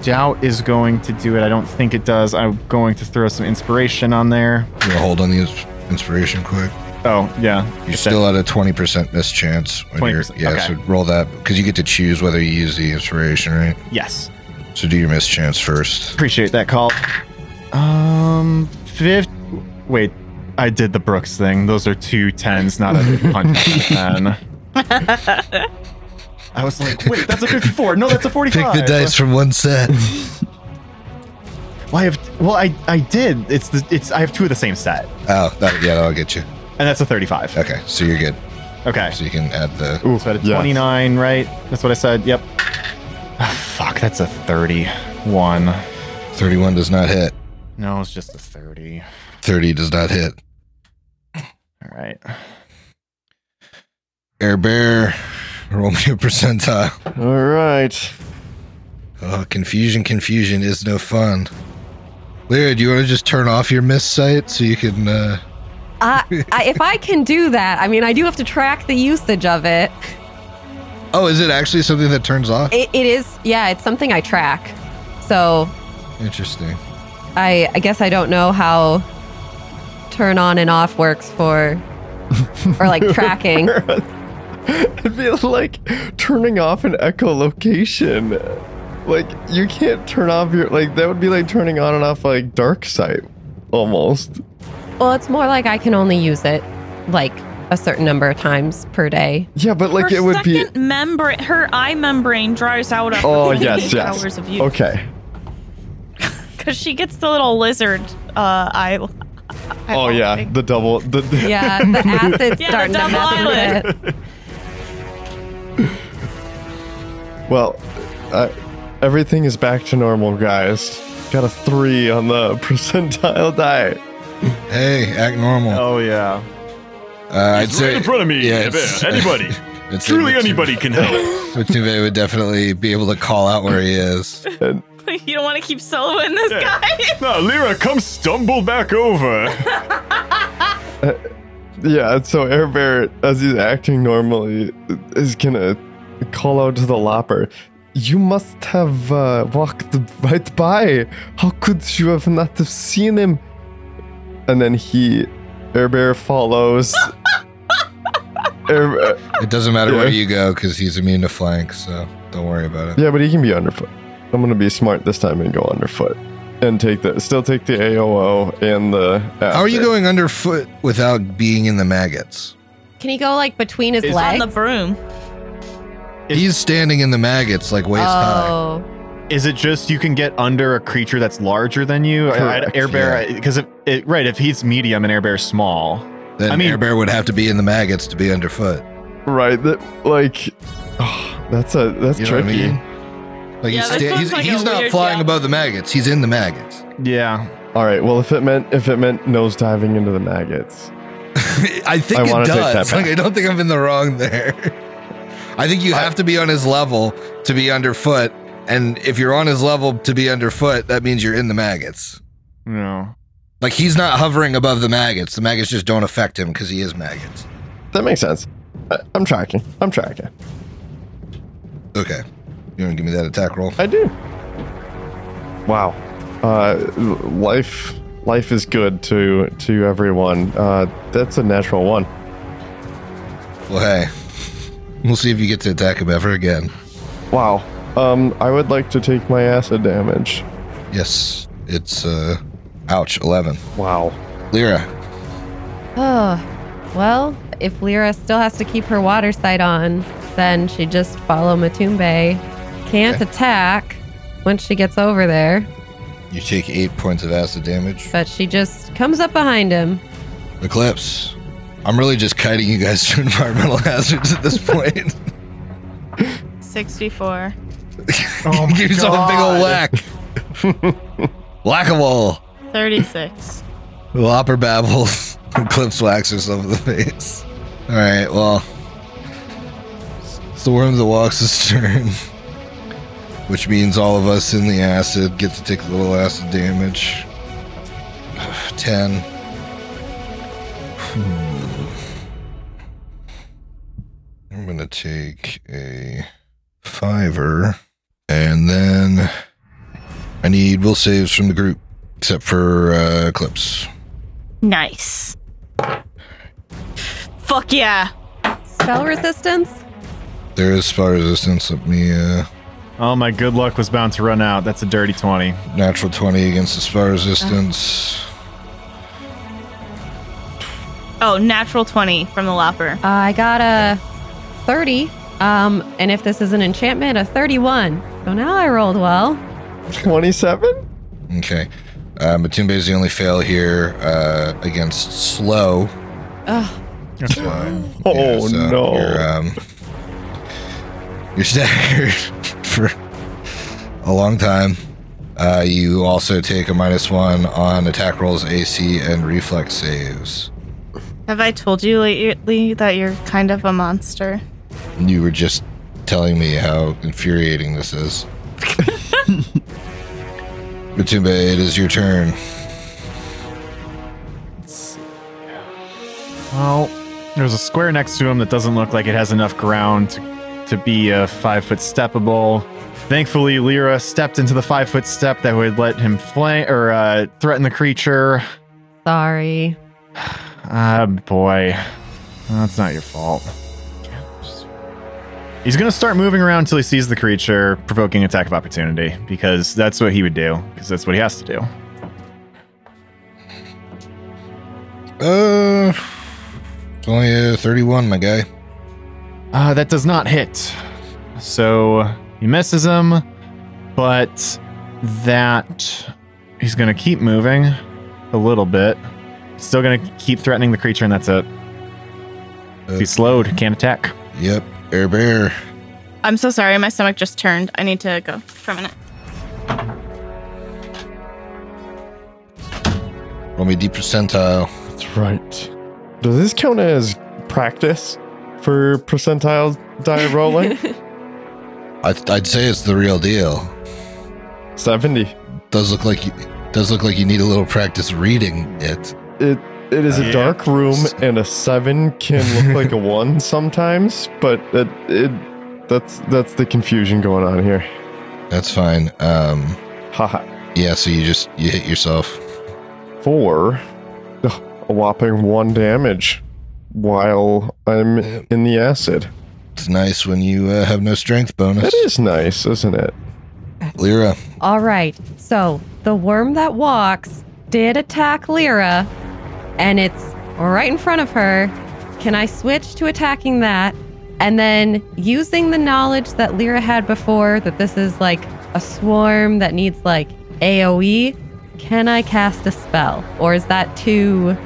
[SPEAKER 5] doubt is going to do it. I don't think it does. I'm going to throw some inspiration on there.
[SPEAKER 3] You wanna hold on the ins- inspiration quick.
[SPEAKER 5] Oh yeah,
[SPEAKER 3] You're still at a twenty percent miss chance. When you're,
[SPEAKER 5] 20%,
[SPEAKER 3] yeah,
[SPEAKER 5] okay.
[SPEAKER 3] so roll that because you get to choose whether you use the inspiration, right?
[SPEAKER 5] yes.
[SPEAKER 3] So do your miss chance first.
[SPEAKER 5] Appreciate that call. Um, fifth. Wait, I did the Brooks thing. Those are two tens, not a Um, hundred and ten. I was like, wait, that's a fifty-four. No, that's a forty-five.
[SPEAKER 3] from one set.
[SPEAKER 5] Well, I have. Well, I I did. It's the it's. I have two of the same set,
[SPEAKER 3] oh, that, yeah, that'll get you.
[SPEAKER 5] and that's a thirty-five.
[SPEAKER 3] Okay, so you're good.
[SPEAKER 5] Okay.
[SPEAKER 3] So you can add the.
[SPEAKER 5] Ooh, so I had a
[SPEAKER 7] yeah.
[SPEAKER 5] twenty-nine, right? That's what I said. Yep. Ah, fuck, that's a thirty-one.
[SPEAKER 3] Thirty-one does not hit.
[SPEAKER 5] No, it's just a thirty.
[SPEAKER 3] Thirty does not hit.
[SPEAKER 5] All right.
[SPEAKER 3] Air bear, roll me a percentile.
[SPEAKER 7] all right
[SPEAKER 3] Oh, confusion, confusion is no fun. Lyra, do you want to just turn off your miss sight so you can? uh
[SPEAKER 6] Uh, I, if I can do that, I mean, I do have to track the usage of it.
[SPEAKER 3] Oh, is it actually something that turns off?
[SPEAKER 6] It, it is, yeah, it's something I track. So
[SPEAKER 3] Interesting.
[SPEAKER 6] I, I guess I don't know how turn on and off works for, or like tracking.
[SPEAKER 7] it'd be like turning off an echolocation like you can't turn off your like that would be like turning on and off like dark sight almost
[SPEAKER 6] Well, it's more like I can only use it like a certain number of times per day.
[SPEAKER 7] yeah but like
[SPEAKER 4] her
[SPEAKER 7] it would be
[SPEAKER 4] second membra- her eye membrane dries out after
[SPEAKER 7] Oh,
[SPEAKER 4] 48
[SPEAKER 7] yes, yes.
[SPEAKER 4] hours of use
[SPEAKER 7] okay
[SPEAKER 4] because she gets the little lizard uh, eye. eye
[SPEAKER 7] oh yeah
[SPEAKER 4] thing.
[SPEAKER 7] the double the,
[SPEAKER 6] Yeah, the acid's
[SPEAKER 4] Yeah, the
[SPEAKER 6] starting to
[SPEAKER 4] double
[SPEAKER 6] mess with it.
[SPEAKER 7] Well, uh, everything is back to normal, guys. Got a three on the percentile die.
[SPEAKER 3] Hey, act normal.
[SPEAKER 5] Oh yeah.
[SPEAKER 3] Uh, I'd
[SPEAKER 8] It's
[SPEAKER 3] say
[SPEAKER 8] right in front of me.
[SPEAKER 3] yeah,
[SPEAKER 8] Yeah,
[SPEAKER 3] it's-
[SPEAKER 8] anybody.
[SPEAKER 3] I'd say
[SPEAKER 8] Truly
[SPEAKER 3] Matu-
[SPEAKER 8] anybody can help.
[SPEAKER 3] Matuve would definitely be able to call out where he is.
[SPEAKER 4] you don't want to keep soloing this
[SPEAKER 8] Yeah.
[SPEAKER 4] guy.
[SPEAKER 8] No, Lyra, come stumble back over.
[SPEAKER 7] Yeah, so Air Bear, as he's acting normally, is gonna call out to the lopper. You must have uh, walked right by. How could you have not have seen him? And then he, Air Bear, follows. Air, uh,
[SPEAKER 3] It doesn't matter
[SPEAKER 7] Yeah.
[SPEAKER 3] where you go because he's immune to flank, so don't worry about it.
[SPEAKER 7] Yeah, but he can be underfoot. I'm gonna be smart this time and go underfoot and take the still take the AOO and the.
[SPEAKER 3] How are you going underfoot without being in the maggots?
[SPEAKER 6] Can he go like between his
[SPEAKER 5] It's
[SPEAKER 4] On
[SPEAKER 6] legs?
[SPEAKER 4] the broom.
[SPEAKER 3] He's standing in the maggots like waist high.
[SPEAKER 6] oh,
[SPEAKER 5] Is it just you can get under a creature that's larger than you? I- I,
[SPEAKER 7] Correct,
[SPEAKER 5] air bear, because it, it, right, if he's medium and air bear small,
[SPEAKER 3] Then
[SPEAKER 5] I mean-
[SPEAKER 3] Air Bear would have to be in the maggots to be underfoot.
[SPEAKER 7] right? That like, oh, that's a that's
[SPEAKER 3] You know what I
[SPEAKER 7] tricky.
[SPEAKER 3] mean? Like
[SPEAKER 4] Yeah,
[SPEAKER 3] he's,
[SPEAKER 4] this
[SPEAKER 3] sta-
[SPEAKER 4] one's
[SPEAKER 3] he's,
[SPEAKER 4] like
[SPEAKER 3] he's
[SPEAKER 4] a
[SPEAKER 3] not
[SPEAKER 4] weird
[SPEAKER 3] flying
[SPEAKER 4] gap.
[SPEAKER 3] above the maggots. He's in the maggots.
[SPEAKER 5] yeah,
[SPEAKER 7] All right. Well, if it meant if it meant nose diving into the maggots,
[SPEAKER 3] I think
[SPEAKER 7] I
[SPEAKER 3] it
[SPEAKER 7] wanna take that
[SPEAKER 3] does.
[SPEAKER 7] back.
[SPEAKER 3] Like I don't think I'm in the wrong there. I think you have to be on his level to be underfoot, and if you're on his level to be underfoot, that means you're in the maggots.
[SPEAKER 5] no,
[SPEAKER 3] Like he's not hovering above the maggots. The maggots just don't affect him because he is maggots.
[SPEAKER 7] that makes sense. I, I'm tracking. I'm tracking.
[SPEAKER 3] Okay. You want to give me that attack roll?
[SPEAKER 7] I do. Wow. Uh, life life is good to to everyone. Uh, that's a natural one.
[SPEAKER 3] Well, hey. We'll see if you get to attack him ever again.
[SPEAKER 7] Wow. Um, I would like to take my acid damage.
[SPEAKER 3] Yes. It's, uh, ouch, 11.
[SPEAKER 7] Wow.
[SPEAKER 3] Lyra,
[SPEAKER 6] Oh, well, if Lyra still has to keep her water sight on, then she just follow Matumbe. Can't attack once she gets over there,
[SPEAKER 3] you take eight points of acid damage.
[SPEAKER 6] but she just comes up behind him.
[SPEAKER 3] Eclipse, I'm really just kiting you guys to environmental hazards at this point.
[SPEAKER 4] 64.
[SPEAKER 5] Oh
[SPEAKER 3] Give yourself a big old whack. whack a wall.
[SPEAKER 4] 36.
[SPEAKER 3] Whopper babbles. Eclipse whacks herself in the face. All right, well. It's the worm that walks his turn. Which means all of us in the acid get to take a little acid damage. 10. Hmm. I'm going to take a fiver. And then I need will saves from the group, except for uh, Eclipse.
[SPEAKER 4] Nice. Fuck yeah.
[SPEAKER 6] Spell resistance?
[SPEAKER 3] There is spell resistance. Let me uh,
[SPEAKER 5] Oh, my good luck was bound to run out. That's a dirty 20.
[SPEAKER 3] natural twenty against the spell
[SPEAKER 7] Uh-huh.
[SPEAKER 3] resistance.
[SPEAKER 4] Oh, natural 20 from the Lopper.
[SPEAKER 6] Uh, I got a 30. Um, and if this is an enchantment, a 31. So now I rolled well.
[SPEAKER 7] Twenty-seven.
[SPEAKER 3] Okay, uh, Matumbe is the only fail here uh, against slow.
[SPEAKER 6] Ugh.
[SPEAKER 5] That's
[SPEAKER 7] Oh no.
[SPEAKER 3] You're, um, you're staggered for a long time. Uh, you also take a minus one on attack rolls, AC, and reflex saves.
[SPEAKER 4] Have I told you lately that you're kind of a monster?
[SPEAKER 3] You were just telling me how infuriating this is. Matumbe, it is your turn.
[SPEAKER 5] Well, there's a square next to him that doesn't look like it has enough ground to, to be a five foot steppable. Thankfully, Lyra stepped into the five foot step that would let him flay or uh, threaten the creature.
[SPEAKER 6] Sorry.
[SPEAKER 5] Ah, boy. That's not your fault. He's going to start moving around until he sees the creature, provoking attack of opportunity, because that's what he would do, because that's what he has to do.
[SPEAKER 3] Uh, it's only a 31, my guy.
[SPEAKER 5] Uh, that does not hit. So he misses him, but that he's going to keep moving a little bit. Still going to keep threatening the creature, and that's it. He's slowed, can't attack.
[SPEAKER 3] Yep, air bear.
[SPEAKER 4] I'm so sorry, my stomach just turned. I need to go for a minute.
[SPEAKER 3] Roll me D percentile.
[SPEAKER 7] That's right. Does this count as practice for percentile die rolling?
[SPEAKER 3] I'd, I'd say it's the real deal.
[SPEAKER 7] Seventy.
[SPEAKER 3] Does look like you, does look like you need a little practice reading it.
[SPEAKER 7] It it is
[SPEAKER 5] Yeah.
[SPEAKER 7] a dark room, and a seven can look like a one sometimes, but it, it that's that's the confusion going on here.
[SPEAKER 3] That's fine. Um,
[SPEAKER 7] Haha.
[SPEAKER 3] yeah. So you just you hit yourself.
[SPEAKER 7] Four, Ugh, a whopping one damage, while I'm in the acid.
[SPEAKER 3] It's nice when you uh, have no strength
[SPEAKER 7] That
[SPEAKER 3] bonus.
[SPEAKER 7] is nice, isn't it?
[SPEAKER 3] Lyra,
[SPEAKER 6] All right. So the worm that walks did attack Lyra, and it's right in front of her. Can I switch to attacking that? And then using the knowledge that Lyra had before that this is like a swarm that needs like AoE, can I cast a spell? Or is that too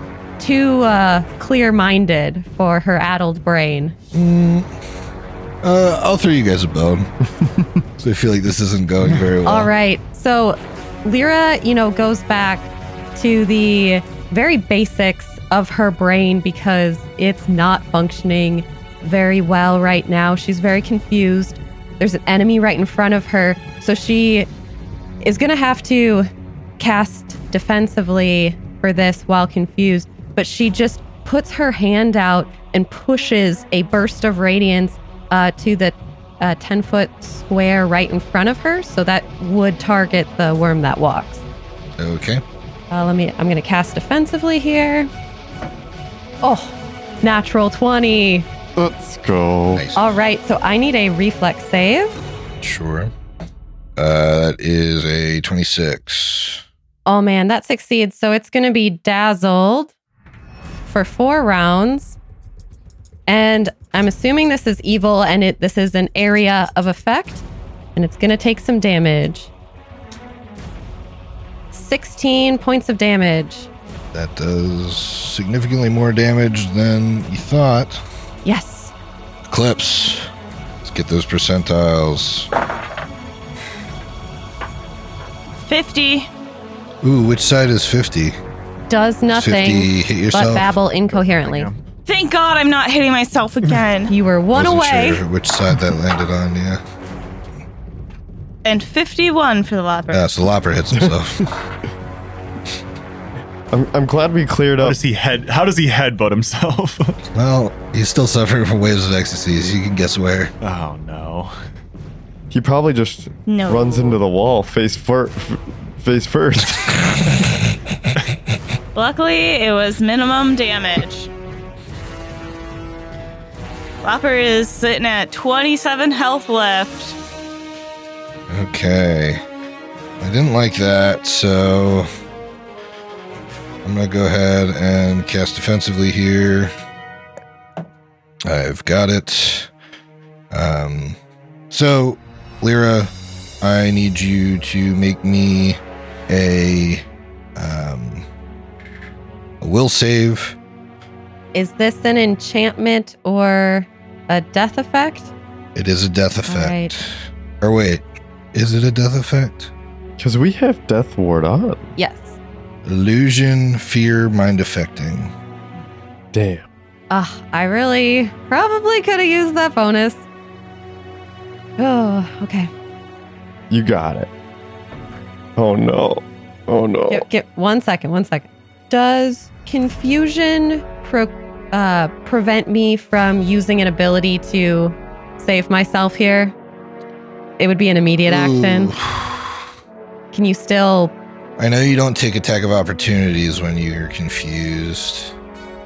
[SPEAKER 6] too uh, clear-minded for her addled brain?
[SPEAKER 3] uh, I'll throw you guys a bone. so I feel like this isn't going very well.
[SPEAKER 6] All right. So Lyra, you know, goes back to the very basics of her brain because it's not functioning very well right now. She's very confused. There's an enemy right in front of her. So she is going to have to cast defensively for this while confused, but she just puts her hand out and pushes a burst of radiance uh, to the a 10 foot square right in front of her. So that would target the worm that walks.
[SPEAKER 3] Okay.
[SPEAKER 6] Uh, let me. I'm gonna cast defensively here. Oh, natural twenty.
[SPEAKER 7] Let's go.
[SPEAKER 3] Nice.
[SPEAKER 6] All right, so I need a reflex save.
[SPEAKER 3] Sure. Uh, that is a 26.
[SPEAKER 6] Oh man, that succeeds. So it's gonna be dazzled for four rounds, and I'm assuming this is evil, and it this is an area of effect, and it's gonna take some damage. Sixteen points of damage.
[SPEAKER 3] That does significantly more damage than you thought.
[SPEAKER 6] Yes.
[SPEAKER 3] Clips. Let's get those percentiles.
[SPEAKER 4] 50.
[SPEAKER 3] Ooh, which side is 50?
[SPEAKER 6] Does nothing
[SPEAKER 3] 50 hit yourself.
[SPEAKER 6] but babble incoherently.
[SPEAKER 4] Thank God I'm not hitting myself again.
[SPEAKER 6] You were one
[SPEAKER 3] Wasn't
[SPEAKER 6] away.
[SPEAKER 3] sure which side that landed on, yeah.
[SPEAKER 4] and 51 for the lopper.
[SPEAKER 3] Yeah, Ah, so Lopper hits himself.
[SPEAKER 7] I'm, I'm glad we cleared
[SPEAKER 5] How
[SPEAKER 7] up.
[SPEAKER 5] does he head? How does he headbutt himself?
[SPEAKER 3] well, he's still suffering from waves of ecstasies. You can guess where.
[SPEAKER 5] oh no!
[SPEAKER 7] He probably just
[SPEAKER 4] no.
[SPEAKER 7] runs into the wall face first. Face first.
[SPEAKER 4] Luckily, it was minimum damage. Lopper is sitting at 27 health left.
[SPEAKER 3] Okay. I didn't like that, so I'm going to go ahead and cast defensively here. I've got it. Um, so, Lyra, I need you to make me a, um, a will save.
[SPEAKER 6] Is this an enchantment or a death effect?
[SPEAKER 3] It is a death effect.
[SPEAKER 6] Alright.
[SPEAKER 3] Or wait, is it a death effect?
[SPEAKER 7] Because we have Death Ward on.
[SPEAKER 6] Yes.
[SPEAKER 3] Illusion, fear, mind affecting.
[SPEAKER 7] Damn.
[SPEAKER 6] Ugh, I really probably could have used that bonus. Oh, okay.
[SPEAKER 7] You got it. Oh no. Oh no.
[SPEAKER 6] Get, get one second, one second. Does confusion pro, uh, prevent me from using an ability to save myself here? It would be an immediate action. Can you still?
[SPEAKER 3] I know you don't take attack of opportunities when you're confused.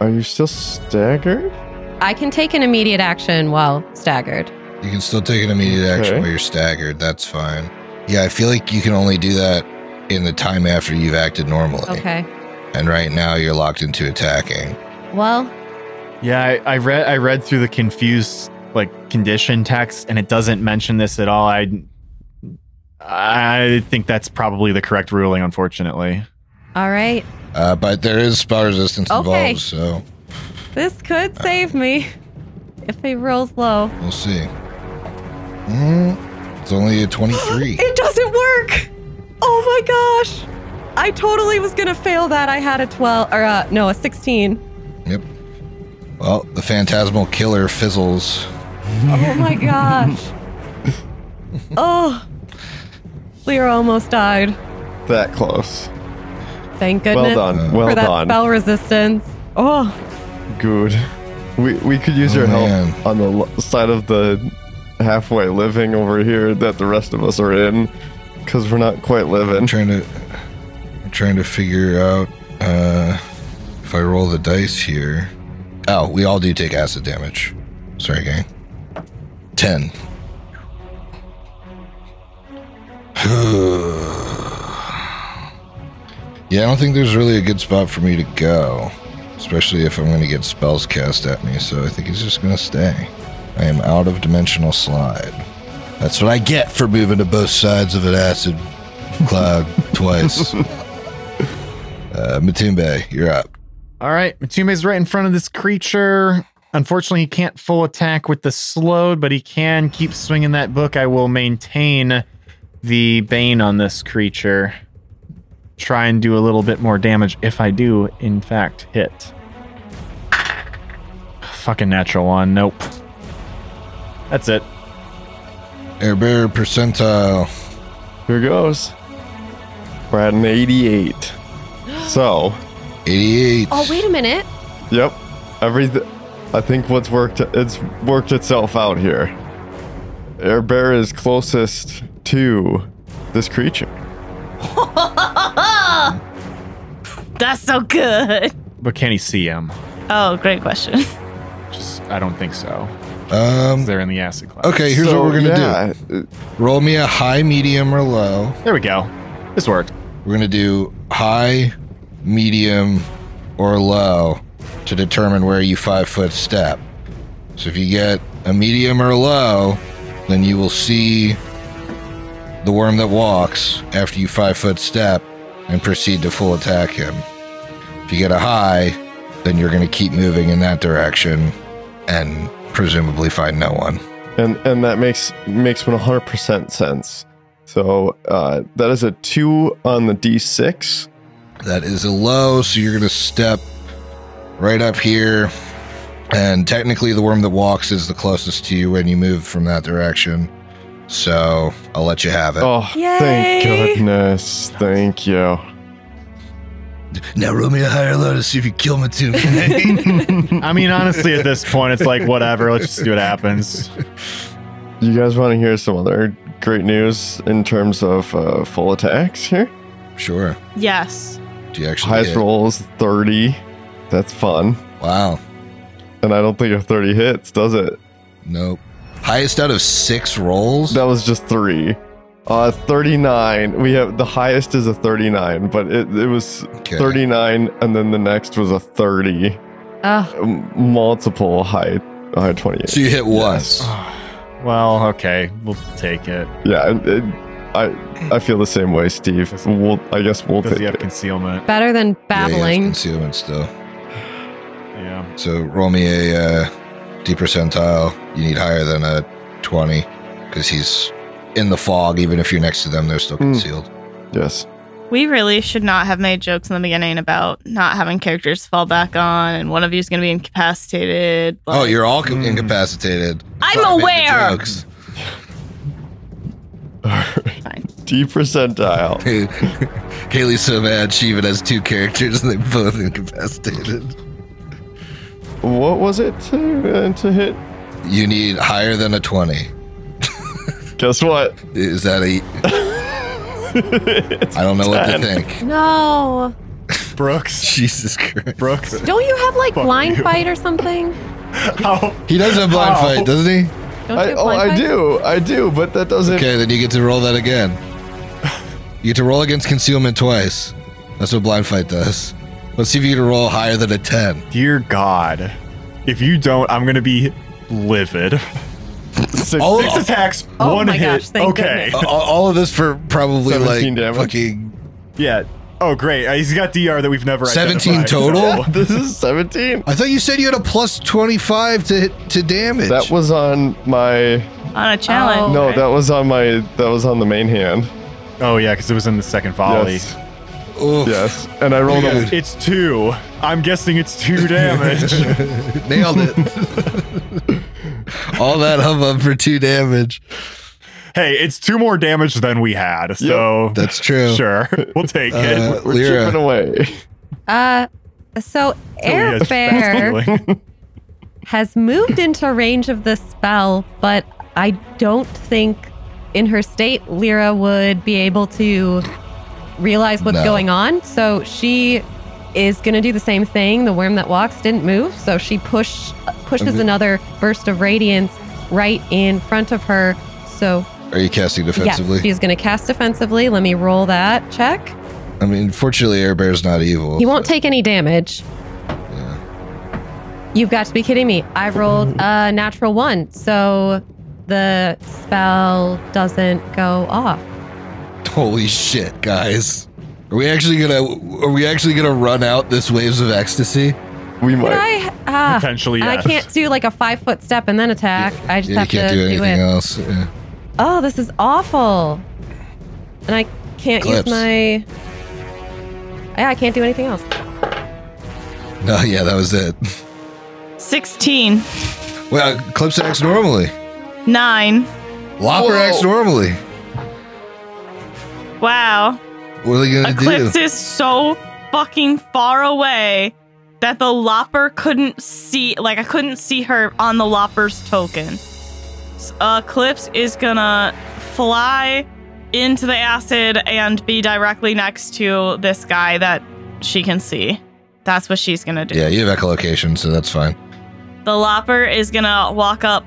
[SPEAKER 7] Are you still staggered?
[SPEAKER 6] I can take an immediate action while staggered.
[SPEAKER 3] You can still take an immediate action
[SPEAKER 7] Okay.
[SPEAKER 3] while you're staggered. That's fine. Yeah, I feel like you can only do that in the time after you've acted normally.
[SPEAKER 6] Okay.
[SPEAKER 3] And right now you're locked into attacking.
[SPEAKER 6] Well,
[SPEAKER 5] Yeah, I, I read. I read through the confused like condition text, and it doesn't mention this at all. I, I think that's probably the correct ruling. Unfortunately,
[SPEAKER 6] all right.
[SPEAKER 3] Uh, but there is spell resistance
[SPEAKER 6] Okay.
[SPEAKER 3] involved, so
[SPEAKER 6] This could save me if he rolls low.
[SPEAKER 3] we'll see. Mm, it's only a 23.
[SPEAKER 6] It doesn't work. Oh my gosh. I totally was going to fail that. I had a 12 or uh, no, a 16.
[SPEAKER 3] yep. Well, the phantasmal killer fizzles.
[SPEAKER 6] Oh my gosh. oh. Lyra almost died.
[SPEAKER 7] That close.
[SPEAKER 6] Thank goodness
[SPEAKER 7] well done. Well
[SPEAKER 6] for that
[SPEAKER 7] done.
[SPEAKER 6] spell resistance. Oh,
[SPEAKER 7] Good. We we could use
[SPEAKER 3] Oh,
[SPEAKER 7] your
[SPEAKER 3] man.
[SPEAKER 7] help on the l- side of the halfway living over here that the rest of us are in, because we're not quite
[SPEAKER 3] I'm
[SPEAKER 7] living.
[SPEAKER 3] trying to I'm trying to figure out uh, if I roll the dice here. Oh, we all do take acid damage. Sorry, gang. Ten. yeah, I don't think there's really a good spot for me to go, especially if I'm going to get spells cast at me. So I think he's just going to stay. I am out of dimensional slide. That's what I get for moving to both sides of an acid cloud twice. uh, Matumbe, you're up.
[SPEAKER 5] All right, Matume's right in front of this creature. Unfortunately, he can't full attack with the slowed, but he can keep swinging that book. I will maintain the bane on this creature. Try and do a little bit more damage if I do, in fact, hit. Fucking natural one. Nope. That's it.
[SPEAKER 3] Airbearer percentile.
[SPEAKER 7] Here goes. We're at an 88. So,
[SPEAKER 3] 88.
[SPEAKER 6] oh, wait a minute.
[SPEAKER 7] yep. Everything. I think what's worked. It's worked itself out here. Air Bear is closest to this creature.
[SPEAKER 4] That's so good.
[SPEAKER 5] But can he see him?
[SPEAKER 4] Oh, great question.
[SPEAKER 5] Just, I don't think so.
[SPEAKER 3] Um,
[SPEAKER 5] They're in the acid cloud.
[SPEAKER 3] okay, here's what we're gonna
[SPEAKER 7] do.
[SPEAKER 3] do. Roll me a high, medium, or low.
[SPEAKER 5] There we go. This worked.
[SPEAKER 3] We're gonna do high, medium, or low to determine where you five foot step. So if you get a medium or low, then you will see the worm that walks after you five foot step and proceed to full attack him. If you get a high, then you're gonna keep moving in that direction and presumably find no one.
[SPEAKER 7] And and that makes makes 100% sense. So uh, that is a two on the d6.
[SPEAKER 3] That is a low, so you're going to step right up here. And technically, the worm that walks is the closest to you when you move from that direction. So I'll let you have it.
[SPEAKER 7] Oh, thank
[SPEAKER 4] Yay.
[SPEAKER 7] goodness. Thank you.
[SPEAKER 3] Now roll me a higher low to see if you kill Matumi.
[SPEAKER 5] I mean, honestly, at this point, it's like, whatever. Let's just see what happens.
[SPEAKER 7] You guys want to hear some other great news in terms of uh, full attacks here?
[SPEAKER 3] sure.
[SPEAKER 4] Yes.
[SPEAKER 3] Do you actually?
[SPEAKER 7] Highest
[SPEAKER 3] hit?
[SPEAKER 7] roll is 30. That's fun.
[SPEAKER 3] Wow.
[SPEAKER 7] And I don't think a 30 hits, does it?
[SPEAKER 3] Nope. Highest out of six rolls.
[SPEAKER 7] That was just three. Uh, 39. We have the highest is a 39, but it, it was
[SPEAKER 3] Okay.
[SPEAKER 7] 39, and then the next was a 30.
[SPEAKER 6] Oh,
[SPEAKER 7] M- Multiple high, high 28.
[SPEAKER 3] So you hit once.
[SPEAKER 5] well, okay. We'll take it.
[SPEAKER 7] Yeah, and it- I I feel the same way, Steve. We'll, I guess we'll
[SPEAKER 5] Does
[SPEAKER 7] take
[SPEAKER 5] he have
[SPEAKER 7] it.
[SPEAKER 5] concealment?
[SPEAKER 6] better than
[SPEAKER 3] Yeah, he has
[SPEAKER 6] babbling.
[SPEAKER 3] concealment still.
[SPEAKER 5] Yeah.
[SPEAKER 3] So roll me a uh, D percentile. You need higher than a 20 because he's in the fog. Even if you're next to them, they're still
[SPEAKER 7] Hmm.
[SPEAKER 3] concealed.
[SPEAKER 7] Yes.
[SPEAKER 4] We really should not have made jokes in the beginning about not having characters to fall back on and one of you is going to be incapacitated.
[SPEAKER 3] Oh,
[SPEAKER 4] like-
[SPEAKER 3] you're all
[SPEAKER 5] Mm.
[SPEAKER 3] incapacitated.
[SPEAKER 4] Hmm. I'm
[SPEAKER 3] Sorry, I made the
[SPEAKER 4] aware.
[SPEAKER 3] jokes.
[SPEAKER 4] Fine.
[SPEAKER 7] D percentile.
[SPEAKER 3] Kaylee's so mad she even has two characters and they're both incapacitated.
[SPEAKER 7] What was it to, uh, to hit?
[SPEAKER 3] You need higher than a 20.
[SPEAKER 7] Guess what?
[SPEAKER 3] Is that a. I don't know what to think.
[SPEAKER 6] No.
[SPEAKER 5] Brooks.
[SPEAKER 3] Jesus Christ.
[SPEAKER 5] Brooks.
[SPEAKER 6] Don't you have like
[SPEAKER 5] Fuck
[SPEAKER 6] blind
[SPEAKER 5] you.
[SPEAKER 6] fight or something?
[SPEAKER 5] How?
[SPEAKER 3] He does have blind
[SPEAKER 5] How?
[SPEAKER 3] fight, doesn't he?
[SPEAKER 6] Don't you
[SPEAKER 7] I,
[SPEAKER 6] have
[SPEAKER 7] oh,
[SPEAKER 6] blind
[SPEAKER 7] I
[SPEAKER 6] fight?
[SPEAKER 7] do. I do, but that doesn't.
[SPEAKER 3] Okay, then you get to roll that again. You get to roll against concealment twice. That's what blind fight does. Let's see if you can roll higher than a 10.
[SPEAKER 5] Dear God. If you don't, I'm going to be livid.
[SPEAKER 7] Six,
[SPEAKER 3] All,
[SPEAKER 5] Six attacks,
[SPEAKER 6] Oh
[SPEAKER 5] one
[SPEAKER 6] my
[SPEAKER 5] hit.
[SPEAKER 6] gosh, thank
[SPEAKER 5] okay.
[SPEAKER 3] all, all of this for probably like
[SPEAKER 7] 17 damage.
[SPEAKER 3] fucking
[SPEAKER 5] Yeah. Oh, great. Uh, He's got DR that we've never
[SPEAKER 3] 17
[SPEAKER 5] identified,
[SPEAKER 3] total?
[SPEAKER 5] so-
[SPEAKER 7] this is 17.
[SPEAKER 3] I thought you said you had a plus 25 to to damage.
[SPEAKER 7] That was on my.
[SPEAKER 4] On a challenge.
[SPEAKER 7] No,
[SPEAKER 4] right?
[SPEAKER 7] that was on my. That was on the main hand.
[SPEAKER 5] Oh, yeah, because it was in the second volley.
[SPEAKER 7] Yes.
[SPEAKER 3] Oof.
[SPEAKER 7] Yes. And I rolled a.
[SPEAKER 5] It's two. I'm guessing it's two damage.
[SPEAKER 3] Nailed it. All that hubbub for two damage.
[SPEAKER 5] hey, it's two more damage than we had. So
[SPEAKER 3] That's true.
[SPEAKER 5] sure, we'll take
[SPEAKER 3] Uh,
[SPEAKER 5] it.
[SPEAKER 7] We're
[SPEAKER 3] Lyra.
[SPEAKER 7] chipping away.
[SPEAKER 6] Uh, so
[SPEAKER 3] Oh,
[SPEAKER 6] Air Bear has moved into range of the spell, but I don't think in her state Lyra would be able to realize what's
[SPEAKER 3] No.
[SPEAKER 6] going on. So she is going to do the same thing. The worm that walks didn't move, so she push pushes
[SPEAKER 3] Okay.
[SPEAKER 6] another burst of radiance right in front of her. So
[SPEAKER 3] Are you casting defensively?
[SPEAKER 6] yeah, she's going to cast defensively. Let me roll that check.
[SPEAKER 3] I mean, fortunately, Air Bear's not evil.
[SPEAKER 6] He won't take any damage. You've got to be kidding me. I rolled a natural one, so the spell doesn't go off.
[SPEAKER 3] Holy shit, guys! Are we actually gonna? Are we actually gonna run out this waves of ecstasy?
[SPEAKER 7] We
[SPEAKER 6] But
[SPEAKER 7] might.
[SPEAKER 6] I, ah,
[SPEAKER 5] Potentially,
[SPEAKER 6] and I
[SPEAKER 5] yes.
[SPEAKER 6] can't do like a five foot step and then attack. I
[SPEAKER 3] Yeah,
[SPEAKER 6] just
[SPEAKER 3] you
[SPEAKER 6] have
[SPEAKER 3] can't
[SPEAKER 6] to
[SPEAKER 3] do
[SPEAKER 6] do,
[SPEAKER 3] anything
[SPEAKER 6] it.
[SPEAKER 3] else. Yeah.
[SPEAKER 6] Oh, this is awful. And I can't
[SPEAKER 3] Clips.
[SPEAKER 6] use my. Yeah, I can't do anything else.
[SPEAKER 3] No, yeah, that was it.
[SPEAKER 4] 16.
[SPEAKER 3] Well, Clips acts normally.
[SPEAKER 4] 9.
[SPEAKER 3] Lopper acts normally.
[SPEAKER 4] Wow.
[SPEAKER 3] What are they gonna
[SPEAKER 4] Eclipse
[SPEAKER 3] do?
[SPEAKER 4] is so fucking far away that the lopper couldn't see like I couldn't see her on the lopper's token. S- Uh, Clips is gonna fly into the acid and be directly next to this guy that she can see. That's what she's gonna do.
[SPEAKER 3] Yeah, you have echolocation, so that's fine.
[SPEAKER 4] The Lopper is gonna walk up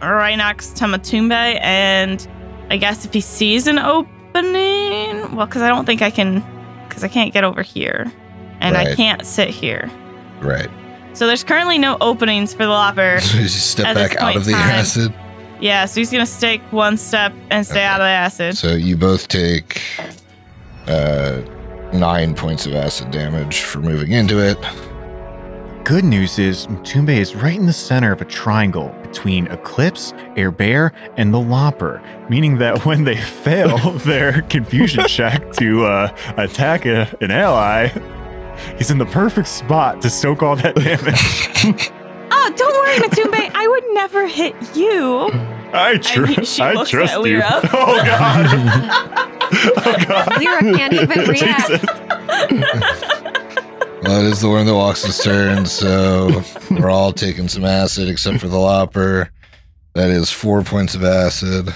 [SPEAKER 4] right next to Matumbe, and I guess if he sees an opening, well, because I don't think I can, because I can't get over here, and I
[SPEAKER 3] Right.
[SPEAKER 4] can't sit here.
[SPEAKER 3] Right.
[SPEAKER 4] So there's currently no openings for the Lopper.
[SPEAKER 3] So you just step
[SPEAKER 4] At this
[SPEAKER 3] back out
[SPEAKER 4] point
[SPEAKER 3] of the
[SPEAKER 4] in time.
[SPEAKER 3] acid.
[SPEAKER 4] Yeah, so he's gonna take one step and stay
[SPEAKER 3] Okay.
[SPEAKER 4] out of the acid.
[SPEAKER 3] So you both take uh, nine points of acid damage for moving into it.
[SPEAKER 5] Good news is Mtumbe is right in the center of a triangle between Eclipse, Air Bear, and the Lopper, meaning that when they fail their confusion check to uh, attack a, an ally, he's in the perfect spot to soak all that damage.
[SPEAKER 4] Oh, don't worry, Matumbe, I would never hit you.
[SPEAKER 8] I, tr-
[SPEAKER 4] mean, she
[SPEAKER 8] I
[SPEAKER 4] looks
[SPEAKER 8] trust
[SPEAKER 4] at
[SPEAKER 8] you.
[SPEAKER 4] Lyra.
[SPEAKER 8] Oh god. oh god.
[SPEAKER 6] Lyra can't even react.
[SPEAKER 8] Jesus.
[SPEAKER 3] Well, it is the one that walks his turn, so we're all taking some acid except for the lopper. That is four points of acid.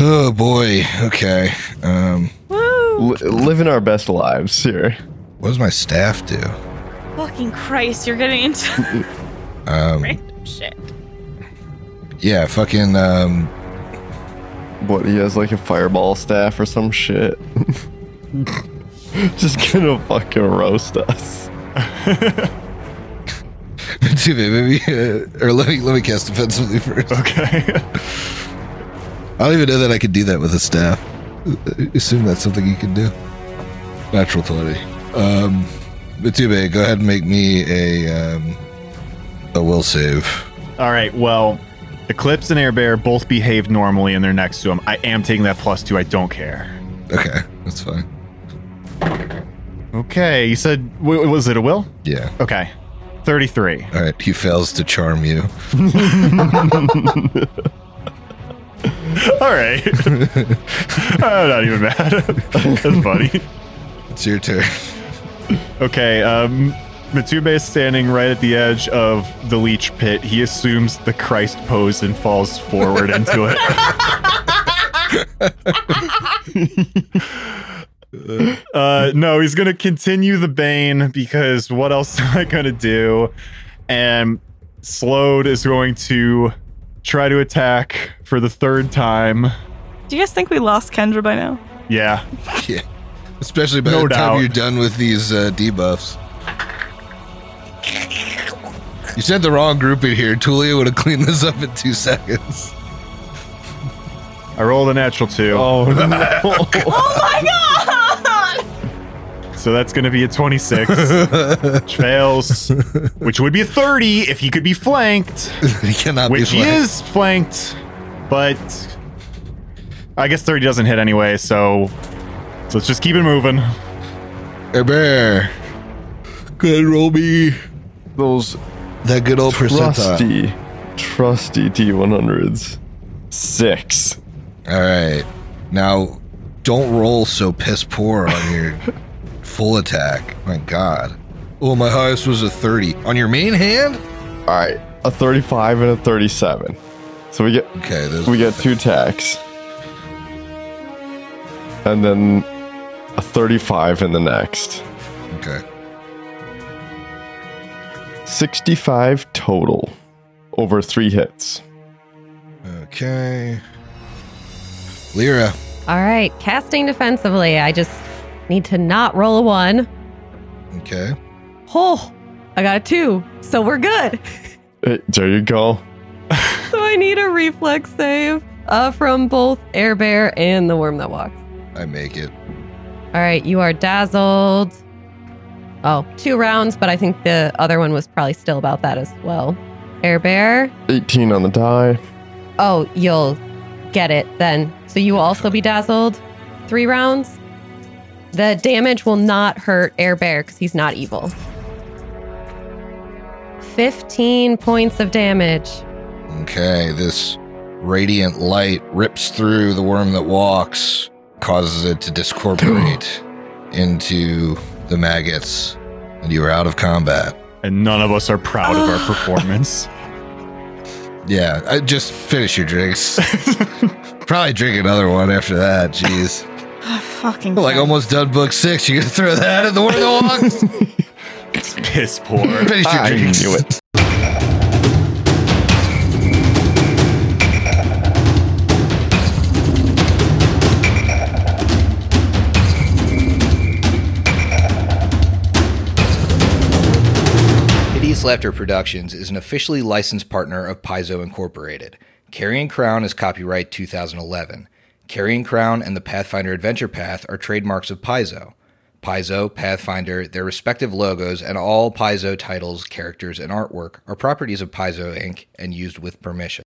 [SPEAKER 3] Oh boy. Okay. Um,
[SPEAKER 4] Woo!
[SPEAKER 7] Li- living our best lives here.
[SPEAKER 3] what does my staff do?
[SPEAKER 4] Fucking Christ, you're getting into
[SPEAKER 3] Um,
[SPEAKER 4] random shit.
[SPEAKER 3] yeah, fucking. Um,
[SPEAKER 7] What he has like a fireball staff or some shit. Just gonna fucking roast us.
[SPEAKER 3] maybe, uh, or let me let me cast defensively first.
[SPEAKER 5] okay.
[SPEAKER 3] I don't even know that I could do that with a staff. I assume that's something you can do. Natural 20. Um, Matube, go ahead and make me a, um, a will save.
[SPEAKER 5] All right. Well, Eclipse and Air Bear both behave normally, and they're next to him. I am taking that plus two. I don't care.
[SPEAKER 3] Okay, that's fine.
[SPEAKER 5] Okay. You said w- was it a will?
[SPEAKER 3] Yeah.
[SPEAKER 5] Okay. Thirty-three.
[SPEAKER 3] All right, he fails to charm you.
[SPEAKER 5] All right. I'm Oh, not even mad. That's funny.
[SPEAKER 3] It's your turn.
[SPEAKER 5] Okay, um, Matube is standing right at the edge of the leech pit. He assumes the Christ pose and falls forward into it. uh, no, he's gonna continue the bane because what else am I gonna do? And Slowed is going to try to attack for the third time.
[SPEAKER 4] Do you guys think we lost Kendra by now?
[SPEAKER 5] Yeah,
[SPEAKER 3] Especially by
[SPEAKER 5] No
[SPEAKER 3] the time
[SPEAKER 5] doubt.
[SPEAKER 3] you're done with these uh, debuffs. You sent the wrong group in here. Tulia would have cleaned this up in two seconds.
[SPEAKER 5] I rolled a natural two.
[SPEAKER 7] Oh no.
[SPEAKER 4] Oh my god!
[SPEAKER 5] So that's going to be a 26. which fails. Which would be a 30 if he could be flanked.
[SPEAKER 3] he cannot
[SPEAKER 5] Which
[SPEAKER 3] be
[SPEAKER 5] he
[SPEAKER 3] flanked.
[SPEAKER 5] is flanked. But I guess 30 doesn't hit anyway, so so let's just keep it moving.
[SPEAKER 3] Hey, bear. Good roll me.
[SPEAKER 7] Those
[SPEAKER 3] That good old percentile.
[SPEAKER 7] trusty, trusty T100s. Six.
[SPEAKER 3] All right. Now, don't roll so piss poor on your full attack. My God. Oh, my highest was a 30. On your main hand?
[SPEAKER 7] All right, a 35 and a 37. So we get
[SPEAKER 3] Okay, those,
[SPEAKER 7] we get two attacks, and then a 35 in the next.
[SPEAKER 3] okay.
[SPEAKER 7] 65 total over three hits.
[SPEAKER 3] Okay. Lyra.
[SPEAKER 6] All right, casting defensively. I just need to not roll a one.
[SPEAKER 3] Okay.
[SPEAKER 6] Oh, I got a two, so we're good.
[SPEAKER 7] Eh, There you go.
[SPEAKER 6] So I need a reflex save uh, from both Air Bear and the Worm That Walks.
[SPEAKER 3] I make it.
[SPEAKER 6] All right, you are dazzled. Oh, two rounds, but I think the other one was probably still about that as well. Air Bear.
[SPEAKER 7] 18 on the die.
[SPEAKER 6] Oh, you'll get it then. So you will also be dazzled. Three rounds. The damage will not hurt Air Bear because he's not evil. 15 points of damage.
[SPEAKER 3] Okay. This radiant light rips through the worm that walks, causes it to discorporate into the maggots, and you are out of combat.
[SPEAKER 5] And none of us are proud of our performance.
[SPEAKER 7] Yeah, I just finish your drinks. Probably drink another one after that. Jeez,
[SPEAKER 4] fucking
[SPEAKER 7] like almost done book six. You're gonna throw that at the one of the logs?
[SPEAKER 8] It's piss poor.
[SPEAKER 7] Finish your
[SPEAKER 9] I
[SPEAKER 7] drinks.
[SPEAKER 9] knew it.
[SPEAKER 3] Hideous Laughter Productions is an officially licensed partner of Paizo Incorporated. Carrying Crown is copyright 2011. Carrying Crown and the Pathfinder Adventure Path are trademarks of Paizo. Paizo, Pathfinder, their respective logos, and all Paizo titles, characters, and artwork are properties of Paizo Inc. and used with permission.